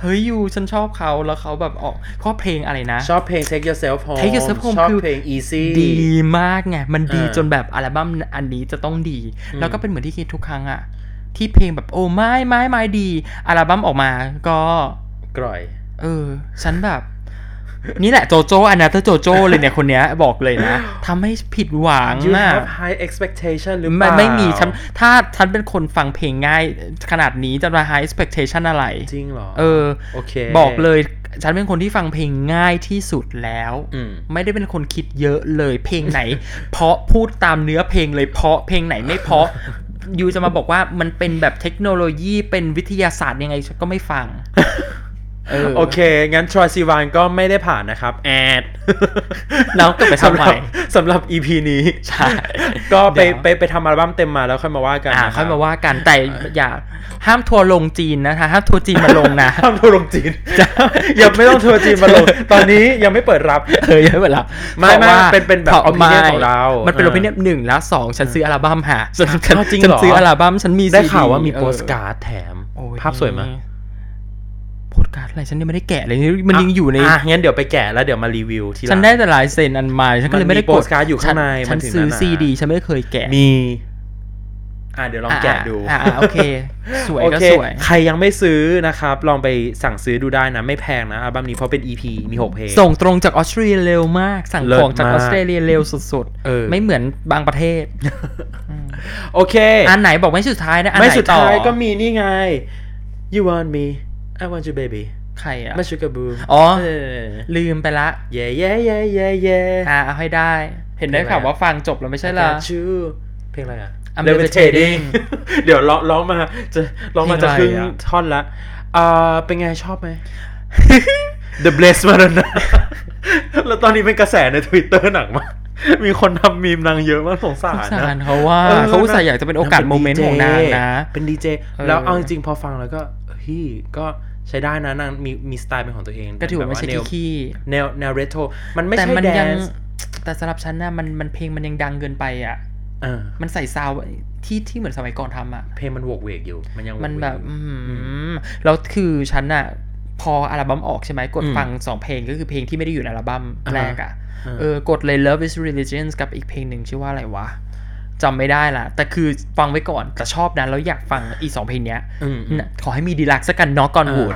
S1: เฮ้ยยูฉันชอบเขาแล้วเขาแบบออกข้อเพลงอะไร *laughs* นะ
S3: ชอบเพลง Take Yourself Home
S1: Take Yourself Home
S3: ชอบ
S1: คือ
S3: เพลง Easy
S1: ดีมากไง มันดี
S3: อ่า
S1: จนแบบอัลบั้มอันนี้จะต้องดี แล้วก็เป็นเหมือนที่คิดทุกครั้งอะที่เพลงแบบโอ้ไม่ไม่ไม่ดี อัลบั้มออกมาก็
S3: กร่อย
S1: เออ ฉันแบบ นี่แหละโจโจอันนะถ้าโจโจเลยเนี่ยคนเนี้ยบอกเลยนะทำให้ผิดหวัง
S3: You
S1: อะ
S3: have high expectation หรือเป
S1: ไม่
S3: ล่า
S1: ไม่มีฉันถ้าฉันเป็นคนฟังเพลงง่าย ขนาดนี้จะมา high expectation อะไร
S3: จริงเหรอ
S1: เออ
S3: โอเค
S1: บอกเลย ฉันเป็นคนที่ฟังเพลงง่ายที่สุดแล้ว
S3: อืม
S1: ไม่ได้เป็นคนคิดเยอะเลยเพลงไหน *laughs* เพราะพูดตามเนื้อเพลงเลยเพราะเพลงไหนไม่เพราะ *laughs* ยูจะมาบอกว่ามันเป็นแบบเทคโนโลยีเป็นวิทยาศาสตร์ยังไงฉันก็ไม่ฟัง เออ
S3: โอเค งั้นทรอยซีวานก็ไม่ได้ผ่าน
S1: *laughs*
S3: นะครับ แอด
S1: แล้วก็ไปทำใหม่
S3: สำหรับสำหรับ EP นี้
S1: ใช่
S3: ก็ไป
S1: เดี๋ยว
S3: ไปไปทำอัลบั้มเต็มมาแล้วค่อยมาว่ากัน
S1: อ่า
S3: นะรับ
S1: ค่อยมาว่ากันแต่อย่าห้ามทัวร์ลงจีนนะคะห้ามทัวร์จีนมาลงนะ
S3: ห้ามทัวร์ลงจีนอย่าไม่ต้องทัวร์จีนมาลง ตอนนี้ยังไม่เปิดรับ
S1: เออเยอะไปแล้ว
S3: ไม่ไม่เป็นเป็นแบบ opinion ของเรา
S1: มันเป็น
S3: เอ
S1: โอ
S3: อ
S1: ปิเนียหนึ่งแล้วสองฉันซื้ออัลบั้มหาฉันฉัน
S3: อ้าวจริง
S1: ฉัน
S3: เหรอ
S1: ซื้ออัลบั้มฉันมี
S3: ได้
S1: CD
S3: ข่าวว่ามี
S1: เอ
S3: โป
S1: อ
S3: สการ์ดแถม
S1: โอ้
S3: ภาพสวยมาก
S1: โพสต์การ์ดอะไรฉันยังไม่ได้แกะเลยมันยังอยู่ใน
S3: ะงั้นเดี๋ยวไปแกะแล้วเดี๋ยวมารีวิวทีหลัง
S1: ฉันได้แต่ลายเซ็นอันใหม่ฉันก็เลยไม่ได้
S3: มันมีโปสต์การ์ดอยู่ข้างใน
S1: ฉัน
S3: มันถึง
S1: ซื้อ
S3: หนาๆ
S1: ซีดีฉันไม่เคยแกะ
S3: มี อ่ะเดี๋ยวลองแกะดู
S1: อ่าอ่าโอเค สวย
S3: โอ
S1: ก็
S3: เค
S1: สวย
S3: ใครยังไม่ซื้อนะครับ ลองไปสั่งซื้อดูได้นะ ไม่แพงนะอัลบั้มนี้เพราะเป็น EP มี 6 เพลง
S1: ส่งตรงจากออสเตรเลียเร็วมาก สั่ง
S3: เลิศ
S1: ของจากอก
S3: มา
S1: อสเตรเลียเร็วสุด
S3: เออ
S1: ไม่เหมือนบางประเทศ
S3: โอเค
S1: อันไหนบอกไม่สุดท้ายนะอันไห
S3: ไม่
S1: น
S3: สุด
S1: ต่อ
S3: ท้ายก็มีนี่ไง you want me I want you baby
S1: ใครอ่ะ
S3: มาชูกาบู
S1: อ๋อ
S3: เ
S1: ลืมไปละ
S3: เย่เย่เย่เย่เย่
S1: อ่าเอาให้ได้ เห็นได้
S3: เพลงอะไร
S1: ข่าวว่าฟังจบแล้วไม่ใช่เหรอ
S3: ชื่อเพลงอะไรอ่ะ
S1: I'm
S3: Levitating
S1: Levitating
S3: *laughs* เดี๋ยวร้องร้องมาจะร้องมาจะค
S1: เพล
S3: รึ่
S1: ง
S3: ง
S1: อะไรอ่ะ
S3: ท่อนละอ่าเป็นไงชอบ
S1: *laughs*
S3: ไหม The Blessed m a r a n a *laughs* แล้วตอนนี้เป็นกระแสใน Twitter หนักมาก มีคนทำมีมนางเยอะมากสงสา
S1: สง
S3: ร
S1: สาร
S3: นะ
S1: เขาว่า
S3: ออ
S1: เขาอุตส่าห์อยากจะเป็นโอกาสโมเมนต์ของนางนะ
S3: เป็นดีเจ
S1: เออ
S3: แล้วเอาจริงๆพอฟังแล้วก็เฮี่ก็ใช้ได้นะนางมีมีสไตล์เป็นของตัวเอง
S1: ก็ถือว่าไม่ใช่
S3: แบบ
S1: ขี้
S3: แนวแนวเรโทรมันไม่
S1: แต่
S3: ใช่
S1: มัน
S3: แด
S1: ยัง
S3: นซ์
S1: แต่ แต่สำหรับฉันนะมันมันเพลงมันยังดังเกินไปอ่ะ
S3: เออ
S1: มันใส่ซาวด์ที่ที่เหมือนสมัยก่อนทำอ่ะ
S3: เพลงมันโหวกเวกอยู่ มันยังโหวกเวก
S1: มันแบบ
S3: อยู่
S1: อืมแล้วคือฉันอะพออัลบั้มออกใช่ไหมกด
S3: อืม
S1: ฟังสองเพลงก็คือเพลงที่ไม่ได้อยู่ในอัลบั้ม
S3: อ่าฮะ
S1: แรกอะ
S3: อ่า
S1: เออกดเลย Love is Religion กับอีกเพลงหนึ่งชื่อว่าอะไรวะจำไม่ได้ละแต่คือฟังไว้ก่อนแต่ชอบนะแล้วอยากฟังอีสองเพลงเนี้ย
S3: อืมอืม
S1: น่ะขอให้มีดีลักซ์กันน็อกก่อน
S3: อ่า
S1: โหวต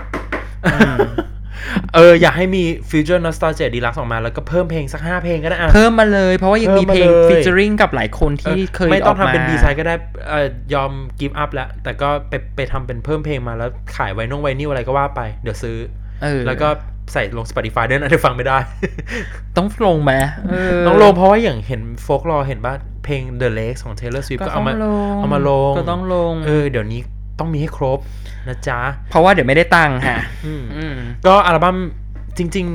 S3: เออ อยากให้มี Future Nostalgia Deluxe ออกมา แล้วก็เพิ่มเพลงสัก 5 เพลงก็ได้อะ
S1: เพิ่มมาเลยเพราะว่ายังมีเพลง
S3: เพิ่มมาเลย
S1: ฟิชเจอริงกับหลายคนที่เคย
S3: ไม่ต้อง
S1: กา
S3: ทำเป็นดีไซน์ก็ได้เอ่อยอมกิฟต์อัพแล้ว แต่ก็ไปไปทำเป็นเพิ่มเพลงมาแล้วขายไวน่งไวนิวอะไรก็ว่าไป เดี๋ยวซื้อ
S1: เออ
S3: แล้วก็ใส่ลง Spotify ด้วยนะเดี๋ยวฟังไม่ได้
S1: ต้องลงไหมเ
S3: ต้องลงเพราะว่าอย่างเห็นโฟกรอเห็นว่าเพลง The Lakes ของ Taylor Swift
S1: ก็
S3: ก็
S1: ต้
S3: เอา
S1: อง
S3: มา
S1: ลง
S3: เอามาลง
S1: ก็ต้องลง
S3: เออเดี๋ยวนี้ต้องมีให้ครบนะจ๊ะ
S1: เพราะว่าเดี๋ยวไม่ได้ตังค์ฮะ
S3: อืม
S1: อืม
S3: ก็อัลบั้มจริง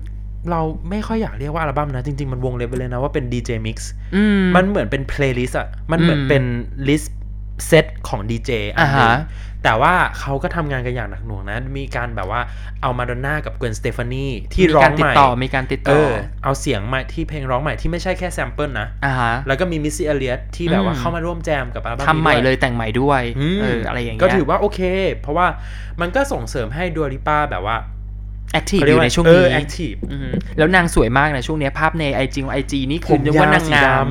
S3: ๆ เราไม่ค่อยอยากเรียกว่าอัลบั้มนะ จริง ๆ มันวงเล็บไปเลยนะว่าเป็น DJ Mix
S1: อืม
S3: มันเหมือนเป็น playlist อะมันเหมือน
S1: อืม
S3: เป็น list เซตของ DJ อันหนึง
S1: อ่าฮะ
S3: แต่ว่าเขาก็ทำงานกันอย่างหนักหน่วงนะ มีการแบบว่าเอามาดอนน่ากับเกวนสเตฟานีที่ร้อ
S1: มีกา
S3: ง
S1: รติด
S3: ใหม่
S1: ต่อมีการติด
S3: เอ
S1: ต่อ
S3: อเอาเสียงใหม่ที่เพลงร้องใหม่ที่ไม่ใช่แค่แซมเปิลนะ
S1: อ่าฮะ
S3: แล้วก็มีมิสซี่เอเลียตที่แบบว่า
S1: อืม
S3: เข้ามาร่วมแจมกับอัลบั้ม
S1: ทำใหม่
S3: นี้ด้วย
S1: เลยแต่งใหม่ด้วย
S3: ม
S1: เอออะไรอย่างเงี้ย
S3: ก็ถือว่าโอเค เพราะว่ามันก็ส่งเสริมให้ดัวลิป้าแบบว่า
S1: แอคทีฟอยู่ในช่วง
S3: เอ
S1: นี้
S3: อแอคทีฟ
S1: อืมแล้วนางสวยมากนะช่วงเนี้ยภาพในไอจีไอจีนี่คือเรียกว่านางงาม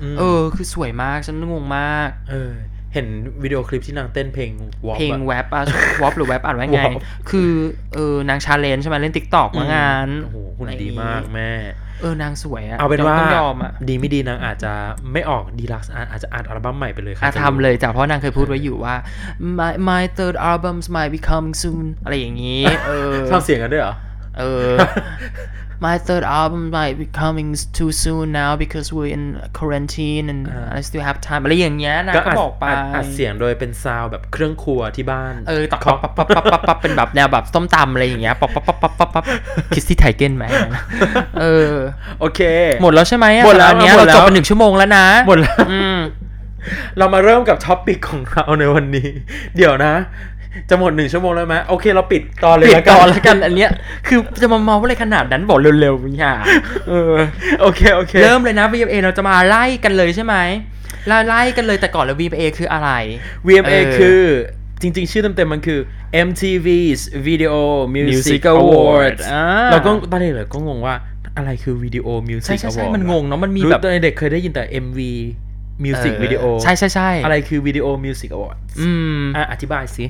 S1: เอ
S3: เอ
S1: อ
S3: อ
S1: คือสวยมากฉันงงมาก
S3: เออ เห็นวิดีโอคลิปที่นางเต้นเพลงวอ
S1: เพลงแว็บอะ วอปหรือแว็บอ่านว่าไง
S3: Wop
S1: คือเออนางชาเลนจ์ใช่ไหมเล่นติ๊กตอกมางาน
S3: โอ้โหหุ่นดีมากแม่
S1: เออนางสวยอะ
S3: เอาเป็นว่า
S1: ต้องยอมอะ
S3: ดีไม่ดีนางอาจจะไม่ออกดีลักซ์อาจจะอัดอัลบั้มใหม่ไปเลยใคร
S1: อา
S3: จะรู้
S1: ทำเลยจ้ะเพราะนางเคยพูดไว้อยู่ว่า my my third albums might be coming soon อะไรอย่างนี้ เออ
S3: ทำเสียงกันด้วยเหรอ
S1: เอ
S3: *laughs*
S1: อ My third album might be coming too soon now because we're in quarantine and
S3: อ่า
S1: I still have time อะไรอย่างเงี้ยนะก็
S3: อัด
S1: บอกไป
S3: ดอัดเสียงโดยเป็นซาวด์แบบเครื่องครัวที่บ้าน
S1: เออ *laughs* ตักปับปับปับปับปับปับเป็นแบบแนวแบบส้มตำอะไรอย่างเงี้ยปับปับปับปับปับปับคิสตี้ไทเกนไหมเออ
S3: โอเค
S1: หมดแล้วใช่ไหมอะ
S3: หมดแล้ว
S1: อันเนี้ย
S3: หม
S1: เรา
S3: ดแล้ว
S1: จบไปหนึ่งชั่วโมงแล้วนะ
S3: หมดแล้ว
S1: อืม
S3: เรามาเริ่มกับท็อปปิกของเราในวันนี้ *laughs* เดี๋ยวนะ จะหมดหนึ่งชั่วโมงแล้วไหมโอเคเราปิดตอนเลย
S1: ปิด
S3: แล้ว
S1: ต
S3: กั
S1: อน
S3: น
S1: แล้วกันอันเนี้ย คือจะมาเมาอะไรขนาดนั้นบอกเร็วๆอย่า
S3: เออโอเค โอเค
S1: เริ่มเลยนะ VMA เราจะมาไล่กันเลยใช่ไหมไล่ไล่กันเลยแต่ก่อนแล้ว VMA คืออะไร
S3: เออ
S1: เออ
S3: คือจริง ๆ ชื่อเต็มๆมันคือ MTV's Video Music
S1: Music Awards
S3: Awards
S1: อ่า
S3: เราก็ตอนเด็กเราก็งงว่าอะไรคือ Video Music
S1: ใช่ใช่
S3: Award
S1: ใช่มันงงเนาะมันมี
S3: รู้
S1: แบบ
S3: ตอนเด็กเคยได้ยินแต่ MV Music
S1: เออ
S3: Video
S1: ใช่ใช่ใช่
S3: อะไรคือ Video Music Award
S1: อืม
S3: อ่ะอธิบายสิ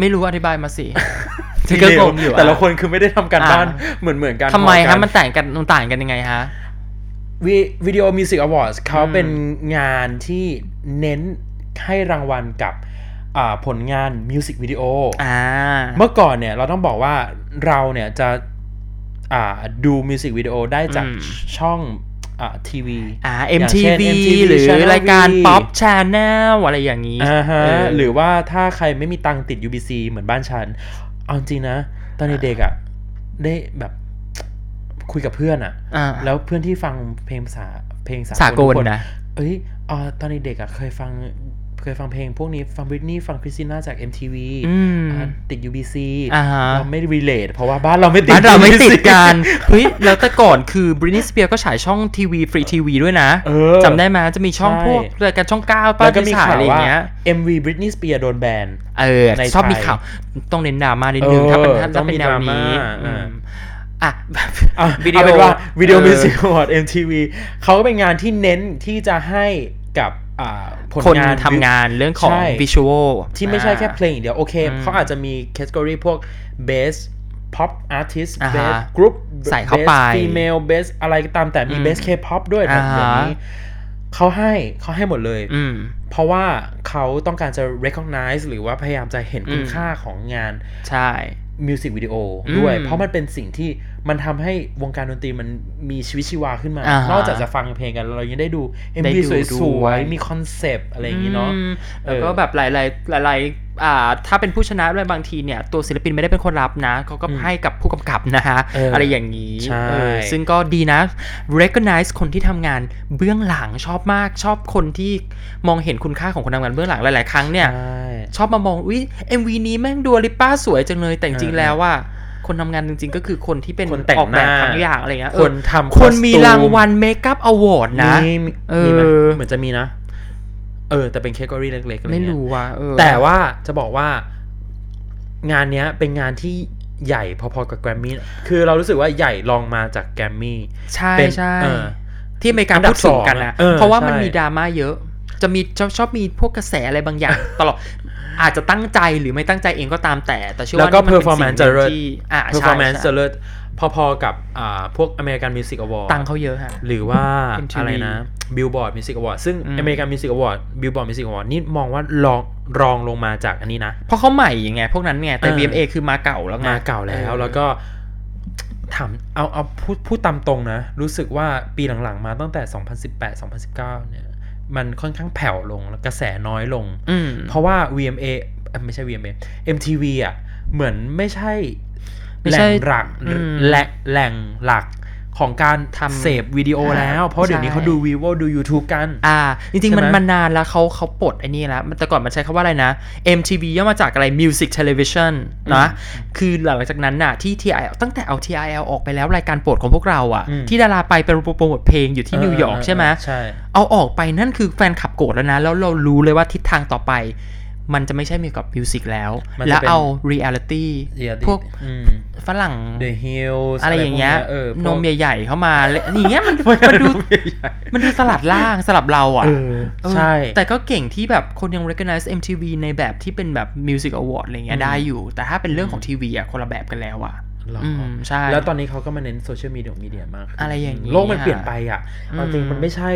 S1: ไม่รู้อธิบายมาสิ ฉันก็งงอยู่อ
S3: แต่ละคนคือไม่ได้ทำการบ้าน
S1: อ่
S3: เหมือนเหมือนๆกัน
S1: ทำไม
S3: พอกั
S1: ฮะ
S3: น
S1: มันต่างกันมันต่างกันยังไงฮะ
S3: วิวิดีโอมิวสิกอวอร์ดเขา
S1: อืม
S3: เป็นงานที่เน้นให้รางวัลกับอ่าผลงานมิวสิกวิดีโอ
S1: อ่า
S3: เมื่อก่อนเนี่ยเราต้องบอกว่าเราเนี่ยจะอ่าดูมิวสิกวิดีโอได้จาก
S1: อืม
S3: ช่องอ่าทีวี
S1: อ่า
S3: อย่างเช่น
S1: MTV
S3: MTV
S1: หรือ
S3: Channel
S1: รายการ
S3: V
S1: Pop Channel อะไรอย่างนี้
S3: อ่าฮะ
S1: เ
S3: หรือว่าถ้าใครไม่มีตังค์ติด UBC เหมือนบ้านฉัน เอาจริงนะ ตอนเด็กๆอ่ะ ได้แบบคุยกับเพื่อนอ่ะ
S1: อ่า
S3: แล้วเพื่อนที่ฟังเพลงภาษาเพลง
S1: สาก
S3: ทุ
S1: ล
S3: ค
S1: นะ
S3: เอ้ยอาตอนเด็กๆอ่ะเคยฟังเคยฟังเพลงพวกนี้ฟังบริทนี่ฟังคริสติน่าจาก MTV
S1: อืม
S3: อ่าติด UBC
S1: อ่าฮะ
S3: เราไม่ relate เพราะว่าบ้านเราไม่ติด
S1: บ้านเราไม่
S3: UBC
S1: ติดกัน เฮ้ย แล้วแต่ก่อนคือ Britney Spears ก็ฉายช่องทีวีฟรีทีวีด้วยนะ
S3: เออ
S1: จำได้ไหมจะมีช่อง
S3: ใช่
S1: พวกรายการช่องเก้าป้า
S3: แล้วก็มี
S1: ที่ฉาย
S3: ข่า
S1: อะ
S3: ว
S1: ไรอย่าง
S3: ว่า
S1: เงี้ย
S3: MV Britney Spears โดนแบน
S1: เออ
S3: ใน
S1: ชอบมี
S3: ไทย
S1: ข่าวต้องเน้นดราม่านิดนึง
S3: เออ
S1: ถ้าเป็นถ้า
S3: ต้
S1: ถ้า
S3: อง
S1: เป็น
S3: มี
S1: แนวนี้
S3: ดราม่า
S1: อืม
S3: อ่า
S1: อ่ะแบบ
S3: อ่ะ
S1: *laughs* วิดีโอ
S3: เอาเป็นว่าวิดีโอ
S1: เออ
S3: มิวสิกอวอร์ด MTV เขาก็เป็นงานที่เน้นที่จะให้กับอ่าผล
S1: คน
S3: งาน
S1: ทำงานเรื่องของ
S3: ใช่
S1: วิชวล
S3: ที่ไม่ใช่แค่เพลงอย่างเดียว โอเค
S1: อืม
S3: เขาอาจจะมีแคตตากรีพวก best pop artist
S1: อ่าฮะ
S3: best group
S1: ใส่เข้าไป
S3: best female best อะไรก็ตามแต่มี
S1: อืม
S3: best K-pop ด้วยแบบ
S1: อ่าฮะ
S3: เดี๋ยวนี้เขาให้เขาให้หมดเลย
S1: อืม
S3: เพราะว่าเขาต้องการจะ recognize หรือว่าพยายามจะเห็นคุณ
S1: อืม
S3: ค่าของงาน
S1: ใช่
S3: มิวสิกวิดีโอด้วย
S1: อืม
S3: เพราะมันเป็นสิ่งที่มันทำให้วงการดนตรีมันมีชีวิตชีวาขึ้นมา
S1: อ่าฮะ
S3: นอกจากจะฟังเพลงกันเรายังได้ดู
S1: ได้
S3: MV
S1: ดู
S3: ส
S1: ด้
S3: ว
S1: วย ย
S3: ๆมีคอนเซปต์อะไรอย่างนี้เนาะ
S1: ม
S3: เออ
S1: แล้วก็แบบหลาย ๆ หลาย ๆ อ่า ถ้าเป็นผู้ชนะอะไรบางทีเนี่ย ตัวศิลปินไม่ได้เป็นคนรับนะ เขาก็
S3: อืม
S1: ให้กับผู้กำกับนะฮะ
S3: เอออ
S1: อะไรอย่างนี้
S3: ใช่
S1: เออซึ่งก็ดีนะ recognize คนที่ทำงานเบื้องหลังชอบมาก ชอบคนที่มองเห็นคุณค่าของคนทำงานเบื้องหลังหลาย ๆ ครั้งเนี่ย
S3: ใช่
S1: ชอบมามอง อุ๊ย MV นี้แม่งดูลิป้าสวยจังเลย แต่จริง
S3: เอ
S1: ๆ
S3: อ
S1: แล้วว่า คนทำงานจริงๆ ก็คือคนที่เป็น
S3: คนแต่ง
S1: ออกแบบ
S3: หน้า
S1: ทั้งอย่างอะไรเงี้ยเอ
S3: ค
S1: อน
S3: ทำ
S1: ควรมี
S3: คอสตู
S1: รางวัลเมคอัพอวอร์ดนะ
S3: มีมี
S1: เอ
S3: มีไหม
S1: อ
S3: เหมือนจะมีนะ เออ แต่เป็นแคตตาล็อกเล็กๆอะร
S1: ไม่
S3: เงี้ย
S1: รู้ว่าเออ
S3: แต่ว่าจะบอกว่างานเนี้ยเป็นงานที่ใหญ่พอๆกับแกรมมี่คือเรารู้สึกว่าใหญ่รองมาจากแกรมมี่
S1: ใช่
S3: เป็น
S1: ใช่
S3: เออ
S1: ที่อเมริกา
S3: อันดั
S1: พู
S3: บ
S1: ดถึงกัน
S3: สอง
S1: นะ
S3: อะเออ
S1: เพราะว่ามัน
S3: ใช่
S1: มีดราม่าเยอะ จะมีชอบชอบมีพวกกระแสอะไรบางอย่าง
S3: *laughs*
S1: ตลอดอาจจะตั้งใจหรือไม่ตั้งใจเองก็ตามแต่ แต่เชื่อ
S3: แล้ว
S1: ว่า
S3: ก็
S1: นี่มัน
S3: เพ
S1: เป็
S3: อร์ฟอร์แมน
S1: น
S3: ซ์
S1: สิ่
S3: จะ
S1: งหนึ่ง
S3: เลิศ
S1: ที่อ่า
S3: เพอร์
S1: ใช่
S3: ฟอร์แมนซ์
S1: ใช่
S3: จะเลิศพอๆกับอ่าพวกอเมริกันมิวสิกอวอร์
S1: ตังค์เขาเยอะฮะ
S3: หรือว่า
S1: MTV
S3: อะไรนะบิลบอร์ดมิวสิกอวอร์ซึ่ง
S1: อืม
S3: อเมริกันมิวสิกอวอร์บิลบอร์ดมิวสิกอวอร์นี่มองว่ารองรองลงมาจากอันนี้นะ
S1: เพราะเขาใหม่ยังไงพวกนั้นไงแต่
S3: เออ
S1: BMA คือมาเก่าแล้วไง
S3: มาเก่าแล้ว
S1: ออ
S3: แล้วก็ถามเอาเอาพูดพูดตามตรงนะ รู้สึกว่าปีหลังๆ มาตั้งแต่ 2018 2019 เนี่ย มันค่อนข้างแผ่วลงแล้วกระแสน้อยลง
S1: อืม
S3: เพราะว่า VMA เอ้ยไม่ใช่ VMA MTV อ่ะ เหมือนไม่ใช่
S1: ไม่
S3: แห
S1: ใช่
S3: ล่งหลัก
S1: อืม
S3: แหล่งแหล่งหลักของการ
S1: ทำ
S3: เสพวิดีโอแล้ว
S1: อ่า
S3: เพราะเดี๋ยวนี้
S1: ใช่
S3: เขาดู Vivo ดู YouTube กัน
S1: อ่า จริง
S3: ใช่
S1: ๆ มัน
S3: ไหม
S1: มานานแล้วเขาเขาปลดไอ้นี่แล้วมันแต่ก่อนมันใช้คำว่าอะไรนะ MTV ย่อมาจากอะไร Music Television นะ คือหลังจากนั้นน่ะที่ TIL ตั้งแต่เอา TIL ออกไปแล้วรายการโปรดของพวกเราอ่ะ
S3: อืม
S1: ที่ดาราไปเป็นโปรโมทเพลงอยู่ที่นิวยอร์กใช่ไหม
S3: ใช่
S1: เอาออกไปนั่นคือแฟนขับโกรธแล้วนะ แล้วเรารู้เลยว่าทิศทางต่อไป มันจะไม่ใช่มีกับมิวสิกแล้ว
S3: มันจะเป็น
S1: แล้วเอาเรียลิตี้พวก
S3: อืม
S1: ฝรั่ง
S3: The Hills
S1: อะไรอย่างเงี้ย
S3: พวกนี้เออพวก
S1: นมใหญ่ๆเข้ามาและอย่างเงี้ยมันมันดูมันดูสลัดล่างสลับเราอ่ะ
S3: เออ
S1: เออ
S3: ใช่
S1: แต่ก็เก่งที่แบบคนยัง recognize MTV ในแบบที่เป็นแบบ Music Award อะไรเงี้ย
S3: อืม
S1: ได้อยู่ แต่ถ้าเป็นเรื่องของทีวีอ่ะคนละแบบกันแล้วอ่ะ
S3: เหรอ
S1: อืมใช่
S3: แล้วตอนนี้เขาก็มาเน้นโซเชียลมีเดียมีเดียมากขึ้น
S1: อะไรอย่างนี้
S3: โลกมันเปลี่ยนไปอ่ะ
S1: อืม
S3: เอาจริงมันไม่ใช่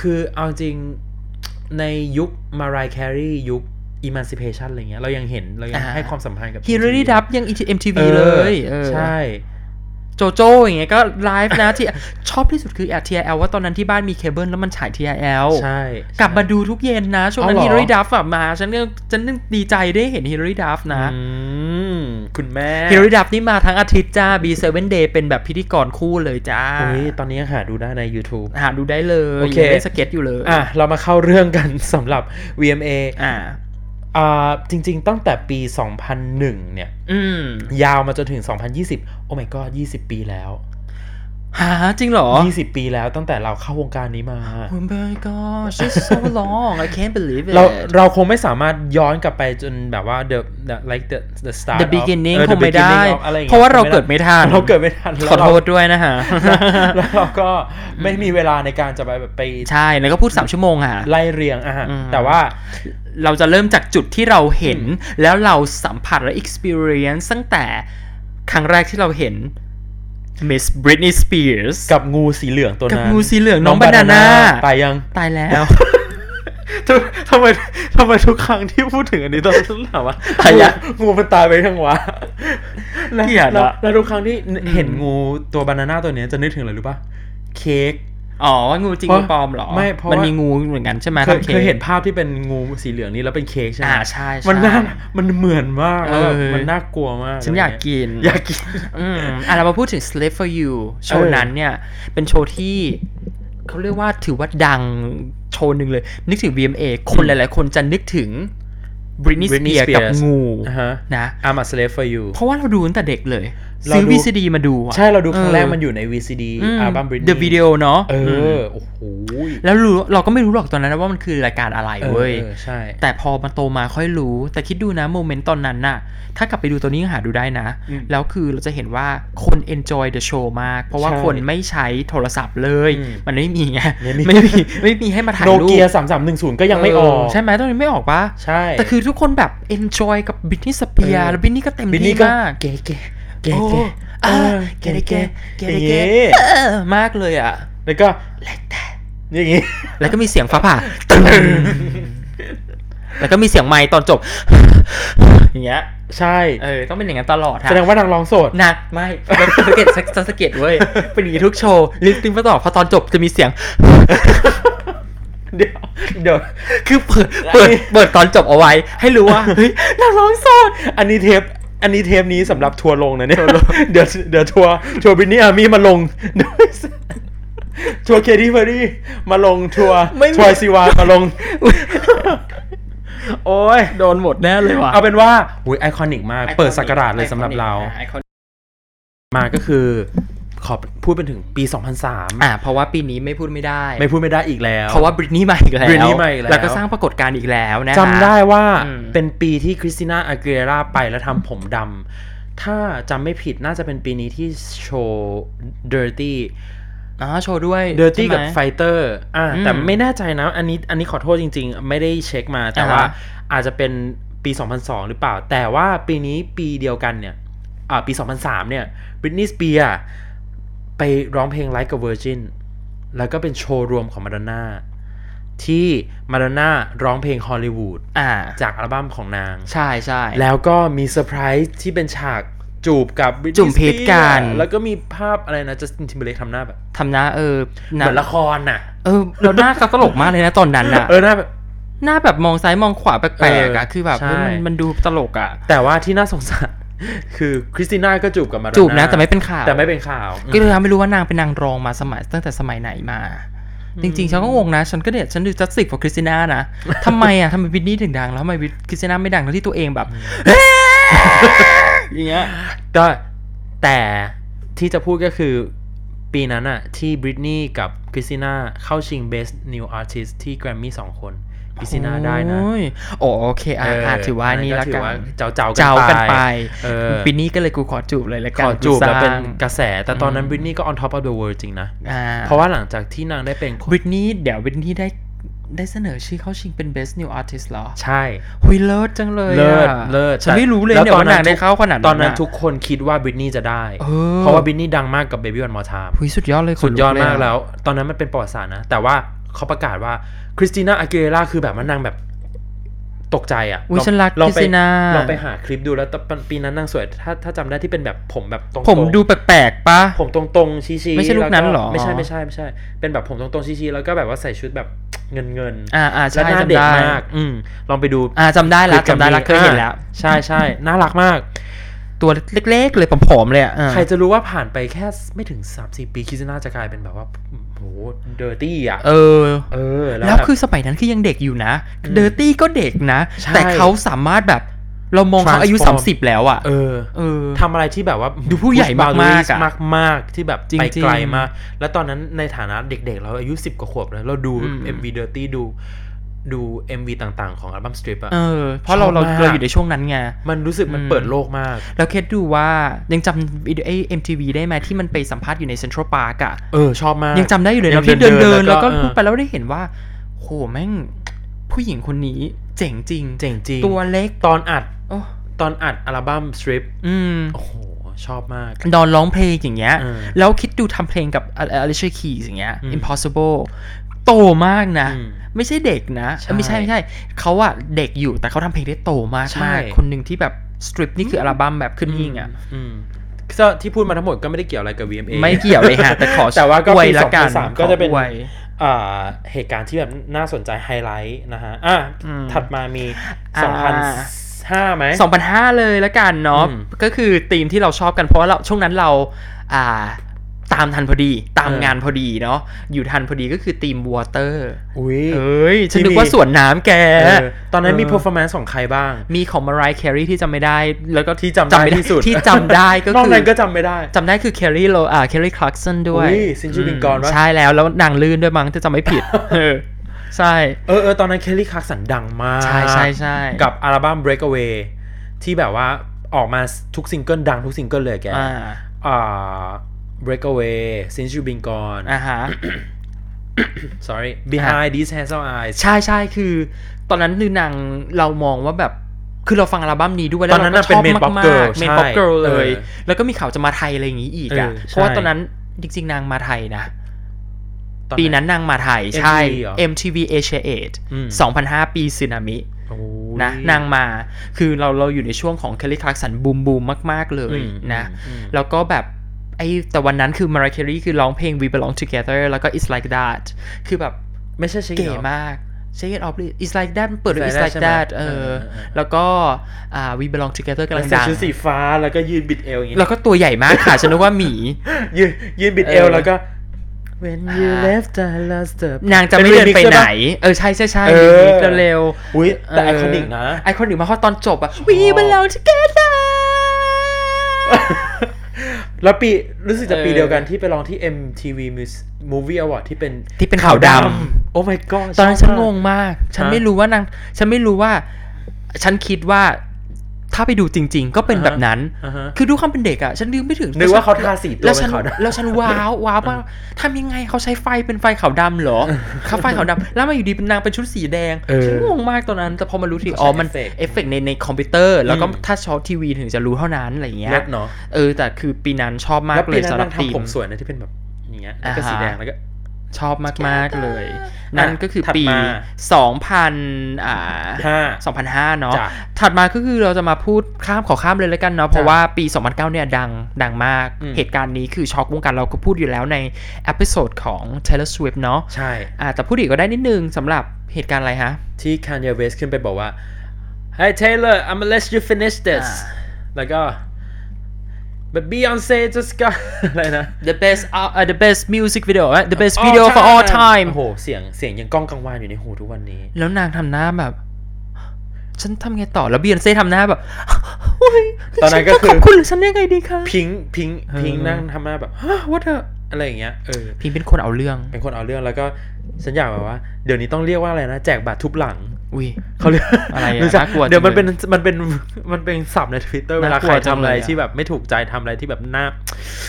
S3: คือเอาจริงในยุคมารายแครียุค Emancipation อะไรเงี้ยเรายังเห็น เรายังให้ความสำคัญกับ
S1: ฮิลลารี
S3: MTV
S1: ดับยัง MTV
S3: ออ
S1: เลยเออ
S3: ใช่
S1: โจโจ้อย่างเงี้ยก็ไลฟ์นะที่ *laughs* ชอบที่สุดคือ RTL ว่าตอนนั้นที่บ้านมีเคเบิลแล้วมันฉาย TRL
S3: ใช่
S1: กลับมาดูทุกเย็นนะ ช่วงนั้น
S3: เอา
S1: ฮิล
S3: เหร
S1: ลา
S3: อ
S1: รีดับอะมา ฉันก็ฉันนึกดีใจได้เห็นฮิลลารีดับนะ
S3: อืมคุณแม่
S1: ฮิลลารีดับนี่มาทั้งอาทิตย์จ้า B7 Day เป็นแบบพิธีกรคู่เลยจ้า
S3: อุ๊ยตอนนี้ยังหาดูได้ใน YouTube
S1: หาดูได้เลย
S3: โอเค
S1: ยังเล่นสเก็ตอยู่เลย
S3: อ่ะ เรามาเข้าเรื่องกัน *laughs* สำหรับ VMA
S1: อ่า
S3: อ่าจริง ๆ ตั้งแต่ปี 2001 เนี่ย
S1: อืม
S3: ยาวมาจนถึง 2020 โอ้ my god 20 ปีแล้ว
S1: หาจริงเหรอ
S3: 20 ปีแล้วตั้งแต่เราเข้าวงการนี้มา
S1: Oh my gosh it's so long I can't believe it
S3: เราเราคงไม่สามารถย้อนกลับไปจนแบบว่า the, the like the the start
S1: The
S3: of-
S1: beginning
S3: เออ the
S1: คงไม่ได้
S3: beginning of อไอย่งงี้ย
S1: เพราะว่าเราเกิดไม่ทัน
S3: เราเกิดไม่ทัน
S1: ขอโทษด้วยนะฮะ
S3: แล้วเราก็ไม่มีเวลาในการจะไปแบบไป
S1: *laughs* ใช่ แล้วก็พูด 3 ชั่วโมงอ่ะ
S3: ไล่เรียงอ่ะ
S1: อืม
S3: แต่ว่า
S1: เราจะเริ่มจากจุดที่เราเห็น แล้วเราสัมผัสและ experience ตั้งแต่ครั้งแรกที่เราเห็น Miss Britney Spears
S3: กับงูสีเหลืองตัวนั้น
S1: กับงูสีเหลืองน้อง banana
S3: ไปยัง
S1: ตายแล้ว
S3: *laughs* ทำทำไมทำไมทุกครั้งที่พูดถึงอันนี้ต้อง *laughs* ต้องถามว่า
S1: ตายละ
S3: งูงูมันตายไปทั้งวะแล้ว
S1: เกลียดอะ
S3: แล้วแล้วทุกครั้งที่เห็นงูตัวบานาน่าตัวเนี้ยจะนึกถึงอะไรรู้ป่ะ เค้ก
S1: อ๋อว่างูจริง
S3: เพ
S1: งู
S3: ราะ
S1: ปลอมเหรอ
S3: ไม่เพราะว่ามั
S1: มันมีงูเหมือนกันใช่ไหม
S3: เคย
S1: ทำ
S3: เคยเห็นภาพที่เป็นงูสีเหลืองนี้แล้วเป็นเค้กใช่ไหม
S1: อ่าใช่ใช่
S3: มันน่ามันเหมือนมากแล้วแบบ
S1: เออ
S3: มันน่ากลัวมาก
S1: ฉันอยากกิน
S3: อยากกิน
S1: อืมอ่ะเรามาพูดถึง Slave for You โชว์นั้นเนี่ย เป็นโชว์ที่เขาเรียกว่าถือว่าดังโชว์หนึ่งเลย นึกถึง BMA คนหลาย ๆ คนจะนึกถึง Britney
S3: Britney
S1: Spears กับ
S3: Spears
S1: งู
S3: อ่าฮะ
S1: นะ
S3: I'm a slave for you
S1: เพราะว่าเราดูตั้งแต่เด็กเลย
S3: เรา
S1: ซื้อ
S3: ดู
S1: VCD มาดูอะ
S3: ใช่เราดูครั้งแรก
S1: เออ
S3: มันอยู่ใน VCD
S1: อืม
S3: อัลบั้ม Britney
S1: The Video เนาะ
S3: เอ
S1: ม
S3: อโอ้โห
S1: แล้วรู้เราก็ไม่รู้หรอกตอนนั้นนะว่ามันคือรายการอะไรเว้ย
S3: ออใช่
S1: แต่พอมันโตมาค่อยรู้ แต่คิดดูนะโมเมนต์ตอนนั้นน่ะ ถ้ากลับไปดูตัวนี้ยังหาดูได้นะ
S3: อืม
S1: แล้วคือเราจะเห็นว่าคน enjoy the show มาก เพราะว่า
S3: ใช่
S1: คนไม่ใช้โทรศัพท์เลย
S3: อืม
S1: มันไม่มีไง
S3: ไม่มี
S1: ไม่มีไม่มีให้มาถ่าย
S3: โน
S1: รูป
S3: เกียสามสามหนึ่งศูนย์ก็ยังไม่ออก
S1: เใช่ไหมตอนนี้ไม่ออกปะ
S3: ใช่
S1: แต่คือทุกคนแบบ enjoy กับบินนี่สเปีย
S3: เออ
S1: แล้วบินนี่ก็เต็ม
S3: บิน
S1: ที่
S3: นี่ก็
S1: มาก
S3: เก๋เก๋เก๋
S1: โอ้
S3: เก๋
S1: เออ
S3: เก๋
S1: เก๋
S3: เก๋
S1: เก๋เก๋เก๋
S3: เก๋เก๋เก๋
S1: เออมากเลยอ่ะ
S3: แล้วก็อย่างงี้ *laughs*
S1: แล้วก็มีเสียงฟ้าผ่าตึ้งแล้วก็มีเสียงไม้ตอนจบ *laughs* อย่างเงี้ย
S3: ใช่
S1: เออต้องเป็นอย่างนั้นตลอดฮะ
S3: แสดงว่านางร้องโสด
S1: หนักไม่สังเกตสังสังเกตเว้ย
S3: *laughs*
S1: เป็นอย่างนี้ทุกโชว์ลิสติ้งมาต่อพอตอนจบจะมีเสียง
S3: เดี๋ยวเดี๋ยว
S1: คือเปิดเปิด
S3: *laughs*
S1: เปิดตอนจบเอาไว้ ให้รู้ว่าเฮ้ย
S3: *laughs* นางร้องโสด อันนี้เทป อันนี้เทปนี้สำห *laughs* รับทัวร์ลงนะเนี่ยเดี๋ยวเดี๋ยวทัวร์ทัวร์บินนี่อาร์มี่มาลง *laughs* ทัวร์เคที่เพอรี่มาลงทัวร์ทัวร์ซีวามา *laughs* ลง โอ้ย
S1: โดนหมดแน่เลยว่ะ
S3: เอาเป็นว่าหุยไอคอนิกมาก เปิดสักราชเลยสำหรับเรา
S1: ไอคอนิก
S3: มาก็คือขอพูดเป็นถึงปี 2003
S1: อ่าเพราะว่าปีนี้ไม่พูดไม่ได้
S3: ไม่พูดไม่ได้อีกแล้ว
S1: เพราะว่าบริตนี่มาอีกแล้ว
S3: Britney มาอีกแล้ว
S1: แล้วก็สร้างปรากฏการณ์อีกแล้วนะฮะ
S3: จำได้ว่า
S1: อืม
S3: เป็นปีที่คริสติน่าอาเกเรราไปแล้วทำผมดำ ถ้าจำไม่ผิดน่าจะเป็นปีนี้ที่โชว์ Dirty
S1: อ่าโชว์ด้วย
S3: Dirty
S1: ใช่ไหม
S3: กับ Fighter อ่า
S1: อืม
S3: แต่ไม่แน่ใจนะ อันนี้อันนี้ขอโทษจริงๆ ไม่ได้เช็คมา แต่
S1: อ่าฮะ
S3: ว่าอาจจะเป็นปี 2002 หรือเปล่า แต่ว่าปีนี้ปีเดียวกันเนี่ยอ่าปี 2003 เนี่ย Britney Spears ไปร้องเพลง Like a Virgin แล้วก็เป็นโชว์รวมของมาดอนน่าที่มาดอนน่าร้องเพลงฮอลลีวูด
S1: อ่า
S3: จากอัลบั้มของนาง
S1: ใช่ใช่
S3: แล้วก็มีเซอร์ไพรส์ที่เป็นฉากจูบกับ Britney
S1: จูบเพชรกัน
S3: Spears แล้วก็มีภาพอะไรนะ Justin Timberlake ทำหน้าแบบ
S1: ทำหน้าเออ
S3: เห
S1: หน้า
S3: มือนละครน่ะ
S1: เออแล้วหน้าเขาตลกมากเลยนะ *laughs* ตอนนั้นอ่ะ
S3: เออหน้าแบบ
S1: หน้าแบบมองซ้ายมองขวาแปลกๆอ่ะ
S3: เออ
S1: คือแบบ
S3: ใช่
S1: เฮ้ยมันมันดูตลกอ่ะ
S3: แต่ว่าที่น่าสงสาร *laughs* คือคริสติน่าก็จูบกับมาดอ
S1: จูบนะแต่ไม่เป็นข่าว
S3: แต่ไม่เป็นข่าว
S1: ก็เลยทำไม่รู้ว่านางเป็นนางรองมาสมัยตั้งแต่สมัยไหนมา จริงๆฉันก็งงนะ ฉันก็เด็ดฉันดูจัสติกของคริสติน่า
S3: *laughs*
S1: นะทำไมอ่ะทำไมวินนี่ถึงดัง แล้วทำไมคริสติน่าไม่ดังทั้งที่ตัวเองแบบ
S3: อย่างเงี้ยแต่แต่ที่จะพูดก็คือปีนั้นอะที่บริตนี่กับคริสติน่าเข้าชิง Best New Artist ที่แกรมมี่สองคนคริสติน่าได้นะ
S1: โอ้ยโอโอเคอ่ะ
S3: เ
S1: อ่ะถือว่านี่ละ
S3: ถื
S1: กั
S3: อว่าน เจ้าเจ้า
S1: เจ้ากันไป
S3: เออ
S1: ปีนี้ก็เลยกูขอจูบเลยละกั
S3: ก่
S1: น
S3: อนจูบ
S1: กูส
S3: แล้ว
S1: ร้าง
S3: เป็นกระแส แต่ตอนนั้นบริตนี่ก็ on top of the world จริงนะ
S1: อ่า
S3: เพราะว่าหลังจากที่นางได้เป็นคน
S1: วินนี่เดี๋ยววินนี่ได้ได้เสนอชื่อเข้าชิงเป็น best new artist เหรอ
S3: ใช่
S1: หุยเลิศจังเลยอะ
S3: เลิศเลิศ
S1: ฉันไม่รู้เลย
S3: แ
S1: เนี่ยว่านางได้เข้าขนาด
S3: ตอนนั้น
S1: อะ
S3: ทุกคนคิดว่าบริตนี่จะได้
S1: เออ
S3: เพราะว่าบริตนี่ดังมากกับ Baby One More Time
S1: หุยสุดยอดเลยขน
S3: สุดยอด
S1: เะ
S3: มากแล้ว ตอนนั้นมันเป็นประวัติศาสตร์นะ แต่ว่าเขาประกาศว่าคริสติน่าอาเกเรราคือแบบว่านางแบบตกใจอ่ะ
S1: อุ๊ย
S3: ลง
S1: ฉันรัก
S3: ลองไป
S1: Christina
S3: ลองไปหาคลิปดูแล้วตอนปีนั้นนางสวย ถ้าถ้าจำได้ที่เป็นแบบผมแบบตรงๆ
S1: ผมดูแปลกๆปะ
S3: ผมตรงๆ ชี้ๆ
S1: ไม่ใช่ลูกนั้นเหรอ
S3: แวไม่ใช่ไม่ใช่ไม่ใช่ เป็นแบบผมตรงๆ ชี้ๆ แล้วก็แบบว่าใส่ชุดแบบเงินเงินๆ
S1: อ่าอ่า
S3: และ
S1: ใช่
S3: หน้า
S1: จำ
S3: เด็ก
S1: ได้
S3: มากอืมลองไปดู
S1: อ่าจำได้
S3: คลิ
S1: ละ
S3: ปกับ
S1: จำได้ละ
S3: มี
S1: เคยเห็นแล้ว
S3: อ่าใช่ใช่น่ารักมาก
S1: ตัวเล็กๆเลยผอมๆเลยอ่ะอ่า
S3: ใครจะรู้ว่าผ่านไปแค่ไม่ถึง 3-4 ปีคิสน่าจะกลายเป็นแบบว่าโหเดอร์ตี้อ่ะ
S1: เออ
S3: เออแล้
S1: แล้ว ว
S3: แบบ
S1: คือสมัยนั้นคือยังเด็กอยู่นะ เดอร์ตี้ก็เด็กนะ
S3: ใช่
S1: แต่เขาสามารถแบบเรามองเขาอายุ
S3: Transform
S1: 30 แล้วอ่ะ
S3: เออ
S1: เออ
S3: ทำอะไรที่แบบว่า
S1: ดูผู้ใหญ่มากๆอะ
S3: มากมากๆที่แบบ
S1: จริงๆ
S3: ไปไกลมาก แล้วตอนนั้นในฐานะเด็กๆ เราอายุ 10 กว่าขวบแล้วเราดู
S1: อืม
S3: MV Dirty ดูดู MV ต่างๆ ของอัลบั้ม Strip อะ
S1: เออ เพราะเราเรา
S3: ชอบมาก
S1: เราอยู่ในช่วงนั้นไง
S3: มันรู้สึกมัน
S1: อืม
S3: เปิดโลกมาก
S1: แล้วเคสดูว่ายังจำวิดีโอเอ็มทีวีได้ไหมที่มันไปสัมภาษณ์อยู่ในเซ็นทรัลพาร์กอ่ะ
S3: เออ ชอบมาก
S1: ยังจำได้อยู่เลย
S3: ยั
S1: เนาะ
S3: ง
S1: ที่
S3: เดิ
S1: เดิ
S3: น
S1: น
S3: เดิ
S1: เดิ
S3: น
S1: น
S3: แล้
S1: แล้ว ว
S3: ก็
S1: ก็
S3: เออ
S1: พูดไปแล้วได้เห็นว่าโหแม่ง ผู้หญิงคนนี้เจ๋งจริง
S3: เจ๋งจริง
S1: ตัวเล็ก
S3: ตอนอัด
S1: โอ้
S3: ตอนอัดอัลบั้ม Strip
S1: อืม
S3: โอ้โห ชอบมาก
S1: ดอนร้องเพลงอย่างเงี้ย
S3: เออ
S1: แล้วคิดดูทำเพลงกับอลิเชียคีอย่างเงี้ย
S3: อืม
S1: impossible โตมากนะ
S3: อืม
S1: ไม่ใช่เด็กนะ
S3: ใช่
S1: เอ้ยไม่ใช่ไม่ใช่ เขาอะเด็กอยู่แต่เขาทำเพลงได้โตมาก
S3: ใช่
S1: มากคนหนึ่งที่แบบสตริปนี่คืออัลบั้มแบบขึ้นหิ่งอะ
S3: อืมก็ที่พูดมาทั้งหมดก็ไม่ได้เกี่ยวอะไรกับ VMA
S1: ไม่เกี่ยวเลยฮะ แต่ข
S3: *laughs*
S1: อ
S3: แต่ว่าก็
S1: อวย
S3: ปี
S1: ละกัน
S3: 2003ก็จะเป็น
S1: ขออวย
S3: อ่าเหตุการณ์ที่แบบน่าสนใจไฮไลท์นะฮะ อ่ะ
S1: อืม
S3: ถัดมามี
S1: อ่า
S3: 2005ไหม
S1: 2005 เลยละกันเนาะ
S3: อืม
S1: ก็คือธีมที่เราชอบกันเพราะว่าเราช่วงนั้นเราอ่าตามทันพอดี ตาม
S3: เออ
S1: งานพอดีเนาะอยู่ทันพอดีก็คือธีม water
S3: อุ้ย
S1: เอ้ยฉันนึก
S3: ที่มี
S1: ว่าสวนน้ำแก
S3: เออตอนนั้นมี
S1: เออ
S3: performance ของใครบ้าง
S1: มีของมารายแครีที่จำไม่ได้ แล้วก็
S3: ที่จำได้ที่สุด
S1: ที่จำได้ก็
S3: นอก
S1: คือ
S3: นั้นก็จำไม่ได้
S1: จำได้คือแครีโลอ่าแครีคลักซันด้วย
S3: อุ๊ย Sinju Lincoln
S1: อืม
S3: วะ
S1: ใช่แล้วแล้วนางลื่นด้วยมั้งถ้าจำไม่ผิ
S3: *laughs*
S1: ด เออใช่
S3: เออเออตอนนั้นเคลลี่คลาร์กสันดังมาก
S1: ใช่ใช่ใช่
S3: กับอัลบั้ม Breakaway ที่แบบว่าออกมาทุกซิงเกิลดังทุกซิงเกิลเลยแก
S1: อ่า
S3: อ่า Breakaway Since You Been Gone
S1: อ่าฮะ
S3: sorry Behind These Hazel Eyes
S1: ใช่ใช่คือ ตอนนั้นคือนางเรามองว่าแบบคือเราฟังอัลบั้มนี้ด้วยแล้ว
S3: ตอนนั้น
S1: เราก็ชอบ
S3: น่ะเป็น Main Pop
S1: มาก
S3: Girl
S1: ๆเมนป๊อป
S3: ใช่
S1: เกิลเลย
S3: เออ
S1: แล้วก็มีข่าวจะมาไทยอะไรอย่างนี้อีกอ่ะ
S3: เออใช่
S1: เพราะว่าตอนนั้นจริงๆนางมาไทยนะ
S3: ตอ
S1: ปีนั้นนางมาไทย ใช่
S3: MTV เหรอ
S1: MTV Asia
S3: อืม
S1: 8 2005 ปีสึนามิ
S3: โอ้ย
S1: นะนางมาคือเราเราอยู่ในช่วงของเคล l ี่คลาร์กสันบูมบูมมาก ๆ เลย
S3: อืม
S1: นะ
S3: อืม
S1: แล้วก็แบบไอแต่วันนั้นคือมาราเคล r ี่คือร้องเพลง We Belong Together แล้วก็ It's Like That คือแบบ
S3: ไม่ใช่เช็ค
S1: เก๋
S3: เหรอ
S1: มาก Shake It Off It's Like That เปิดด้วย
S3: It's
S1: It's
S3: Like
S1: Like
S3: That
S1: That
S3: ใช่ไหม
S1: เออ
S3: เออเออ
S1: แล้วก็อ่า We Belong Together กำลัง
S3: ใส่
S1: ดัง
S3: ชุดสีฟ้าแล้วก็ยืนบิดเอวอย่างงี้
S1: แล้วก็ตัวใหญ่มากค่ะ ฉันนึกว่าหมี
S3: ยืนยืนบิดเอว
S1: เออ
S3: แล้วก็ When you left I lost the
S1: นางจะไม่
S3: ป็
S1: เดิน
S3: remix
S1: ไปไหน
S3: ใช่
S1: เออ ใช่ใช่ใช่
S3: เออ
S1: เร็วเร็ว
S3: ปะอุ้ยแต่ไอคอนิกนะ
S1: ไอคอนิกมากเพราะตอนจบอะ We Belong Together
S3: แล้วปีรู้สึกจะปี
S1: เออ
S3: เดียวกันที่ไปลองที่ MTV Mus- Movie Award ที่เป็น
S1: ที่เป็นขาวดำ
S3: โอ้ my god
S1: ตอนนั้น
S3: ช
S1: ฉัน
S3: บมาก
S1: งงมาก ฉัน
S3: ฮะ
S1: ไม่รู้ว่านาง ฉันไม่รู้ว่า ฉันคิดว่าถ้าไปดูจริง ๆ ก็เป็น
S3: อ่าฮะ
S1: แบบนั้น
S3: อ่าฮะ
S1: คือดูความเป็นเด็กอะฉันนึกไม่ถึง
S3: นึกว่าเขาทาสีตัว
S1: แล้วฉัน
S3: เป็นขาวดำ
S1: แล้วฉันว้าวว้าวว่าทำยังไงเขาใช้ไฟเป็นไฟขาวดำเหร
S3: *laughs*
S1: อเขาไฟขาวดำแล้วมาอยู่ดีเป็นนางเป็นชุดสีแดง
S3: เออ
S1: ฉันงงมากตอนนั้น แต่พอมารู้ทีอ๋อมัน
S3: เขาใช้เอฟเฟก
S1: เอฟเฟก
S3: ต์
S1: ต์ในในคอมพิวเตอร์ แล้วก็
S3: อืม
S1: ถ้าชอบทีวีถึงจะรู้เท่านั้นอะไรอย่างเงี้ย
S3: เลิศเนาะ
S1: เออ แต่คือปีนั้นชอบมาก
S3: แล้ว
S1: เล
S3: ปี
S1: ย
S3: นั้น
S1: สำหรับ
S3: นาง
S1: ทีม
S3: ทำผมสวยนะที่เป็นแบบอย่างเงี้ย
S1: อ่า
S3: แล้วก็สี
S1: ฮะ
S3: แดงแล้วก็
S1: ชอบมากๆเลย นั่นก็คือปี
S3: ถัดมา
S1: 2000อ่า
S3: ห้า
S1: 2005 เนาะ
S3: จ้ะ
S1: ถัดมาก็คือเราจะมาพูดข้ามขอข้ามเลยแล้วกันเนาะเพราะ
S3: จ้ะ
S1: ว่าปี 2009 เนี่ยดังดังมาก
S3: อืม
S1: เหตุการณ์นี้คือช็อกวงการเราก็พูดอยู่แล้วในเอพิโซดของ Taylor Swift เนาะ
S3: ใช่
S1: อ่าแต่พูดอีกก็ได้นิดนึงสำหรับเหตุการณ์อะไรฮะ
S3: ที่ Kanye West ขึ้นไปบอกว่า Hey Taylor I'm gonna let you finish this
S1: อ่า
S3: แล้วก็ but Beyonce just got *laughs* อะไรนะ
S1: the best uh, uh, the best music video อ่ะ the best
S3: All
S1: video for all time
S3: โอ้โห เสียงเสียงยังก้องกังวานอยู่ในหูทุกวันนี้
S1: แล้วนางทำหน้าแบบ ฉันทำไงต่อแล้วเบียนเซ่ทำหน้าแบบโอ้ย
S3: *laughs* ตอนนั้นก็
S1: ฉั
S3: คือ
S1: ขอบคุณหรือฉันยังไงดีคะ
S3: พิงค์พิงค์
S1: เออ
S3: พิงค์นั่งทำหน้าแบบฮะ *laughs* what the อะไรอย่างเงี้ยเออ
S1: พิงเป็นคนเอาเรื่อง
S3: เป็นคนเอาเรื่องแล้วก็ฉันอยากแบบว่า เดี๋ยวนี้ต้องเรียกว่าอะไรนะ แจกบัตรทุบหลัง
S1: อุ้ย
S3: เขาเรียก
S1: อะไรอะ
S3: รู้จั
S1: น่ากลัวจัง
S3: เดี๋ยวมันเป็นมันเป็นมันเป็นศัพท์ในทวิตเตอร์เวลา
S1: น่ากลั
S3: ใคร
S1: วจัง
S3: ทำอะไร
S1: เลยอะ
S3: ที่แบบไม่ถูกใจทำอะไรที่แบบหน้า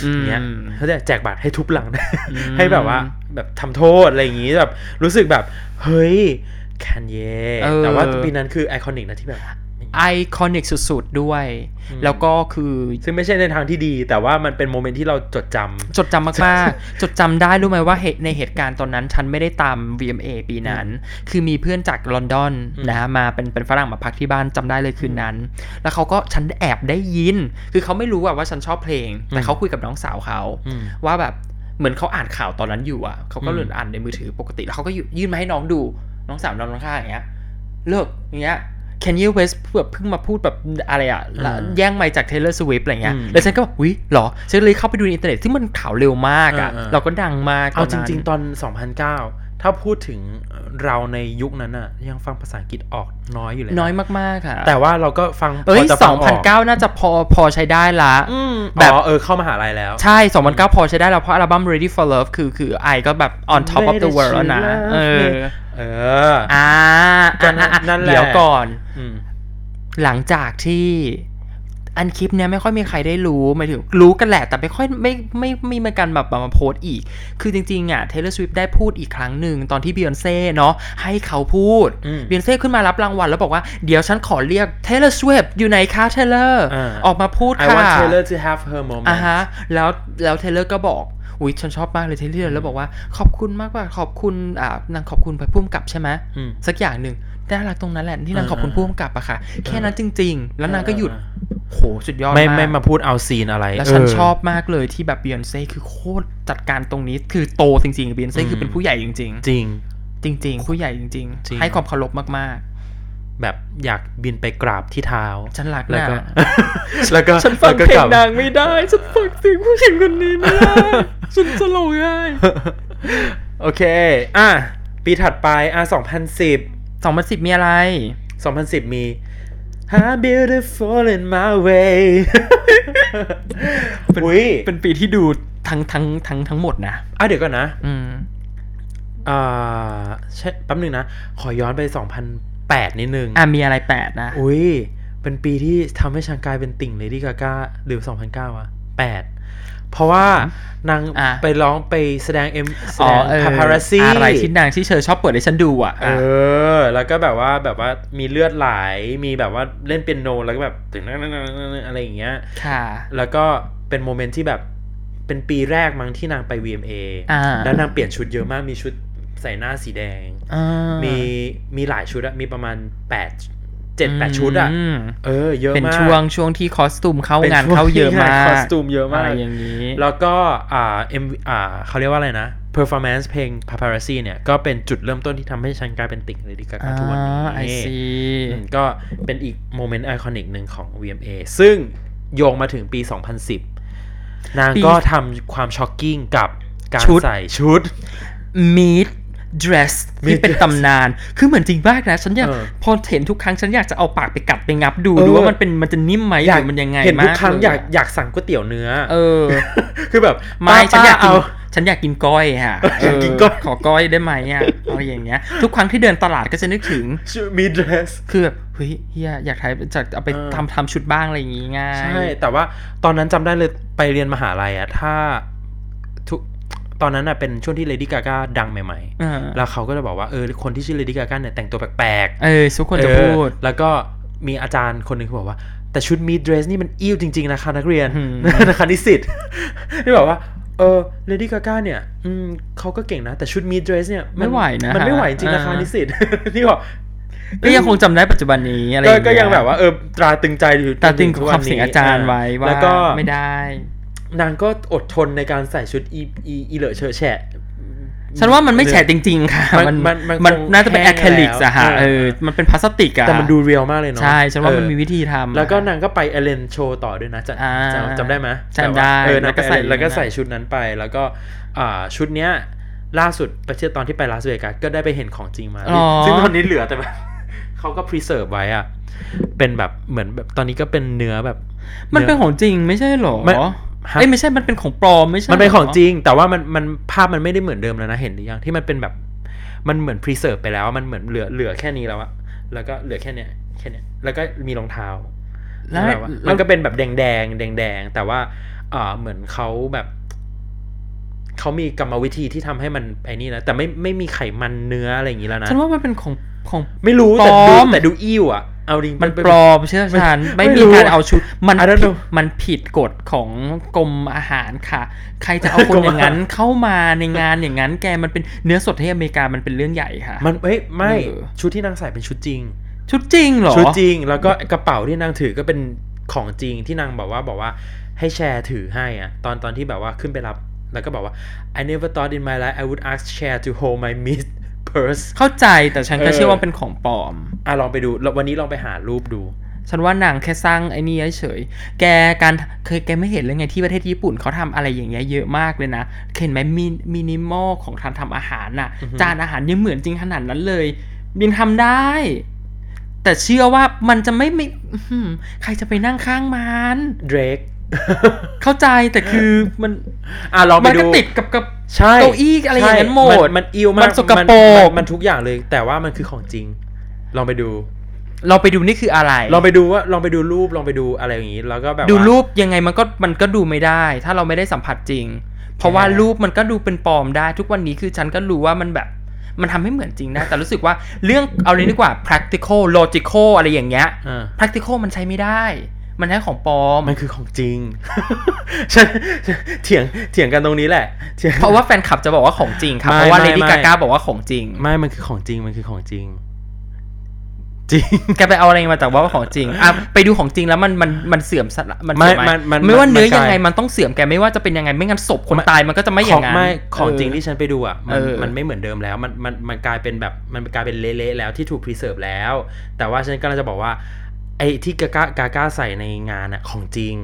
S1: อืม
S3: เนี่ยเขาจะแจกบัตรให้ทุบหลัง
S1: อืม
S3: ให้แบบว่าแบบทำโทษอะไรอย่างงี้แบบรู้สึกแบบเฮ้ยแคนเยแต่ว่าปีนั้นคือไอคอนิกนะที่แบบ
S1: ไอคอนิกสุดๆด้วย
S3: อืม
S1: แล้วก็คือ
S3: ซึ่งไม่ใช่ในทางที่ดี แต่ว่ามันเป็นโมเมนต์ที่เราจดจำ
S1: จดจำมาก *laughs* ๆ จดจำได้รู้ไหมว่าเหตุในเหตุการณ์ตอนนั้น ฉันไม่ได้ตาม VMA ปีนั้น คือมีเพื่อนจากลอนดอน
S3: อืม
S1: นะมาเป็นเป็นฝรั่งมาพักที่บ้านจำได้เลยคืนนั้น แล้วเขาก็ฉันแอบได้ยิน คือเขาไม่รู้อะว่าฉันชอบเพลง แต่เขาคุยกับน้องสาวเขา
S3: อืม
S1: ว่าแบบเหมือนเขาอ่านข่าวตอนนั้นอยู่อ่ะเขาก็
S3: อืม
S1: เลื่อนอ่านในมือถือปกติแล้วเขาก็ยื่นมาให้น้องดูน้องสาวน้องน้องข้างอย่างเงี้ยเลิกอย่างเงี้ย Can you West แบบเพิ่งมาพูดแบบอะไรอ่ะแล้ว
S3: อ่า
S1: แย่งไมค์จาก Taylor Swift อะไรเงี้ย
S3: อืม
S1: แล้วฉันก็แบบอุ๊ยเหรอ ฉันเลยเข้าไปดูในอินเทอร์เน็ตซึ่งมันข่าวเร็วมากอ่ะ
S3: อ่าๆ
S1: เราก็ดังมาก
S3: เอา
S1: ตน
S3: จ
S1: นั้น
S3: ริง ๆ ตอน 2009 ถ้าพูดถึงเราในยุคนั้นอะยังฟังภาษาอังกฤษออกน้อยอยู่เลยะ
S1: น้อยมากๆค่ะ
S3: แต่ว่าเราก็ฟัง
S1: เอ้ย
S3: พจะฟัก
S1: 2009 น่าจะพอพอใช้ได้ละ
S3: อืม
S1: แบบ
S3: อ๋อเออเข้ามหาลัยแล้ว
S1: ใช่ 2009 พอใช้ได้แล้วเพราะอัลบั้ม Ready for Love คือคือไอก็แบบ on top of the world แล้วนะ เออ
S3: เออ
S1: อ่า
S3: ก็นั่น
S1: อ่ะ
S3: นั่นแหละ
S1: เดี๋ยวก่อน
S3: อืม
S1: หลังจากที่อันคลิปเนี้ยไม่ค่อยมีใครได้รู้หมายถึงรู้กันแหละแต่ไม่ค่อยไม่ไม่ไม่มีการแบบมาโพสต์อีก คือจริงๆอ่ะเทเลสวิฟได้พูดอีกครั้งหนึ่งตอนที่เบียนเซ่เนาะให้เขาพูด
S3: อืม
S1: เบียนเซ่ขึ้นมารับรางวัลแล้วบอกว่าเดี๋ยวฉันขอเรียกเทเลสวิฟอยู่ไหนคะเทเลอร์
S3: อ่า
S1: ออกมาพูด
S3: I
S1: ค่ะ
S3: want Taylor to have her moment
S1: อ่าฮะแล้วแล้วเทเลอร์ก็บอกอุ้ยฉันชอบมากเลยเทเลอร์แล้วบอกว่าขอบคุณมากกว่าขอบคุณอ่านางขอบคุณไปพุ่มกับใช่ไหม
S3: อืม
S1: สักอย่างหนึ่งน่ารักตรงนั้นแหละที่นาง
S3: อ่า
S1: ขอบคุณ
S3: อ่า
S1: ผู้กำกับอะค่ะ แค่นั้นจริง ๆ แล้วนางก็หยุด โห สุดยอด
S3: ไม่
S1: มาก
S3: ไม่มาพูดเอาซีนอะไร
S1: แล้วฉัน
S3: เ
S1: ชอบมากเลยที่แบบเบียนเซ่คือโคตรจัดการตรงนี้ คือโตจริงๆเบียนเซ่
S3: อืม
S1: คือเป็นผู้ใหญ่จริง
S3: จริง
S1: ๆ จริง ๆ ผู้ใหญ่จริง
S3: จริง
S1: ๆ ให้ความเคารพมาก
S3: แบบอยากบินไปกราบที่เท้า
S1: ๆ ฉันรัก
S3: แล้ว
S1: นะ
S3: ก็ แล้วก็
S1: ฉันฟัง
S3: แวก็
S1: เพล
S3: ก
S1: ง
S3: บ
S1: นางไม่ได้ ฉันฟังเสียงผู้หญิงคนนี้ไม่ได้
S3: *laughs*
S1: ฉันจะร้องไห้
S3: *laughs* โอเค อ่ะ ปีถัดไป อ่ะ 2010
S1: สองพันสิบมีอะไร
S3: 2010 มี I'm beautiful in my *laughs* way อุ้ย
S1: เป็นปีที่ดูทั้งทั้งทั้งทั้งหมดนะ
S3: อ่ะเดี๋ยวก่อนนะ
S1: อืม
S3: อ่าใช่แป๊บหนึ่งนะ ขอย้อนไป 2008 นิดนึง
S1: อ่ะมีอะไรแปดนะ
S3: อุ้ย เป็นปีที่ทำให้ฉันกลายเป็นติ่งเลดี้กาก้าหรือ 2009อะ8 เพราะว่านาง
S1: อ่ะ
S3: ไปร้องไปแสดงเอ็มแส
S1: อ๋อ
S3: ดง
S1: เออ
S3: พาพาราซี
S1: อะไรที่นางที่เธอชอบเปิดให้ฉันดูอ่ะ
S3: เออ แล้วก็แบบว่าแบบว่ามีเลือดไหล มีแบบว่าเล่นเปียโนแล้วก็แบบตึงนั่นอะไรอย่างเงี้ย
S1: ค่ะ
S3: แล้วก็เป็นโมเมนต์ที่แบบเป็นปีแรกมั้งที่นางไป VMA
S1: อ่า
S3: แล้วนางเปลี่ยนชุดเยอะมากมีชุดใส่หน้าสีแดง
S1: อ่า
S3: มีมีหลายชุดอะมีประมาณแปดเจ็ดแปดชุดอะ
S1: ม
S3: เออเยอะมาก
S1: เป็นช่วงช่วงที่คอสตูมเข้า
S3: ป็
S1: งานเข้าเยอะมาก
S3: คอสตูมเยอะมา
S1: อะไร
S3: ก
S1: อย่างนี้
S3: แล้วก็อ่าเอ็มอ่าเขาเรียกว่าอะไรนะ performance เพลง paparazzi เนี่ย ก็เป็นจุดเริ่มต้นที่ทำให้ฉันกลายเป็นติ่งเลยดีกว่า
S1: อ่า
S3: ทุกวันนี้
S1: ไอซี
S3: อืมก็เป็นอีกโมเมนต์ไอคอนิกหนึ่งของ VMA ซึ่งโยงมาถึงปี 2010 นางก็ทำความช็อกกิ้งกับการใส่ชุด
S1: มีด dress ที่เป็น
S3: Dress
S1: ตำนาน คือเหมือนจริงมากนะ ฉันอยาก
S3: เออ
S1: พอเห็นทุกครั้งฉันอยากจะเอาปากไปกัดไปงับดู
S3: เออ
S1: ดูว่ามันเป็นมันจะนิ่มไหมหรือมันยังไง
S3: เห็นทุก
S1: มาก
S3: ครั้ง
S1: เล
S3: อยากอยากสั่งก๋วยเตี๋ยวเนื้อ
S1: เออ
S3: คือแบบ
S1: ไม่
S3: ป้
S1: ฉันอยากกิน
S3: เ
S1: ฉันอยากกินก้อยค่ะ
S3: เอออยากกิน
S1: เ
S3: ก้อย
S1: ขอก้อยได้ไหมอ่ะอะไรอย่างเงี้ย ทุกครั้งที่เดินตลาดก็จะนึกถึง
S3: ชื่อมีดเดรส
S1: คือแบบเฮ้ยเฮียอยากถ่ายจากเอาไป
S3: เออ
S1: ทำทำชุดบ้างอะไรอย่างงี้ง่าย
S3: ใช่ แต่ว่าตอนนั้นจำได้เลยไปเรียนมหาลัยอะถ้าทุกตอนนั้นอะเป็นช่วงที่เลดี้กากดังใหม่
S1: เออ
S3: ๆ แล้วเขาก็จะบอกว่าเออคนที่ชื่อเลดี้กากเนี่ยแต่งตัวแปลกๆ
S1: เออทุกคนจะ
S3: เออ
S1: พูด
S3: แล้วก็มีอาจารย์คนหนึ่งเขาบอกว่า แต่ชุดมีดเดรสนี่มันอิ่วจริง ๆ นะคะนักเรียน
S1: อืม
S3: *laughs* นะคะนิสิต ที่บอกว่า เออเลดี้กาก้าเนี่ยอืมเขาก็เก่งนะ แต่ชุดมีดเดรสเนี่ย
S1: ไม่ไหวนะ
S3: มันไม่
S1: ฮะ
S3: ไหวจริงนะคะ
S1: เออ
S3: นิสิต *laughs* นี่บอก
S1: ก็ยังคงจำได้ปัจจุบันนี้อะไรอ
S3: ก็
S1: ย่างเงี้ย
S3: ก็ยังแบบว่าเออตราตรึงใจอยู่
S1: แต่ติง
S3: จนถึ
S1: ค
S3: วัน
S1: วาม
S3: นี้
S1: เสียงอาจารย์ไว้ว่า
S3: แล้วก็
S1: ไม่ได้
S3: นางก็อดทนในการใส่ชุดอีอีอีเหลอะเชอะแฉะ
S1: ฉันว่ามันไม่แฉะจริง ๆ ค่ะ
S3: มั
S1: มัน น
S3: มันมัน
S1: มัน
S3: คง
S1: น่าจะเป็น
S3: แห้
S1: อะ
S3: ง
S1: คริลิกอะค่ะ
S3: แล้ว
S1: เอ
S3: เอ
S1: อ
S3: อ
S1: มันเป็นพลาสติกอะ
S3: แต่มันดูเรียลมากเลยเนาะ
S1: ใช่ ฉันว่ามัน
S3: เออ
S1: มีวิธีทำ
S3: แล้วก็นางก็ไปเอเลนโชว์ต่อด้วยนะจ
S1: อ่า
S3: ำจำจำได้ไหม
S1: จำได้
S3: เออนาง
S1: แล้วก็
S3: ก็
S1: ใส่
S3: ใส่แล้วก็
S1: นะ
S3: ใส่ชุดนั้นไป แล้วก็อ่าชุดเนี้ยล่าสุดประเทศตอนที่ไปลาสเวกัสก็ได้ไปเห็นของจริงมา
S1: อ๋อ
S3: ซึ่งตอนนี้เหลือแต่แบบ *laughs* เขาก็พรีเซิร์ฟไว้อะเป็นแบบเหมือนแบบตอนนี้ก็เป็นเนื้อแบบ
S1: มันเป็น
S3: อ
S1: ของจริงไม่ใช่เหรอ
S3: มันฮะ
S1: เอ้ยไม่ใช่มันเป็นของปลอมไม่ใช่ห
S3: มันเป็นของจริง แต่ว่ามันมันภาพมันไม่ได้เหมือนเดิมแล้วนะเห็นหรือยังที่มันเป็นแบบมันเหมือนพรีเซิร์ฟไปแล้วมันเหมือนเหลือเหลือแค่นี้แล้วอะแล้วก็เหลือแค่เนี้ยแค่เนี้ยแล้วก็มีรองเท้า
S1: แล้ว
S3: แบบว่า
S1: แล้
S3: มั
S1: วน
S3: ก็เป็นแบบแดงแดงแดงแดงๆแต่ว่าเอ่อเหมือนเขาแบบเขามีกรรมวิธีที่ทำให้มันไอ้นี่นะแต่ไม่ไม่มีไขมันเนื้ออะไรอย่างนี้แล้วนะ
S1: ฉันว่ามันเป็นของของ
S3: ไม่รู้แต่
S1: ปล
S3: ดู
S1: อม
S3: แต่ดูอิ่วอ่ะเอาดิง
S1: มัน
S3: เป็
S1: ปลอมเชื่อฉัน
S3: ไม่
S1: ไม่
S3: ไม่
S1: มี
S3: รู้
S1: การเอาชุดมัน
S3: I don't
S1: ผิด
S3: know
S1: มันผิดกฎของกรมอาหารค่ะ ใครจะ
S3: *laughs*
S1: เอาคน
S3: กรม
S1: อ
S3: อาหาร
S1: ย่างนั้นเข้ามาในงานอย่างนั้นแกมันเป็นเนื้อสดที่อเมริกามันเป็นเรื่องใหญ่ค่ะ
S3: มันเอ้ยไม่
S1: เออ
S3: ชุดที่นางใส่เป็นชุดจริง
S1: ชุดจริงเหรอ
S3: ชุดจริง แล้วก็กระเป๋าที่นางถือก็เป็นของจริงที่นางบอกว่าบอกว่าให้แชร์ถือให้อ่ะตอนตอนที่แบบว่าขึ้นไปรับ แล้วก็บอกว่า I never thought in my life I would ask share to hold my meat purse
S1: เข้าใจแต่ฉันก็
S3: เออ
S1: เชื่อว่าเป็นของปลอม
S3: อ่ะลองไปดูแล้ววันนี้ลองไปหารูปดู
S1: ฉันว่านางแค่สร้างไอ้นี่เฉยๆแกการเคยแกไม่เห็นเลยไงที่ประเทศญี่ปุ่นเขาทำอะไรอย่างเงี้ยเยอะมากเลยนะ เห็นไหมมิมินิมอลของการทำอาหารน่ะ
S3: อือฮึ
S1: จานอาหารยังเหมือนจริงขนาดนั้นเลยบินทำได้ แต่เชื่อว่ามันจะไม่ไม่อื้อหือใครจะไปนั่งข้างมัน
S3: เดรก
S1: เข้าใจแต่คือมัน
S3: *laughs* อ่ะลองไป
S1: มันก็
S3: ดู
S1: ติดกับกับ
S3: ใช่
S1: เก้าอี้อะไรอย่างนั้น
S3: ใช่
S1: หมด
S3: นมันอิวมาก
S1: มันสกปรก
S3: มันมันทุกอย่างเลยแต่ว่ามันคือของจริง ลองไปดู
S1: เราไปดูนี่คืออะไร
S3: ลองไปดูว่าลองไปดูรูปลองไปดูอะไรอย่างนี้ แล้วก็แบบว่า
S1: ดูรูปยังไงมันก็มันก็ดูไม่ได้ ถ้าเราไม่ได้สัมผัสจริง เพราะว่า
S3: ใช่
S1: รูปมันก็ดูเป็นปลอมได้ ทุกวันนี้คือฉันก็รู้ว่ามันแบบ มันทำให้เหมือนจริงได้ แต่รู้สึกว่าเรื่องเอาเลยดีกว่า practical logical อะไรอย่างเงี้ย
S3: อ่า
S1: practical มันใช้ไม่ได้ มันใช้ของปลอม
S3: มันคือของจริง *laughs* ฉันฉันเถียงเถียงกันตรงนี้แหละเถียง
S1: เพราะว่าแฟนคลับจะบอกว่าของจริงครับ
S3: ไม่
S1: เพราะว่า
S3: ไม่
S1: เลดี้
S3: ไม่
S1: กาก้าบอกว่าของจริง
S3: ไม่มันคือของจริงมันคือของจริง จริง
S1: แกไปเอาอะไรมาจากว่าของจริงอ่ะไปดูของจริงแล้วมันมันมันเสื่อมสละมันเสื่อมไห
S3: ไม่มันมัน
S1: ไม่ว่าเนื้อยังไง
S3: มันกลาย
S1: มันต้องเสื่อมแกไม่ว่าจะเป็นยังไงไม่งั้นศพคนตายมันก็จะไม่อย่า
S3: ของ
S1: งนั้น
S3: ไม่ของจริง
S1: เ
S3: ที่ฉันไปดูอ่ะมัน
S1: เออ
S3: มันไม่เหมือนเดิมแล้ว มันมันมันกลายเป็นแบบมันกลายเป็นเละๆแล้วที่ถูกพรีเซิร์ฟแล้ว แต่ว่าฉันกำลังจะบอกว่าไอ้ที่กากากากาใส่ในงานอ่ะของจริง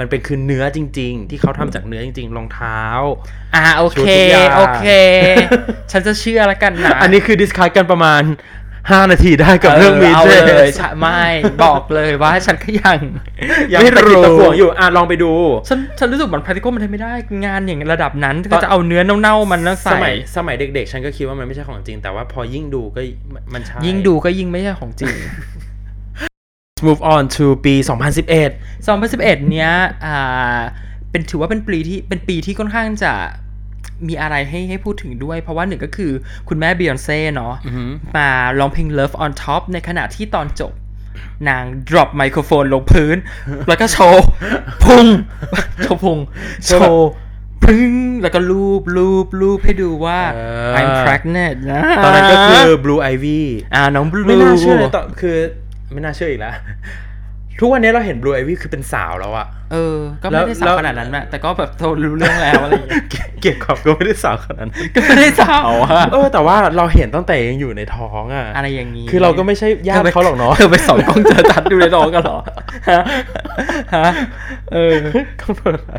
S3: มันเป็นคือเนื้อจริง ๆ ที่เขาทำจากเนื้อจริง ๆ รองเท้า
S1: อ่าโอ
S3: ชุด
S1: เค
S3: ทุกอย่าง
S1: โอเค
S3: *laughs*
S1: ฉันจะเชื่อแล้วกันนะ
S3: อันนี้คือดิสคัทกันประมาณ 5 นาทีได้กับเรื่องมี
S1: เอา
S3: เด
S1: เล
S3: ร
S1: ย
S3: ส
S1: ใช่ไม่บอกเลยว่าฉันก็ยัง
S3: *laughs* ยัง
S1: ไม่
S3: ตะกิด
S1: รู้
S3: ตะขวงอยู่อ่ะลองไปดู
S1: ฉันฉันรู้สึกเหมือน practical มันทำไม่ได้งานอย่างระดับนั้น
S3: ต
S1: ก็
S3: อน
S1: จะเอาเนื้อเน่าๆมันแล้ว
S3: ส
S1: ใส่
S3: มัยสมัยเด็กๆ ฉันก็คิดว่ามันไม่ใช่ของจริง แต่ว่าพอยิ่งดูก็มันใช่
S1: ยิ่งดูก็ยิ่งไม่ใช่ของจริง
S3: move on to ปี 2011
S1: 2011 เนี้ยอ่าเป็นถือว่าเป็นปีที่เป็นปีที่ค่อนข้างจะมีอะไรให้ให้พูดถึงด้วย เพราะว่าหนึ่งก็คือคุณแม่บียอนเซ่เนาะ มาร้องเพลง Love on Top ในขณะที่ตอนจบ นาง drop ไมโครโฟนลงพื้น แล้วก็โชว์ พุง โชว์พุง โชว์พึ่งแล้วก็รูปรูปรูปให้ดูว่า
S3: เออ
S1: I'm pregnant นะ
S3: ตอนนั้นก็คือ blue ivy
S1: อ่าน้องบลู
S3: ไม่น่าเชื่อเลยตอนคือไม่น่าเชื่ออีกแล้ว ทุกวันนี้เราเห็น blue ivy คือเป็นสาวแล้วอะ
S1: เออ ก็ไม่ได้สา
S3: แล้ว วแล้ว
S1: ขนาดนั้นแหละแต่ก็แบบโทรรู้เรื่องแล้วอะไรอย่างเงี้ย
S3: *laughs* เกียรติขอบ *laughs* ก็ไม่ได้สาวขนาดนั้น
S1: ก็ไม่ได้สาวอะ
S3: เออแต่ว่าเราเห็นตั้งแต่ยังอยู่ในท้องอะ
S1: อะไรอย่างงี้
S3: คือเราก็ไม่ใช่ญาติเขาหรอกเนาะ
S1: เธอไปสองกล้องเจอจัดดูในท้องกันเหรอ ฮะ ฮะ เออ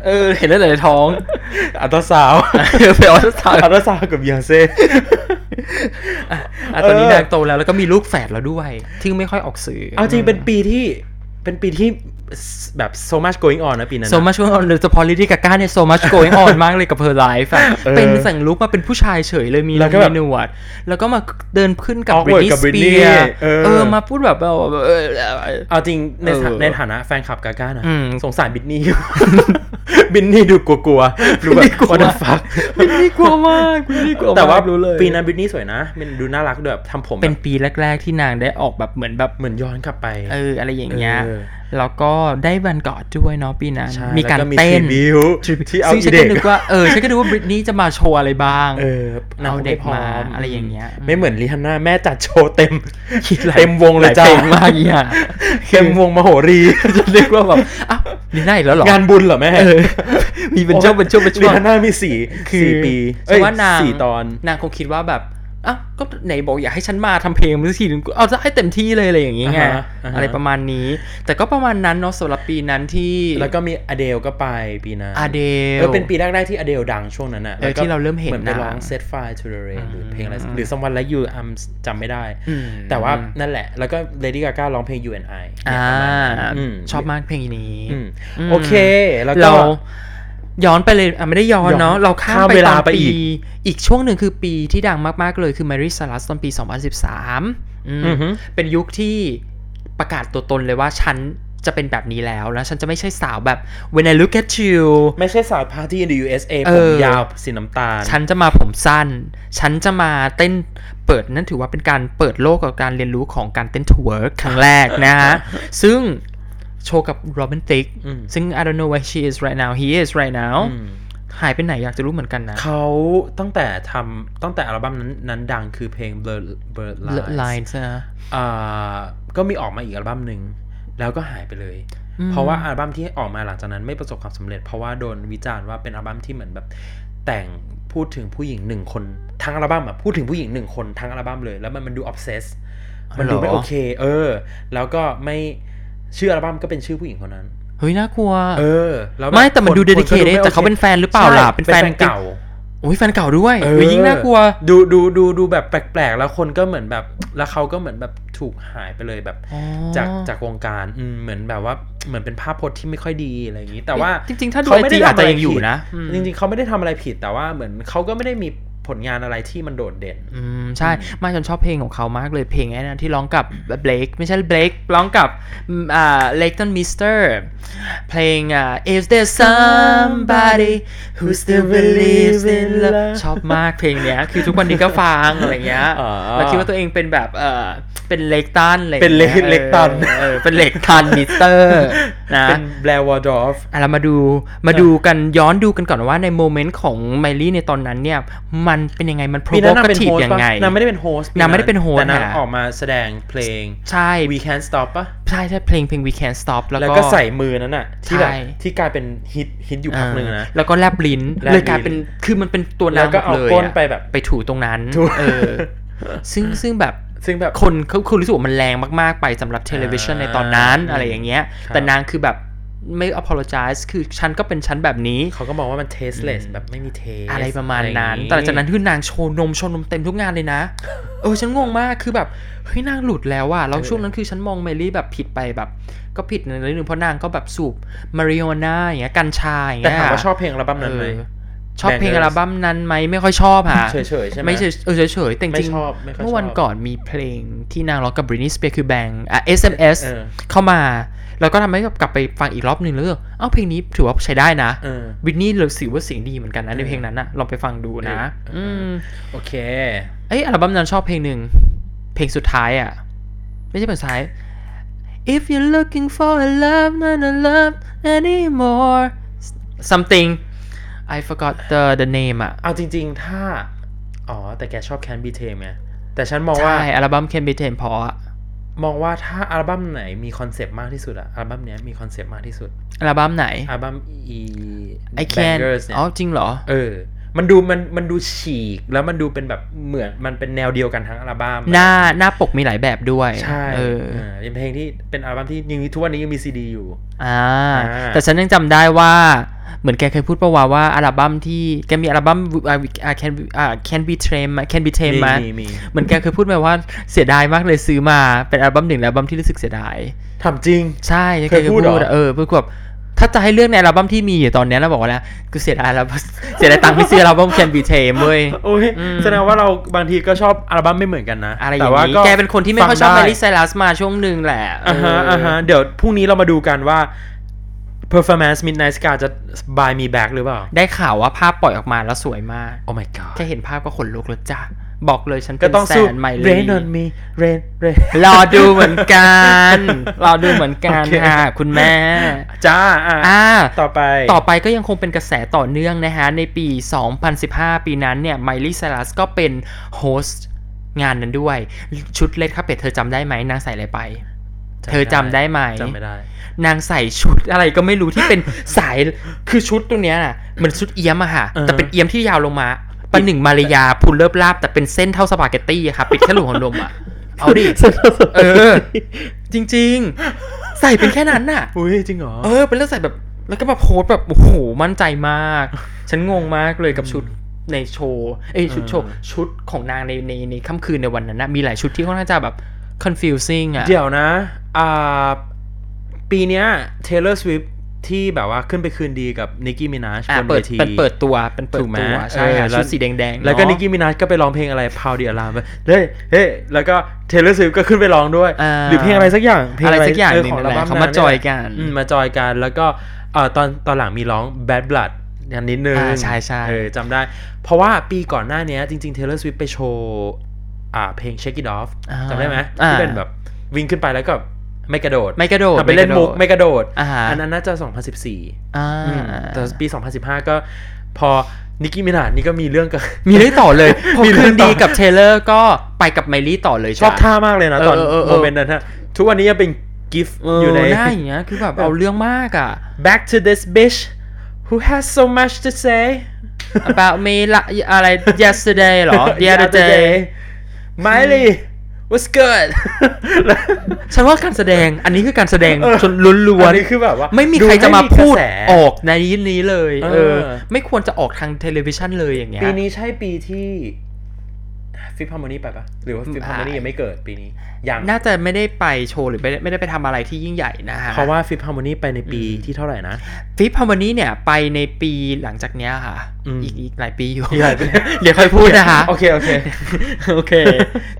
S1: เออ เห็นแล้วเหรอในท้อง
S3: *laughs* อัลตราซาวด์
S1: เออไปเอาสาว
S3: อัลตราซาวด์กับเบียงเซ่
S1: อ่ะตอนนี้
S3: เออ
S1: นางโตแล้วแล้วก็มีลูกแฝดแล้วด้วย ที่ไม่ค่อยออกสื่อ
S3: เอาจริงเป็นปีที่เป็นปีที่แบบ so much going on นะปีนั้น
S1: โซ
S3: นะ
S1: มาช่วงหรือเฉพาะลิดี้กาก้าเนี่ยโซมา going on มากเลยกับเพอร์ไลฟ์อะ
S3: เออ
S1: เป็นสั่งลุกมาเป็นผู้ชายเฉยเลยมี
S3: แล้วก็แบบ
S1: มีหนวด แล้วก็มาเดินขึ้นกับ
S3: Awkward กับ Britney เออ
S1: เออมาพูดแบบแบบเออเออ
S3: เอาจริงในฐา
S1: เออ
S3: ในฐานะแฟนคลับกาก้านะ
S1: อืม
S3: สงสารบินนี่ *laughs* บินนี่ดูกลัวๆ
S1: *laughs*
S3: ดูแบบ what the fuck
S1: บินนี่กลัวมากบินนี่กลัวมก
S3: แต่ว่า
S1: รู้เลย
S3: ปีนั้นบินนี่สวยนะมันดูน่ารักด้วยแบบทำผม
S1: เป็น
S3: แบบ
S1: ปีแรก ๆ ที่นางได้ออกแบบเหมือนแบบ
S3: เหมือนย้อนกลับไป
S1: เอออะไรอย่างเงี้ย
S3: เออ
S1: แล้วก็ได้วันกอดด้วยเนาะปีนั้น
S3: ใช่
S1: มีการ
S3: แล้ว
S1: เต้น
S3: ทริบิวที่เอา
S1: ซึ่งฉั
S3: อี
S1: นก็
S3: เด็ก
S1: นึกว่า เออ ฉันก็นึกว่าบริตนี่จะมาโชว์อะไรบ้าง
S3: เออ
S1: เอาเด็ก
S3: พร้
S1: มาอะไรอย่างเงี้ย
S3: ไม่เหมือนริฮันน่าแม่จัดโชว์เต็ม
S1: คิดหลาย
S3: เต็มวงเลยจ้า
S1: หาพงมาก
S3: *laughs*
S1: เนี่ย
S3: เต็มวงมโหรี
S1: จะเรียกว่าแบบอ้าวนี่ได้อีกแล้วเหรอ
S3: งานบุญเหรอแม่
S1: เออ มีเป็นช่วงเป็นช่วงเป็นช่ว
S3: ริ
S1: ง
S3: ฮันน่ามีสี่
S1: คือ
S3: สี่ปี
S1: ฉันว่านาง
S3: สี่ตอน
S1: นางคงคิดว่าแบบอ้าวก็ไหนบอกอยากให้ฉันมาทำเพลงมันสักทีนึงเอาจะให้เต็มที่เลยอะไรอย่างเงี้ยไง
S3: อ่าฮะอ่าฮะ
S1: อะไรประมาณนี้ แต่ก็ประมาณนั้นเนาะสำหรับปีนั้นที่
S3: แล้วก็มีอเดลก็ไปปีนั้น
S1: อาเดล
S3: ก็เป็นปีแรกๆที่อเดลดังช่วงนั้นอ่ะ
S1: เออ
S3: แล้วก็
S1: ที่เราเริ่มเห็น
S3: เหมือนไป
S1: นะ
S3: ร้อง Set Fire to the Rain หรือเพลงอะไร
S1: อืม
S3: หรือ Someone Like You I'm จำไม่ได้
S1: อืม
S3: แต่ว่านั่นแหละ แล้วก็ Lady Gaga ร้องเพลง You and I เนี่
S1: อ่าย
S3: ประมาณนั้นอืม
S1: ชอบมากเพลงนี้
S3: อืม
S1: อืม
S3: โอเค แล้วก็
S1: เราย้อนไปเลยอ่ะไม่ได้ย้อน
S3: ย้อน
S1: เนาะเราข้าม
S3: ข้าม
S1: ไป
S3: เว
S1: ตอ
S3: ลา
S1: น
S3: ไป
S1: ปี
S3: อีก
S1: อีกช่วงหนึ่งคือปีที่ดังมาก ๆ เลยคือ Mary s a r a s ตอนปี 2013อืม
S3: อือหือ
S1: เป็นยุคที่ประกาศตัวตนเลยว่าฉันจะเป็นแบบนี้แล้วแล้วฉันจะไม่ใช่สาวแบบ when I look at you
S3: ไม่ใช่สาวพาร์ตี้ใน USA
S1: เอ
S3: ผ
S1: อ
S3: มยาวสีน้ำตาล
S1: ฉันจะมาผมสั้น ฉันจะมาเต้นเปิดนั่นถือว่าเป็นการเปิดโลกกับการเรียนรู้ของการเต้นทเวิร์กครั้งแรกนะ
S3: *laughs*
S1: ฮะ ซึ่งโชว์กับโรแมนติก
S3: อืม
S1: ซึ่ง I don't know where she is right now he is right now
S3: อืม
S1: หายไปไหนอยากจะรู้เหมือนกันนะ
S3: เขาตั้งแต่ทำตั้งแต่อัลบั้มนั้นนั้นดังคือเพลง Blur Blur Lines
S1: Lines นะ
S3: อ่าก็มีออกมาอีกอัลบั้มหนึ่งแล้วก็หายไปเลย
S1: อืม
S3: เพราะว่าอัลบั้มที่ออกมาหลังจากนั้นไม่ประสบความสำเร็จ เพราะว่าโดนวิจารณ์ว่าเป็นอัลบั้มที่เหมือนแบบ แต่งพูดถึงผู้หญิงหนึ่งคน ทั้งอัลบั้มอะพูดถึงผู้หญิงหนึ่งคนทั้งอัลบั้มเลย แล้วมันมันดูออ s เซสมันดูไม่
S1: เหรอ
S3: โอเค เออ แล้วก็ไม่ชื่ออัลบั้มก็เป็นชื่อผู้หญิงคนนั้น
S1: เฮ้ยน่ากลัว
S3: เออ แล้วแบบ
S1: ไม่แต่มันดู
S3: คค
S1: dedicated
S3: ไม่โอค
S1: แต่เขาเป็นแฟนหรือเปล่า
S3: ใช่
S1: ล่ะเป็นแฟน
S3: เก่า
S1: โอ้ยแฟนเก่าด้วย
S3: เอ
S1: เฮ้ยยิ่งน่ากลัว
S3: ดูดูดูดูแบบแปลกๆ แล้วคนก็เหมือนแบบ แล้วเขาก็เหมือนแบบถูกหายไปเลยแบบ
S1: อ๋อ
S3: จากจากวงการอืมเหมือนแบบว่าเหมือนเป็นภาพพจน์ที่ไม่ค่อยดีอะไรอย่างนี้ แต่ว่า
S1: จริงๆถ้าดู
S3: เขไม่
S1: IG
S3: ไทำ
S1: อาจจะยังอยู่นะ
S3: ผิด
S1: อืม
S3: จริงๆเขาไม่ได้ทำอะไรผิดแต่ว่าเหมือนเขาก็ไม่ได้มีผลงานอะไรที่มันโดดเด่น
S1: อืมใช่มาฉันชอบเพลงของเขามากเลยเพลงไอ้นั้นที่ร้องกับเบลกไม่ใช่เบลกร้องกับอืมอ่าเลกตันมิสเตอร์เพลงอ่า If there's somebody who still believes in love ชอบมากเพลงเนี้ย คือทุกวันนี้ก็ฟั
S3: *laughs*
S1: งอะไรเงี้ย
S3: อ๋อ
S1: แล้วคิดว่าตัวเองเป็นแบบเออเป็นเลกตันอะไรงี้ย
S3: เป็นเลกเลกตัน
S1: เออเออเป็นเลกตันมิสเต
S3: *laughs*
S1: อร์นะ
S3: เป็นแบลวอร์ดอฟ
S1: อ่ะเรามาดูมาดูกันย้อนดูกันก่อนว่าในโมเมนต์ของไมลี่ในตอนนั้นเนี่ย มันเป็นยังไงมัน
S3: ปีนั้นนางเป็น
S1: provocative
S3: host
S1: ยังไง
S3: ปะนางไม่ได้เป็นโฮสต์
S1: นางไม่ได้เป็น host
S3: แต่นาง
S1: ค่ะ
S3: ออกมาแสดงเพลง
S1: ใช่
S3: We Can't Stop ปะ
S1: ใช่ใช่เพลงเพลง we can stop แล้ว
S3: แล้ว
S1: ก็
S3: ก็ใส่มือนั้นน่ะ ที่แบบ
S1: ใช่
S3: ที่กลายเป็นฮิตฮิตอยู่พักหนึ่งนะ
S1: แล้วก็แลบลิ้น
S3: แลบลิ้
S1: เล
S3: น
S1: ยกลายเป็นคือมันเป็นตัวนาง
S3: แล้วก็
S1: ห
S3: เอา
S1: มดลยะ
S3: ก้นไปแบบ
S1: ไปถูตรงนั้น
S3: ถู
S1: เออซึ่งซึ่งแบบ
S3: ซึ่งแบบ
S1: คนเขาคือรู้สึกว่ามันแรงมาก ๆ ไปสำหรับเทเลวิชัน
S3: อ่า
S1: ในตอนนั้นอะไรอย่างเงี้ย
S3: ครับ
S1: แต่นางคือแบบไม่ apologize คือฉันก็เป็นฉันแบบนี้
S3: เขาก็มองว่ามัน tasteless แบบไม่มี taste
S1: อะไรประมาณนั้น
S3: อ
S1: แต่ห
S3: ย่ง
S1: ลังจากนั้นคือนางโชว์นมโชว์นมเต็มทุกงานเลยนะ
S3: *laughs*
S1: เออฉันงงมาก คือแบบ เฮ้ยนางหลุดแล้วอะแล้วช่วงนั้นคือฉันมองเมลี่แบบผิดไปแบบ ก็ผิดในเรื่องหนึงเพราะนางก็แบบสูบมาริโอน่าอย่างเงี้ยกัญชาอย่าง
S3: แต่
S1: เงี้ย
S3: ถามว่าชอบเพลงอัลบั้มนั้นไหม
S1: เออชอบเพลง
S3: Bangers
S1: อัลบั้มนั้นไหมไม่ค่อยชอบฮะ
S3: เฉยๆใช่ไหม
S1: ไม่เฉยเออเฉยๆแต่จ
S3: ไม่
S1: ริง
S3: ชอบไม่ค่อยชอบ
S1: เมื่อวันก่อนมีเพลงที่นางร้องกับบรินิสเปียคือแบงอ่ะ SMS
S3: เออ
S1: เข้ามา แล้วก็ทำให้กลับไปฟังอีกรอบหนึ่งแล้วก็เอ้าเพลงนี้ถือว่าใช้ได้นะ
S3: เออ
S1: วินนี่เลยสื่อว่าเสียงดีเหมือนกันนะในเพลงนั้นนะลองไปฟังดูนะ
S3: เอออื
S1: อืม
S3: โอเค
S1: เอ้ยอัลบั้มนั้นชอบเพลงหนึ่ง เพลงสุดท้ายอ่ะ ไม่ใช่เพลงสุดท้าย if you're looking for a love not a love anymore something I forgot the the name อ่ะ
S3: เอาจริง ๆ ถ้า อ๋อ แต่แกชอบ Can Be Tame ไง แต่ฉันมองว่า
S1: ใช่ อัลบั้ม Can Be Tamed พออะ
S3: มองว่าถ้าอัลบั้มไหนมีคอนเซปต์มากที่สุดอะอัลบั้มเนี้ยมีคอนเซปต์มากที่สุด
S1: อัลบั้มไหน
S3: อัลบั้ม E
S1: I can
S3: Bangers เนี่ย
S1: อ๋อจริงเหรอ
S3: เออ มันดูมันมันดูฉีกแล้วมันดูเป็นแบบเหมือนมันเป็นแนวเดียวกันทั้งอัลบั้ม
S1: หน้าหน้าปกมีหลายแบบด้วย
S3: ใช่
S1: เออ
S3: าเป็นเพลงที่เป็นอัลบั้มที่ยังทุกวันนี้ยังมีซีดีอยู่
S1: อ่า
S3: อ่า
S1: แต่ฉันยังจำได้ว่าเหมือนแกเคยพูดประวาว่าอัลบั้มที่แกมีอัลบั้มอ่าอ่า can be อ่า can be tame can be tame มา
S3: มี
S1: เหมือนแกเคยพูดมาว่าเสียดายมากเลยซื้อมาเป็นอัลบั้มหนึ่งและอัลบั้มที่รู้สึกเสียดาย
S3: ทำจริง
S1: ใช่แก
S3: เคยพูดเหรอ
S1: อะเออพูดแบบถ้าจะให้เลือกในอัลบั้มที่มีอยู่ตอนเนี้ยแล้วบอกว่าแล้วกูเสียดายอัลบั้มเสียดายตังค์ที่ซื้ออัลบั้ม can be tame เว้ย
S3: โอ้ย
S1: อืม
S3: แสดงว่าเราบางทีก็ชอบอัลบั้มไม่เหมือนกันนะ
S1: อะไรอ
S3: แต่
S1: ย่าง
S3: ว่า
S1: นี้แกเป็นคนที่ไม่ค่อยชอบ
S3: ฟัง
S1: แม
S3: ด้
S1: รี่ไซรัสมาช่วงหนึ่งแหละ
S3: อ่าฮะ
S1: เอออ
S3: อ่าฮะเดี๋ยวพรุ่งนี้เรามาดูกันว่า performance midnight sky จะ buy me back หรือเปล่า
S1: ได้ข่าวว่าภาพปล่อยออกมาแล้วสวยมาก
S3: oh my god
S1: แค่เห็นภาพก็ขนลุกแล้วจ้ะ บอกเลยฉันเป็
S3: ก็
S1: น
S3: ต้อง
S1: แส
S3: สู้
S1: นไมล์
S3: rain on me rain rain
S1: รอดูเหมือนกัน
S3: *laughs*
S1: รอดูเหมือนกัน
S3: โอเค
S1: ค่ะ คุณแม่
S3: จ้าอ่ะ
S1: อ่า
S3: ต่อไป
S1: ต่อไปก็ยังคงเป็นกระแสต่อเนื่องนะฮะ ในปี 2015 ปีนั้นเนี่ยไมลี่ไซรัสก็เป็นโฮสต์งานนั้นด้วย ชุดเลดคาเป็ดเธอจำได้ไหมนางใส่อะไรไป เธอจำได้ไหม
S3: จำไม่ได้
S1: นางใส่ชุดอะไรก็ไม่รู้ที่เป็น สายคือชุดตัวเนี้ยน่ะเหมันชุดเอี้ยมอะค่ะ
S3: อ่าฮะ
S1: แต่เป็นเอี้ยมที่ยาวลงมาประหนึ่งมารยาพูลเลิบลาบแต่เป็นเส้นเท่าสปาเกตตี้อะค่ะ ปิดแค่รูของลมอะเอาดิ เออ จริง ๆ ใส่เป็นแค่นั้นน่ะ
S3: อุ้ยจริงเหรอ
S1: เออ เป็นแล้วใส่แบบแล้วก็มาโพสต์แบบ โอ้โห มั่นใจมาก ฉันงงมากเลยกับชุดในโชว์เอ้ยชุดโชว์
S3: อ่า
S1: ชุดของนางในในในค่ำคืนในวันนั้นนะมีหลายชุดที่ค่อนข้างจะแบบ confusing อะ
S3: เดี๋ยวนะ อ่า ปีเนี้ย Taylor Swift ที่แบบว่าขึ้นไปคืนดีกับ Nicki Minaj
S1: อ่ะ
S3: บน
S1: เปิ
S3: เว
S1: ด
S3: ที
S1: เป็นเปิดตัวเป็นเปิด
S3: ถูกไหม
S1: ตัวใช่ค่ะ
S3: เออแล้ว
S1: ชุดสีแดงๆ
S3: แล้วก็
S1: เอะ
S3: Nicki Minaj ก็ไปร้องเพลงอะไร Pound the Alarm ไปเฮ้ยเฮ้ยแล้วก็ Taylor Swift ก็ขึ้นไปร้องด้วย
S1: อ่า
S3: หรือเพลงอะไรสักอย่างเพลง
S1: อะไรสักอย่างหนึ่ง
S3: เ
S1: นั่นแหละ
S3: บั้
S1: เขามาจอยกัน
S3: อืมมาจอยกันแล้วก็เอ่อตอนตอนหลังมีร้อง Bad Blood อย่างนิดนึง
S1: อ่าใช่ใช่
S3: เออจำได้ เพราะว่าปีก่อนหน้าเนี้ยจริง ๆ Taylor Swift ไปโชว์อ่าเพลง Shake It Off
S1: อ่า
S3: จำได้ไหม
S1: อ่า
S3: ที่เป็นแบบวิ่งขึ้นไปแล้วก็ไม่กระโดด
S1: ไม่กระโดด
S3: ทำไปเล่นมุกไม่กระโดด
S1: อ่าฮะ
S3: อันนั้นน่าจะ 2014
S1: อ่า
S3: อืมแต่ปี 2015 ก็พอนิกกี้มินาดนี่ก็มีเรื่องกับ
S1: มีเรื่องต่อเลยพอ
S3: มีเรื่
S1: คื
S3: อง
S1: น
S3: ต่อ
S1: ดีกับเทเลอร์ก็ไปกับไมลี่ต่อเลย
S3: *laughs* ชอบ
S1: จ้ะ
S3: ท่ามากเลยนะตอน
S1: เออเออเออ
S3: โมเมนต์นั้นฮะทุกวันนี้ยังเป็นกิฟต์
S1: อ
S3: อยู่ยู่
S1: ใน
S3: ใน
S1: หน้าอย่างเงี้ยคือแบบเอาเรื่องมากอ่ะ
S3: back to this bitch who has so much to *laughs* say
S1: about me ละอะไร yesterday เหร
S3: *laughs*
S1: อ the other day
S3: Miley what's good
S1: ฉันว่าการแสดงอันนี้คือการแสดงจนล้วน
S3: *laughs* อันนี้คือแบบว่า
S1: ๆไม่มีใครจะมาพูด
S3: ไกระแส
S1: ออกในนี้เลย
S3: เออ
S1: เออไม่ควรจะออกทางเทเลวิชันเลยอย่างเงี้ย
S3: ปีนี้ใช่ปีที่ฟิปฮาร์โมนีไปปะหรือว่าฟิปฮาร์โมนียังไม่เกิดปีนี้ยัง
S1: น่าจะไม่ได้ไปโชว์หรือไม่ได้ไม่ได้ไปทำอะไรที่ยิ่งใหญ่นะฮะ
S3: เพราะว่าฟิปฮาร์โมนีไปในปีที่เท่าไหร่นะ
S1: ฟิปพาวนี้เนี่ยไปในปีหลังจากเนี้ยค่ะ
S3: อืม
S1: อีกอีกหลายปีอยู่
S3: อีกหลายปี
S1: *laughs* เดี๋ยวค่อยพูดนะคะ
S3: โอเค โอเค
S1: โอเค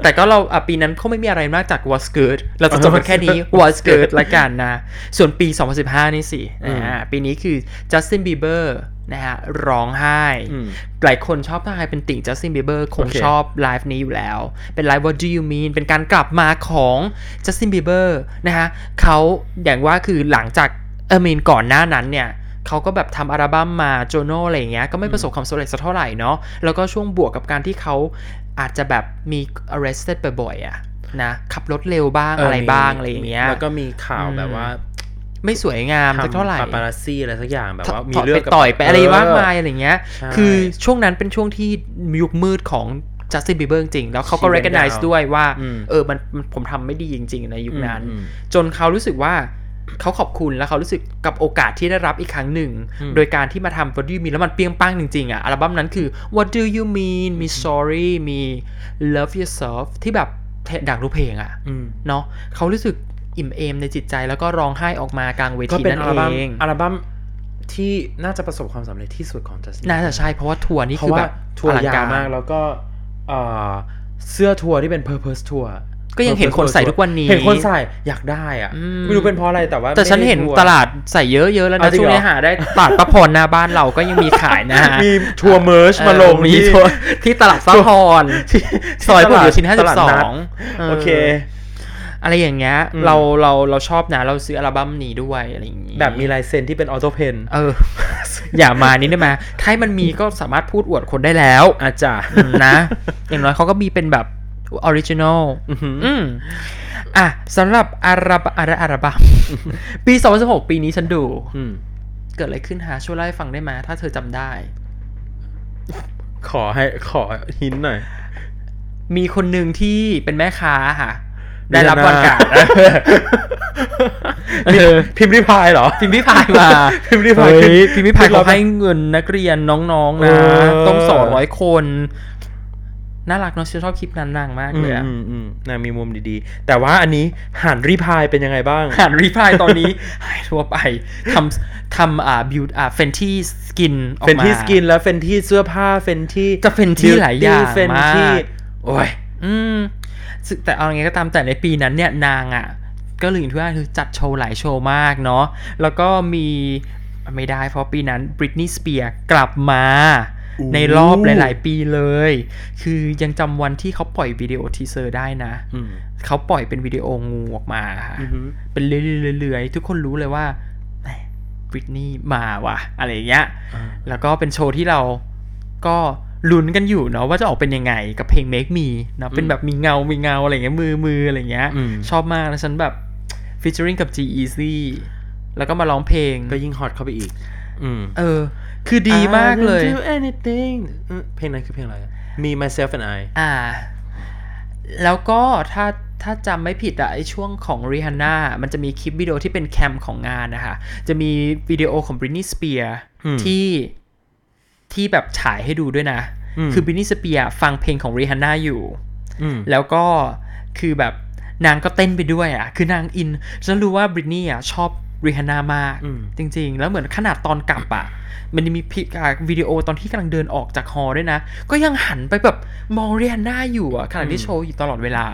S1: แต่ก็เราอ่ะปีนั้นก็ไม่มีอะไรมากจาก was good เราจะจบกันแค่นี้ was good ละกันนะ ส่วนปี 2015 นี่สิ
S3: อื
S1: นะ
S3: ม
S1: ฮะปีนี้คือ Justin Bieber นะฮะร้องไห้
S3: อืม
S1: หลายคนชอบถ้าใครเป็นติ่ง Justin Bieber คง
S3: โอเค
S1: ชอบไลฟ์นี้อยู่แล้ว เป็นไลฟ์ What Do You Mean เป็นการกลับมาของ Justin Bieber นะฮะเขาอย่างว่าคือหลังจากเออมีนก่อนหน้านั้นเนี่ยเขาก็แบบทำอัลบั้มมาโจโนอะไรอย่างเงี้ยก็ไม่ประสบความสำเร็จสักเท่าไหร่เนาะแล้วก็ช่วงบวกกับการที่เขาอาจจะแบบมี arrested บ่อยๆอะนะขับรถเร็วบ้างอะไรบ้างอะไรอย่างเงี้ย
S3: แล้วก็มีข่าว
S1: อืม
S3: แบบว่า
S1: ไม่สวยงามสักเท่าไหร่
S3: ปาปารัสซี่อะไรสักอย่างแบบว่ามี
S1: ต่อย
S3: เรื่อง
S1: ไป
S3: กับ
S1: ต่อยไปอะไรมากมายอะไรเงี้ย
S3: ใช่
S1: คือช่วงนั้นเป็นช่วงที่ยุคมืดของจัสตินบีเบอร์จริงๆแล้วเขาก็
S3: She went
S1: recognize
S3: down
S1: ด้วยว่า
S3: อืม
S1: เออมันมันผมทำไม่ดีจริง ๆ ในยุคนั้น
S3: อืมอืม
S1: จนเขารู้สึกว่าเขาขอบคุณแล้วเขารู้สึกกับโอกาสที่ได้รับอีกครั้งหนึ่ง
S3: อืม
S1: โดยการที่มาทำ What Do You Mean แล้วมันเปรี้ยงปังจริงๆอ่ะอัลบั้มนั้นคือ What Do You Mean มี Sorry มี Love Yourself ที่แบบดังรูปเพลงอ่ะ
S3: อืม
S1: เนาะเขารู้สึกอิ่มเอมในจิตใจแล้วก็ร้องไห้ออกมากลางเว
S3: ก็
S1: ที
S3: เป็น
S1: นั่น
S3: อัล
S1: เอ
S3: บั้ม
S1: ง
S3: อัลบั้มที่น่าจะประสบความสำเร็จที่สุดของจัสติน
S1: น่าจะใช่เพราะว่าทัวร์นี่
S3: เพ
S1: คื
S3: ราะ
S1: อ
S3: ว่า
S1: แบบ
S3: ทัวร์
S1: อลัง
S3: ยาวมากแล้วก็เอ่อเสื้อทัวร์ที่เป็น purpose tour
S1: ก็ยังเห็นคนใส่ทุกวันนี้
S3: เห็นคนใส่อยากได้อะ
S1: อืม
S3: ไม่รู้เป็นเพราะอะไรแต่ว่า
S1: แต่ฉัน
S3: ไม่
S1: เห็น
S3: ไทัวร์
S1: ตลาดใส่เยอะๆแล้ว
S3: เอา
S1: นะ
S3: จริง
S1: ช่วงนี้
S3: เหรอ
S1: หาได้ตลาดประพรหน้าบ้านเรา *laughs* ก็ยังมีขายนะฮะ
S3: มีทัวร์เมอร์ชมาลง
S1: เออมี
S3: ที่
S1: ทัวร์ที่ตลาดสะพร
S3: ที่
S1: ซอยพหลโยธิน
S3: ตลาดด
S1: 52
S3: โอเค
S1: อะไรอย่างเงี้ย
S3: อืม
S1: เราเราเราชอบนะเราซื้ออัลบั้มนี้ด้วยอะไรอย่างงี้
S3: แบบมีลายเซ็นที่เป็นออโต้เพน
S1: เอ *laughs* อ อย่ามานี่ได้ไหมถ้ามันมีก็สามารถพูดอวดคนได้แล้ว
S3: อาจารย์
S1: นะ อย่างน้อยเขาก็มีเป็นแบบออริจินอล
S3: อื้อหือ
S1: อืมอ่ะสำหรับอาราบอาราอาราบะ ปี 2016 ปีนี้ฉันดู
S3: อืม
S1: เกิดอะไรขึ้นฮะช่วยเล่าให้ฟังได้ไหมถ้าเธอจำได้
S3: ขอให้ขอหินหน่อย
S1: มีคนหนึ่งที่เป็นแม่ค้าค่ะ ได้รับวันการ
S3: เออพิมพ์ริพายเหรอ
S1: พิมพ์ริพายมา
S3: พิมพ์ริพาย
S1: เฮ้ย
S3: คือ
S1: พิมพ์ริพายเขา
S3: คือ
S1: ให้เงินนักเรียนน้องๆ
S3: เอ
S1: นะ
S3: อ
S1: ต้องสองร้อยคน น่ารักเนาะฉันชอบคลิปนั้นนางมาก
S3: อื
S1: เลย
S3: ม
S1: อะ
S3: อืมอืมนะมีมุมดีๆ แต่ว่าอันนี้หานริพายเป็นยังไง *laughs* บ้าง
S1: หานรีพายตอนนี้หายทั่วไปทำทำอ่าบิวอ่าเฟนที่สกินออกมา
S3: เฟนที่สกินแล้วเฟนที่เสื้อผ้าเฟนที่
S1: จะ Fenty หลายอย่าง
S3: เฟน
S1: มา
S3: ที่
S1: ก
S3: โอ้ย
S1: อืมซึ่งแต่เอาไงก็ตามแต่ในปีนั้นเนี่ยนางอะ่ะ ก็ลืมที่ว่าคือจัดโชว์หลายโชว์มากเนาะแล้วก็มีไม่ได้เพราะปีนั้นบริตนี y s สเปียกลับมา
S3: อู้
S1: ในรอบหลาย ๆ ปีเลย คือยังจำวันที่เขาปล่อยวิดีโอทีเซอร์ได้นะ
S3: อืม
S1: เขาปล่อยเป็นวิดีโองูออกมาค่ะ
S3: อือฮึ
S1: เป็นเรื่อยๆๆๆทุกคนรู้เลยว่าบริตนีมาว่ะ อะไรอย่างเงี้ย
S3: อ่า
S1: แล้วก็เป็นโชว์ที่เราก็ลุ้นกันอยู่เนาะว่าจะออกเป็นยังไงกับเพลง Make Me เนาะเป็นแบบมีเงา มีเงาอะไรเงี้ยมือมืออะไรเงี้ย
S3: อืม
S1: ชอบมากแล้วฉันแบบฟิชเจอริงกับ G Easy แล้วก็มาร้องเพลง
S3: ก็ยิ่งฮอตเข้าไปอีก อืม
S1: เออ คือดีมากเลย
S3: I don't do anything อืมเพลงนั้นคือเพลงอะไรอะ Me myself and I
S1: อ่า แล้วก็ถ้าถ้าจำไม่ผิดอะไอช่วงของริฮันน่ามันจะมีคลิปวิดีโอที่เป็นแคมของงานนะคะ จะมีวิดีโอของบริ t นี y s สเปีย
S3: อืม
S1: ที่ที่แบบฉายให้ดูด้วยนะ
S3: อืม
S1: คือบริ t นี y s สเปียฟังเพลงของริฮันน่าอยู่
S3: อืม
S1: แล้วก็คือแบบนางก็เต้นไปด้วยอ่ะ คือนางอิน ฉันรู้ว่าบริ t นี y อ่ะชอบริฮานามาก
S3: อืม
S1: จริงๆ แล้วเหมือนขนาดตอนกลับอ่ะ มันยังมีพิอ่าวิดีโอตอนที่กำลังเดินออกจากฮอลล์ด้วยนะ ก็ยังหันไปแบบมองริฮาน่าอยู่อ่ะขณะที่โชว์อยู่ตลอดเวลา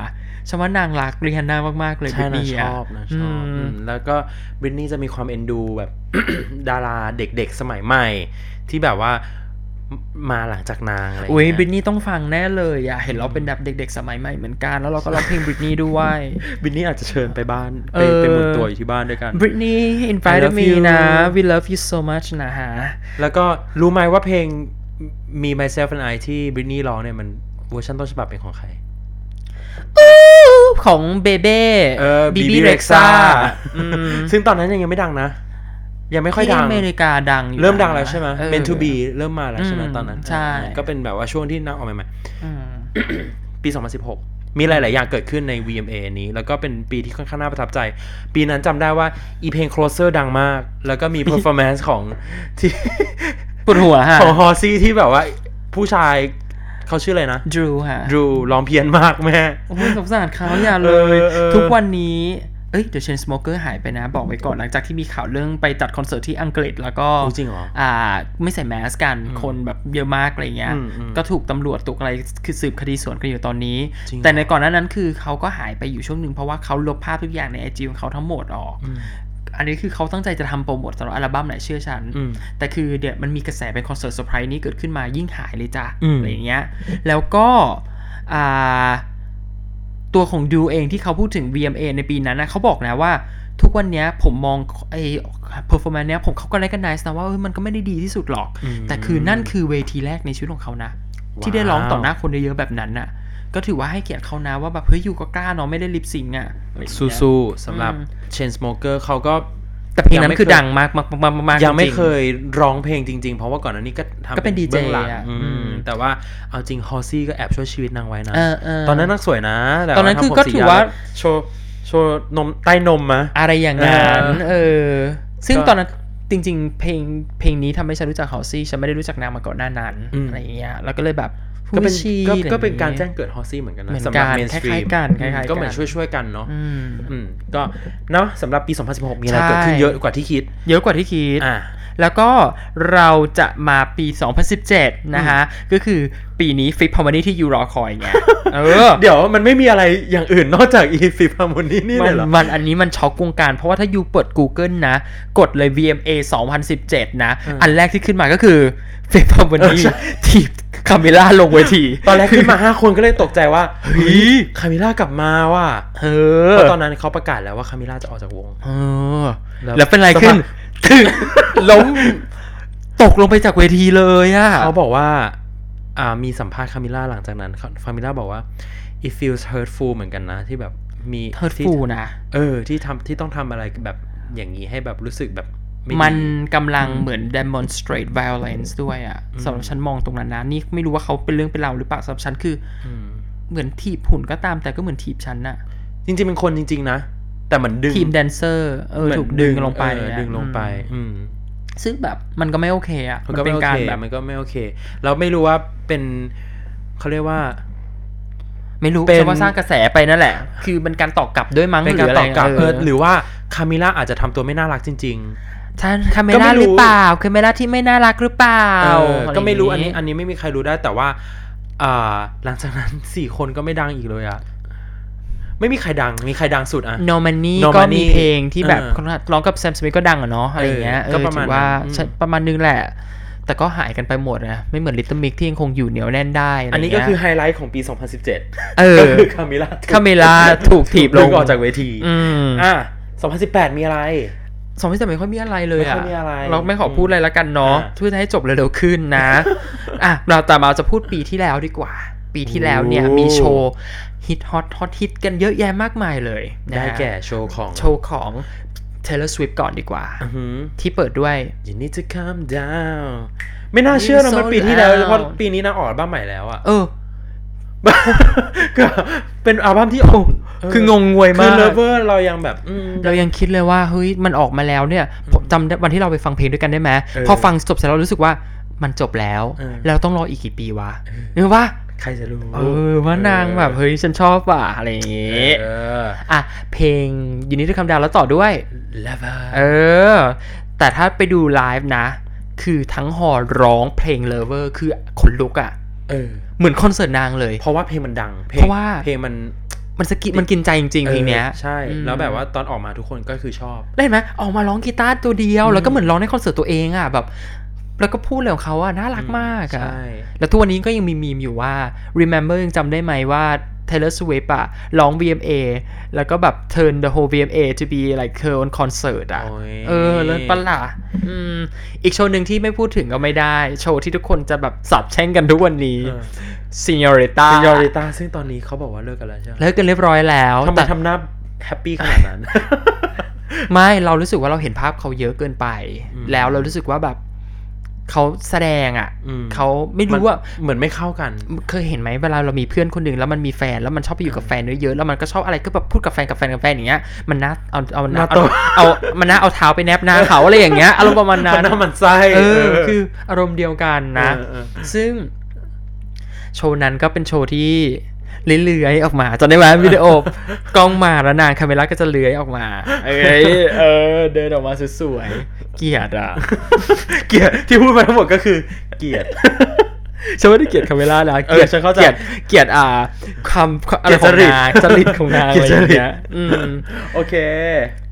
S1: ฉันว่านางรักริฮานามากๆเลยบ
S3: ใช่
S1: ริต
S3: นะ
S1: นี
S3: ช
S1: อ่ะ
S3: อบนะชอบ
S1: อืม
S3: อืมแล้วก็บริ t นี่จะมีความเอ็นดูแบบ *coughs* ดาราเด็กๆสมัยใหม่ ที่แบบว่ามาหลังจากนางอะไรอย่าง
S1: อุ้ย
S3: เงี้ย
S1: บริตนีต้องฟังแน่เลยอ่ะ เห็นเราเป็นแบบเด็ก ๆ สมัยใหม่เหมือนกัน แล้วเราก็ร้องเพลงบริตนีด้วย
S3: บริตนี่อาจจะเชิญไปบ้าน
S1: เออ
S3: ไปไปหมุนตัวอยู่ที่บ้านด้วยกัน
S1: บริตนี invited
S3: I love
S1: me
S3: you
S1: นะ we love you so much นะฮะ
S3: แล้วก็รู้ไหมว่าเพลง Me myself and I ที่บริ t นี่ร้องเนี่ยมันเวอร์ชันต้นฉบับเป็นของใคร
S1: ของเบเบ้
S3: เออ
S1: บี
S3: BB
S1: บีเร็กซ่า
S3: Rexha ซึ่ง *laughs* ตอนนั้นยังไม่ดังนะ ยังไม่ค่อยดัง
S1: อเมริกาดังอยู่นะ
S3: เริ่มดังแล้วใช่ไหม
S1: ออ
S3: m e n to be เริ่มมาแล้วใช่ไหม
S1: อืม
S3: ตอนนั้น
S1: ใช่
S3: ก็เป็นแบบว่าช่วงที่นางออกใหม่
S1: อืม
S3: ๆ ปี 2016 มีหลาย ๆ อย่างเกิดขึ้นใน VMA นี้ แล้วก็เป็นปีที่ค่อนข้างน่าประทับใจ ปีนั้นจำได้ว่า อีเพลง closer ดังมาก แล้วก็มี performance *laughs* ของที่
S1: ปวดหัวฮะ
S3: ของฮอซี่ ที่แบบว่าผู้ชายเขาชื่ออะไรนะ
S1: ดรูฮะ
S3: ดรูร้องเพี้ยนมากแม่
S1: โอ้ยสงสารเขาอย่าเลย
S3: เออเออ
S1: ทุกวันนี้ เอ้ยเดี๋ยวเชนสโมเกอร์หายไปนะ บอกไว้ก่อนหลังจากที่มีข่าวเรื่องไปจัดคอนเสิร์ตที่อังกฤษแล้วก็
S3: โอ้จริงเหรอ
S1: อ่า ไม่ใส่แมสกันคนแบบเยอะมากอะไรเงี้ย
S3: อืมอืม
S1: ก็ถูกตำรวจตุกอะไรคือสืบคดีสวนกันอยู่ตอนนี้
S3: จริงเหรอ
S1: แต่ในก่อนหน้านั้นคือเขาก็หายไปอยู่ช่วงหนึ่งเพราะว่าเขาลบภาพทุกอย่างในไอจีของเขาทั้งหมดออก
S3: อืม
S1: อันนี้คือเขาตั้งใจจะทำโปรโมทสำหรับอัลบั้มไหนเชื่อฉัน
S3: อืม
S1: แต่คือเดี๋ยวมันมีกระแสเป็นคอนเสิร์ตเซอร์ไพรส์นี้เกิดขึ้นมายิ่งหายเลยจ้ะ
S3: อืม
S1: อะไรอย่างเงี้ย แล้วก็อ่าตัวของดูเองที่เขาพูดถึง VMA ในปีนั้นนะเขาบอกนะว่าทุกวันเนี้ยผมมองไอ้ performance เนี้ยผมเขาก็ recognize นะว่าเอ้ยมันก็ไม่ได้ดีที่สุดหรอก แต่คือนั่นคือเวทีแรกในชีวิตของเขานะ ที่ได้ร้องต่อหน้าคนเยอะๆแบบนั้นน่ะ ก็ถือว่าให้เกียรติเขานะว่าแบบเฮ้ยอยู่ก็กล้าเนาะไม่ได้ลิปซิงอ่ะอะไรอย่างเงี้ย
S3: สู้ๆสำหรับ
S1: อืม
S3: Chainsmoker เขาก็
S1: แต่เพลงนั้
S3: ยังไม่
S1: นคือ
S3: เคย
S1: ดังมากมากมากมาก
S3: ยังไม่
S1: จริๆ
S3: เคยร้องเพลงจริง ๆ เพราะว่าก่อนหน้านี้ก็ทำ
S1: ก็เป็นดีเจ
S3: บื้องหลัง
S1: อะ
S3: อืม
S1: อืม
S3: แต่ว่าเอาจริงฮอซี่ก็แอบช่วยชีวิตนางไว้นะ
S1: เออเออ
S3: ตอนนั้นนางสวยนะแบบ
S1: ตอนนั้น
S3: ทำ
S1: คือ
S3: ผม
S1: ก็
S3: สี
S1: ถือย ว่า
S3: โชว์โชว์นมใต้นมมะ
S1: อะไรอย่างนั้น เออ ซึ่ง
S3: ก็
S1: ตอนนั้นจริง ๆ เพลงเพลงนี้ทำให้ฉันรู้จักเขาซี่ ฉันไม่ได้รู้จักนางมาก่อนหน้านั้น
S3: อืม
S1: อะไรอย่างเงี้ย แล้วก็เลยแบบ
S3: ก็เป็น
S1: ผู้ชี
S3: ก็
S1: อะไรอย่ย
S3: ก็เป็นการแจ้งเกิดฮอซี่เหมือนกันนะ
S1: เหมือน
S3: สำหรับ
S1: กัน
S3: เมนสตรี
S1: คล้าย
S3: ม
S1: ๆกันคล้ายๆ
S3: ก็เหมือน
S1: กัน
S3: ช่วยๆกันเนาะ
S1: อืม
S3: อืมก็เนาะสำหรับปี 2016 มีอะไร
S1: ใช่
S3: เกิดขึ้นเยอะกว่าที่คิด
S1: เยอะกว่าที่คิด
S3: อ่ะ
S1: แล้วก็เราจะมาปี 2017 นะคะ ก็คือปีนี้ฟิปพาวเวอร์ที่ยูรอคอย
S3: *laughs*
S1: ไงเออ
S3: เดี๋ยวมันไม่มีอะไรอย่างอื่นนอกจากอีฟิฟฮาร์โมนีนี่
S1: มั
S3: เล
S1: น
S3: ยเหรอ
S1: มันอันนี้มันช็อกวงการ เพราะว่าถ้ายูเปิด Google นะ กดเลย VMA 2017 นะ
S3: อืม
S1: อันแรกที่ขึ้นมาก็คือเฟปพาวเวอ
S3: เออ
S1: ร์
S3: ใช่
S1: ทีบคาเมล่าลงเวที
S3: ตอนแรกขึ้นมา *laughs* 5 คนก็เลยตกใจว่าเฮ้ยคามิล่ากลับมาว่ะ
S1: เอ
S3: เ
S1: อ
S3: พราะตอนนั้นเขาประกาศแล้วว่าคามิล่าจะออกจากวง
S1: เออ
S3: แล้ว
S1: แล้วเป็นไรขึ้นถึงล้มตกลงไปจากเวทีเลยอะ
S3: เขาบอกว่าอ่ามีสัมภาษณ์คามิล่าหลังจากนั้นเขาคามิล่าบอกว่า it feels hurtful เหมือนกันนะ ที่แบบมี
S1: เฮิร์ต
S3: ที่
S1: ฟูนะ
S3: เออที่ทำที่ต้องทำอะไรแบบอย่างนี้ให้แบบรู้สึกแบบ ไดี
S1: มันกำลังเหมือน demonstrate violence ด้วยอะ
S3: อืม
S1: สำหรับฉันมองตรงนั้นนะ นี่ไม่รู้ว่าเขาเป็นเรื่องเป็นราวหรือเปล่าสำหรับฉันคือ
S3: อืม
S1: เหมือนถีบหุ่นก็ตามแต่ก็เหมือนถีบฉันน่ะ
S3: จริงๆเป็นคนจริง ๆ นะ แต่เหมือนดึง
S1: ทีมแดนเซอร์เออ
S3: เหมือน
S1: ถูกดึงลงไป
S3: เออ
S1: นะ
S3: ดึงลงไป
S1: อืม
S3: อืม
S1: ซึ่งแบบมันก็ไม่โอเคอะ
S3: มันก็ไม่
S1: เป็น
S3: โอ
S1: การ
S3: เค
S1: แบบ
S3: มันก็ไม่โอเค เราไม่รู้ว่าเป็นเขาเรียกว่า
S1: ไม่รู้
S3: เป็น
S1: จะว่าสร้างกระแสไปนั่นแหละ คือเป็นการตอบกลับด้วยมั้ง
S3: เป็น
S1: หรือ
S3: การ
S1: อะไร
S3: ตอบกลับ
S1: ะ
S3: เออหรือว่าคามิล่าอาจจะทำตัวไม่น่ารักจริง
S1: ฉันคาเม
S3: ก็ไม่
S1: ล่าห
S3: รู้
S1: รือเปล่าคาเมล่าที่ไม่น่ารักหรือเปล่า
S3: ๆเออก็ไม่รู้อัน
S1: ย่าง
S3: นี้อันนี้ไม่มีใครรู้ได้แต่ว่าอ่าหลังจากนั้น *laughs* สี่คนก็ไม่ดังอีกเลยอะไม่มีใครดังมีใครดังสุดอะ
S1: โนมันนี่
S3: No
S1: ก็
S3: Money
S1: มีเพลงที่แบบ
S3: เออ
S1: ร้องกับแซมสมิธก็ดังอะเนาะอะไรอย่างเงี้ย
S3: เอ
S1: เอ
S3: อ
S1: อ
S3: ก็ประมาณ
S1: ถือว่า
S3: นั้น
S1: ใช่ประมาณนึงแหละ แต่ก็หายกันไปหมดนะไม่เหมือนลิตเติ้ลมิกที่ยังคงอยู่เหนียวแน่นได้ะไร
S3: อันนี้
S1: ย่าง
S3: ก็
S1: เงี้ย
S3: คือไฮไลท์ของปี 2017
S1: เออ
S3: ก็คือคามิล่าถูก
S1: คามิล่าถูกถีบลง
S3: ดึออกจากเวที
S1: อืม
S3: อ่ะ2018 มีอะไร
S1: สองพี่แต่ไม่ค่อยมีอะไรเลย
S3: ไม่ค่อยมีอะไร
S1: เราไม่ขอพูดอะไรละกันเนาะ
S3: อ่า
S1: เพื่อให้จบเร็วๆขึ้นนะ
S3: *laughs*
S1: อ่ะเราแต่มาจะพูดปีที่แล้วดีกว่า ปีที่แล้วเนี่ย
S3: โอ้
S1: มีโชว์ฮิตฮอตฮอตฮิตกันเยอะแยะมากมายเลยนะ
S3: ได้แก่โชว์ของ
S1: โชว์ของ Taylor Swift ก่อนดีกว่า
S3: อือหือ
S1: ที่เปิดด้วย
S3: You need to calm down ไม่น่าเชื่อนะมันปีที่แล้ว
S1: Sold out
S3: เพราะปีนี้นางออกอัลบั้มใหม่แล้วอะ
S1: เออ
S3: ก็เป็นอัลบั้มที่ออก
S1: คืองงงวย
S3: คื
S1: มา
S3: อก เลเวอร์เรายังแบบอืม
S1: เรายังคิดเลยว่าเฮ้ยมันออกมาแล้วเนี่ยผมจำได้วันที่เราไปฟังเพลงด้วยกันได้ไหม
S3: เออ
S1: พอฟังจบเสร็จเรารู้สึกว่ามันจบแล้ว
S3: เออ
S1: แล้วต้องรออีกกี่ปีวะนึกว่า
S3: ใครจะรู้
S1: เออว่านางแบบเฮ้ยฉันชอบว่ะอะไรอย่าง
S3: เอ
S1: เงี้ย
S3: อ
S1: อ่ะเพลงยูนิตคำดาวแล้วต่อด้วย
S3: lover
S1: เออ แต่ถ้าไปดูไลฟ์นะ คือทั้งหอร้องเพลง lover คือขนลุกอะ่ะ
S3: เออ
S1: เหมือนคอนเสิร์ตนางเลย
S3: เพราะว่าเพลงมันดัง
S1: เพราะว่า
S3: เพลงมัน
S1: มันสกิมันกินใจจริงๆเพลงเนี้ย
S3: ออใช่
S1: อืม
S3: แล้วแบบว่าตอนออกมาทุกคนก็คือชอบ
S1: ได้ไหมออกมาร้องกีตาร์ตัวเดียว แล้วก็เหมือนร้องในคอนเสิร์ตตัวเองอะ่ะแบบ แล้วก็พูดเลยของเขาอะ่ะน่ารักมากอ่ะ
S3: ใช่
S1: แล้วทุกวันนี้ก็ยังมีมีมอยู่ว่า remember ยังจำได้ไหมว่า Taylor Swift อะร้อง VMA แล้วก็แบบ turn the whole VMA to be like her own concert อะ
S3: โอ้ย
S1: เออเลิศปะล่ะอืมอีกโชว์หนึ่งที่ไม่พูดถึงก็ไม่ได้ โชว์ที่ทุกคนจะแบบสับแช่งกันทุกวันนี้
S3: เออ
S1: Senorita
S3: Senorita ซึ่งตอนนี้เขาบอกว่าเลิกกันแล้วใช่ไหม
S1: เลิกกันเรียบร้อยแล้ว
S3: ทำไม
S1: แต่
S3: ทำหน้าแฮปปี้ขนาดนั้น
S1: ไม่เรารู้สึกว่าเราเห็นภาพเขาเยอะเกินไป
S3: อืม
S1: แล้วเรารู้สึกว่าแบบเขาแสดงอะ
S3: *laughs* อืม
S1: เขาไม่รู้ว่า
S3: เหมือนไม่เข้ากัน
S1: เคยเห็นไหมเวลาเรามีเพื่อนคนหนึ่งแล้วมันมีแฟนแล้วมันชอบไปอยู่กับแฟนเยอะๆแล้วมันก็ชอบอะไรก็แบบพูดกับแฟนกับแฟนกับแฟนอย่างเงี้ยมันน่าเอาเอา
S3: หน้า
S1: เอา
S3: ตบ
S1: เอามันน่าเอาเท้าไปแนบหน้าเขาอะไรอย่างเงี้ยอารมณ์ประมาณนั้น
S3: หน้ามันไส้
S1: เออคืออารมณ์เดียวกันนะ
S3: เออเออ
S1: ซึ่งโชว์นั้นก็เป็นโชว์ที่เลื้อยๆออกมาจำได้ไหมวิดีโอกล้องมาแล้วนางคาเมล่าก็จะเลื้อยออกมาเอ้ยเออเดินออกมาสวยๆเกลียดอ่ะ
S3: เกลียดที่พูดมาทั้งหมดก็คือเกลียด
S1: ฉันไม่ได้เกลียดคาเมล่านะ
S3: เออฉันเข้าใจ
S1: เกลียดเกลียดอ่าคำอะไรของนาง
S3: เกลียดจ
S1: จ
S3: ริ
S1: ริ
S3: ต
S1: ตของนาง
S3: เกลี
S1: อะไร
S3: ยดจ
S1: อ
S3: ริต
S1: ย่างเงี้ยอืม
S3: โอเค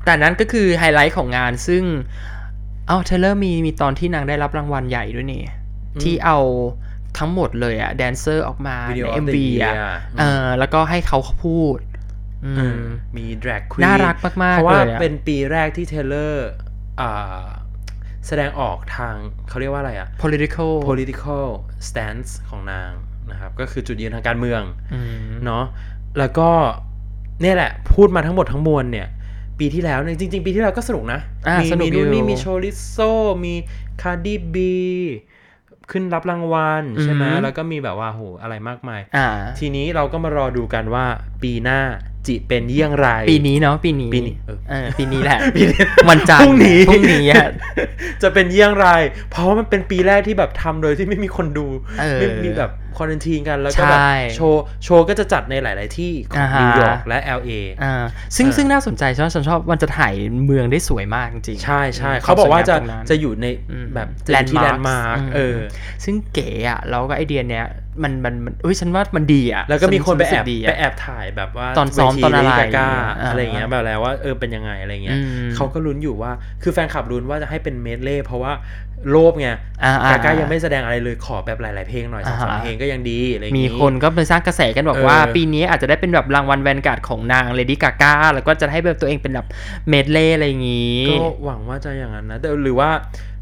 S1: แต่นั้นก็คือไฮไลท์ของงานซึ่ง เอ้าเทเลอร์มีมีตอนที่นางได้รับรางวัลใหญ่ด้วยนี่
S3: อืม
S1: ที่เอาทั้งหมดเลยอะแดนเซอร์ออกมา
S3: วิดีโอ
S1: ใน
S3: เอ็ม
S1: MV
S3: วีอ่ะ
S1: อะเออแล้วก็ให้เขาเขาพูด อืม
S3: มี drag queen
S1: น่ารักมากๆ
S3: เพราะว่า
S1: เลยอะ
S3: เป็นปีแรกที่เทเลอร์อ่าแสดงออกทางเขาเรียกว่าอะไรอ่ะ
S1: political
S3: political stance ของนางนะครับ ก็คือจุดยืนทางการเมือง
S1: อืม
S3: เนาะแล้วก็เนี่ยแหละ พูดมาทั้งหมดทั้งมวลเนี่ย ปีที่แล้วเนี่ยจริง ๆ ปีที่แล้วก็สนุกนะ
S1: อ่ะ
S3: มี
S1: สนุก
S3: มีนู่น
S1: อยู่
S3: นี่มีโชลิโซมีคาร์ดิบีขึ้นรับรางวัลใช่ไหม
S1: อือหือ
S3: แล้วก็มีแบบว่าโหอะไรมากมาย
S1: อ่า
S3: ทีนี้เราก็มารอดูกันว่าปีหน้าจิเป็นเยี่ยงไร
S1: ปีนี้เนาะปีนี้
S3: ปีนี้เออ
S1: เออปีนี้แหละ
S3: *laughs* ปีนี้
S1: วันจันทร์
S3: พรุ่งนี้
S1: พรุ่งนี้อะ
S3: *laughs* จะเป็นเยี่ยงไร เพราะว่ามันเป็นปีแรกที่แบบทำโดยที่ไม่มีคนดู
S1: เออ
S3: ไม่มีแบบควอนตีนกันแล้วก็แบบ
S1: ใช่
S3: โชว์โชว์ก็จะจัดในหลาย ๆ ที่ของ
S1: อ่าฮะ
S3: นิวยอร์กและ LA
S1: อ่าซึ่ง
S3: เออ
S1: ซึ่งน่าสนใจฉันว่าฉันชอบมันจะถ่ายเมืองได้สวยมากจริงๆ
S3: ใช่ใช่
S1: ม
S3: เขาบอกว่าจะ
S1: ควมสยงมตรงนั้น
S3: จะอยู่ใน
S1: อืม
S3: แบบจะอยู่ที่แลน
S1: Landmarks
S3: ด์มาร์ก
S1: อืม
S3: เออ
S1: ซึ่งเก๋อะแล้วก็ไอเดียเนี้ยมันมันมันเอ้ยฉันว่ามันดีอะ
S3: แล้วก็มีคนไปแอ
S1: ฉั
S3: บ
S1: รู้สึดีะ
S3: ไปแอบถ่ายแบบว่า
S1: ตอนซ้อม
S3: เวที
S1: ตอนอะไร
S3: ลดี้กากา
S1: อ่า
S3: อะไรอย่างเงี้ยแบบแล้วว่าเออเป็นยังไงอะไรเงี้ย
S1: อืม
S3: เขาก็ลุ้นอยู่ว่าคือแฟนคลับลุ้นว่าจะให้เป็นเมดเล่เพราะว่าโลภไง
S1: อ่าอ่าก
S3: ากายังไม่แสดงอะไรเลยขอแบบหลาย ๆ เพลงหน่อยสองสาม
S1: อ่าฮะ
S3: เพลงก็ยังดีอะไรอย่าง
S1: มี
S3: งี้
S1: คนก็ไปสร้างกระแสกันบอก
S3: เออ
S1: ว่า ปีนี้อาจจะได้เป็นแบบรางวัลแวนการ์ดของนางเลดี้กากาแล้วก็จะให้แบบตัวเองเป็นแบบเมดเล่อะไรอย่างงี้
S3: ก็หวังว่าจะอย่างนั้นนะแต่หรือว่า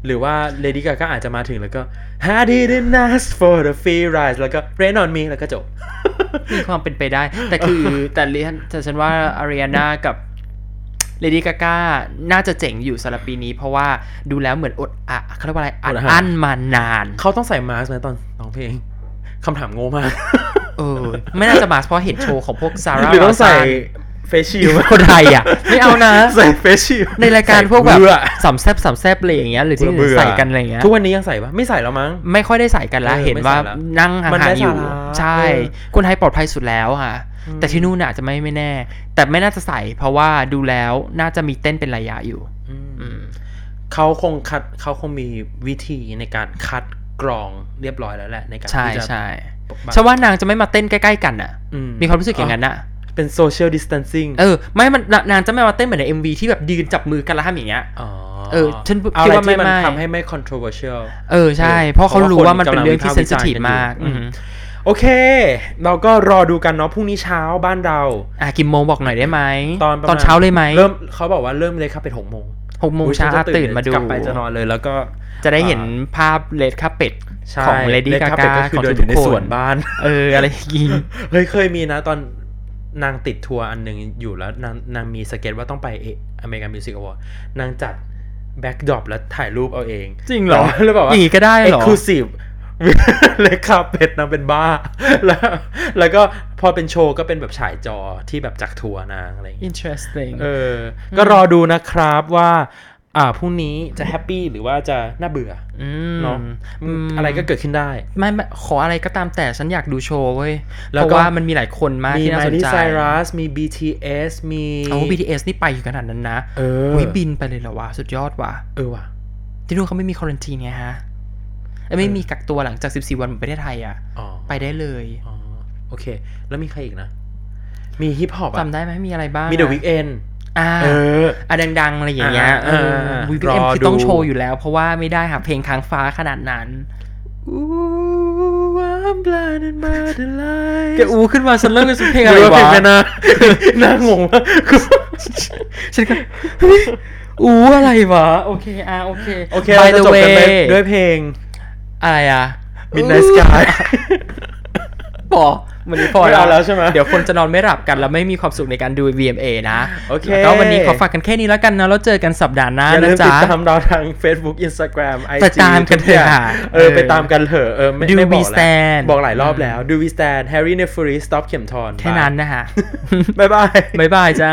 S3: หรือว่าเลดี้กาก้าอาจจะมาถึงแล้วก็ How did it ask for the free ride แล้วก็ Rain on me แล้วก็จบ
S1: *laughs* มีความเป็นไปได้ แต่คือแต่เรียนแต่ฉันว่าอารีนากับ เลดี้กากน่าจะเจ๋งอยู่สำหรับปีนี้ เพราะว่าดูแล้วเหมือนอดอะเขาเรียกว่าอะไรอัด
S3: อดอาหาร
S1: อั้นมานาน
S3: เขาต้องใส่มาสก์ไหมตอนร้องเพลงคำถามโง่มาก
S1: เออไม่น่าจะมาเพราะเห็นโชว์ของพวกซาร่า
S3: หรือต้องใส่เฟชชิล
S1: คนไทยอ่ะ ไม่เอานะ
S3: ใส่เฟชชิล
S1: ในรายการพวกแบบ
S3: เบื่อ
S1: สำแซบสำแซบอะไรอย่างเงี้ยหรือที่
S3: เบื่อ
S1: ใส่กันอะไรอย่างเงี้ย
S3: *laughs* ทุกวันนี้ยังใส่ปะไม่ใส่แล้วมั้ง
S1: ไม่ค่อยได้ใส่กันละ
S3: เออ
S1: เห็นว่า
S3: ไม่ใส่ละ
S1: นั่งห่า
S3: มันไม่
S1: งๆอยู่
S3: สาระ
S1: ใช่
S3: เออ
S1: คนไทยปลอดภัยสุดแล้วค่ะ
S3: อืม
S1: แต่ที่นู่นน่ะอาจจะไม่ไม่แน่ แต่ไม่น่าจะใส่เพราะว่าดูแล้วน่าจะมีเต้นเป็นระยะอยู่ อืม
S3: เขาคงคัดเขาคงมีวิธีในการคัดกรองเรียบร้อยแล้วแหละในการ
S1: ใช่
S3: ที่จะ
S1: ใช่
S3: บัง
S1: ฉันว่านางจะไม่มาเต้นใกล้ๆกันน่ะ
S3: อื
S1: มีความรู้สึกอย่างนั้นน่ะ
S3: เป็นโซเชียลดิส a ทนซิ่ง
S1: เออ ไม่มันนางจะไม่มาเต้นเหมือนใน MV ที่แบบยืนจับมือกันแล้วทำอย่างเงี้ย เออฉันคิด
S3: เอาอะไร
S1: ว่าไม่
S3: ที่มัน
S1: ไม่
S3: ทำให้ไม่ controversial
S1: เออใช่
S3: เออ
S1: เพราะเขารู้ว่ามัน
S3: เพ
S1: เป็น
S3: ราะว่าคน
S1: เรื่องที่
S3: กำลัง
S1: เซนซิทีฟ
S3: วิพากษ์วิ
S1: มาก
S3: จารณ์กันอยู่อื
S1: อืม
S3: มโอเค เราก็รอดูกันเนาะพรุ่งนี้เช้าบ้านเรา
S1: อ่ะกี่โมงบอกหน่อยได้ไหม
S3: ตอนประมณ
S1: ตอนเช้าเลยไหม
S3: เริ่มเขาบอกว่าเริ่มเลยครับเป็นหกโมง
S1: หกโมง
S3: อุ๊ย
S1: เช้า
S3: ฉัจะ
S1: ตื่นมาดู
S3: กลับไปจะนอนเลยแล้วก็
S1: จะได้เห็นภาพเลดคาเป็ด
S3: ใช่
S1: ของเลดี้
S3: เล่น
S1: กา
S3: ครับ
S1: กา
S3: เป็
S1: ข
S3: คือ
S1: อง
S3: เดินอ
S1: ทุก
S3: ยู่ใน
S1: ๆค
S3: สวน นบ้าน *laughs*
S1: เออ อะไรอย่างงี้
S3: เฮ้ยเคยมีนะตอนนางติดทัวร์อันหนึ่งอยู่แล้วนางนางมีสเก็ตว่าต้องไปเออเมริกันมิวสิกอวอร์ดนางจัดแบ็กดรอปแล้วถ่ายรูปเอาเอง
S1: จริงเหร *laughs* อ
S3: แล้วแบบว่า
S1: อย่างงี้ก็ได้เหรอ
S3: c l u s i v e *laughs* เลยคาเป็ดนางเป็นบ้า *laughs* แล้ว แล้วก็พอเป็นโชว์ก็เป็นแบบฉายจอที่แบบจากทัวร์นางอะไรอย่างเงี้ย
S1: interesting
S3: เออ ก็รอดูนะครับว่า อ่าพรุ่งนี้จะแฮปปี้หรือว่าจะน่าเบื่อ
S1: ม
S3: เนาะ
S1: อืม
S3: อะไรก็เกิดขึ้นได้
S1: ไม่ไม่ขออะไรก็ตามแต่ฉันอยากดูโชว์เว้ยเพ
S3: แล้ว
S1: ราะ
S3: ก็
S1: ว่ามันมีหลายคนมาก
S3: มี
S1: ที่น่า
S3: มา
S1: สน
S3: ริ
S1: ใจ
S3: ไซรัสมี BTS มี
S1: เอา BTS นี่ไปอยู่ขนาดนั้นนะ
S3: เออ
S1: วิบินไปเลยเหรอวะ สุดยอดว่ะ
S3: เออว่ะ
S1: ที่นู่นเขาไม่มีคอ a ันทีไงฮะเอ้ยไม่มีกักตัวหลังจาก 14 วันเหมือนประเทศไทยอ่ะ
S3: อ๋อ
S1: ไปได้เลย
S3: อ๋อโอเค แล้วมีใครอีกนะ มีฮิปฮอปอ่ะ
S1: จำได้ไหมมีอะไรบ้าง
S3: มีเดอะวิก
S1: อ
S3: เอน
S1: อ่า
S3: อ
S1: อะดังๆ อะไรอย่างเงี้ย
S3: อ่า
S1: เออ
S3: อ่า
S1: วีบีเอ็ม
S3: รอ
S1: คือต้อง
S3: ดู
S1: โชว์อยู่แล้ว เพราะว่าไม่ได้หาเพลงค้างฟ้าขนาดนั้น
S3: Ooh, I'm blinded by the light
S1: แกอูขึ้นมาฉันเริ่มเป็นเพลง
S3: ห
S1: อะไร
S3: รือว่าเพลง
S1: วะ
S3: แม่นะ *laughs* น่างงมากคือ
S1: ฉันก็เฮ้ยอูอะไรวะ โอเค อ่ะ โอเค
S3: *laughs* โอเค
S1: by
S3: เราจะ
S1: the
S3: จบกันไป
S1: way
S3: ด้วยเพลง
S1: อะไรอ่ะ
S3: Midnight Sky
S1: *laughs* พอวันนี้พอ
S3: ไม่เอาแล้วใช่ไหม
S1: เดี๋ยวคนจะนอนไม่หลับกัน แล้วไม่มีความสุขในการดู VMA นะ
S3: โอเค
S1: แล้วก็วันนี้ขอฝากกันแค่นี้แล้วกันนะแล้วเจอกันสัปดาห์หน้า
S3: อย่าลื
S1: นะ
S3: มติ
S1: จ๊ะ
S3: ดตามเราทาง Facebook Instagram IG
S1: ไปตามกันเถอะ
S3: ทุย่าง
S1: ค่ะ
S3: เออ
S1: เออ
S3: ไปตามกันเถอะเออไม่
S1: Do
S3: ไม่บ
S1: we
S3: อกแล้ว
S1: stand
S3: บอกหลายรอบแล้ว Do we stand Harry n e f u r y Stop เข็มทอน *laughs*
S1: แค่นั้นนะฮะ
S3: บ๊ายบาย
S1: บ๊ายบายจ้า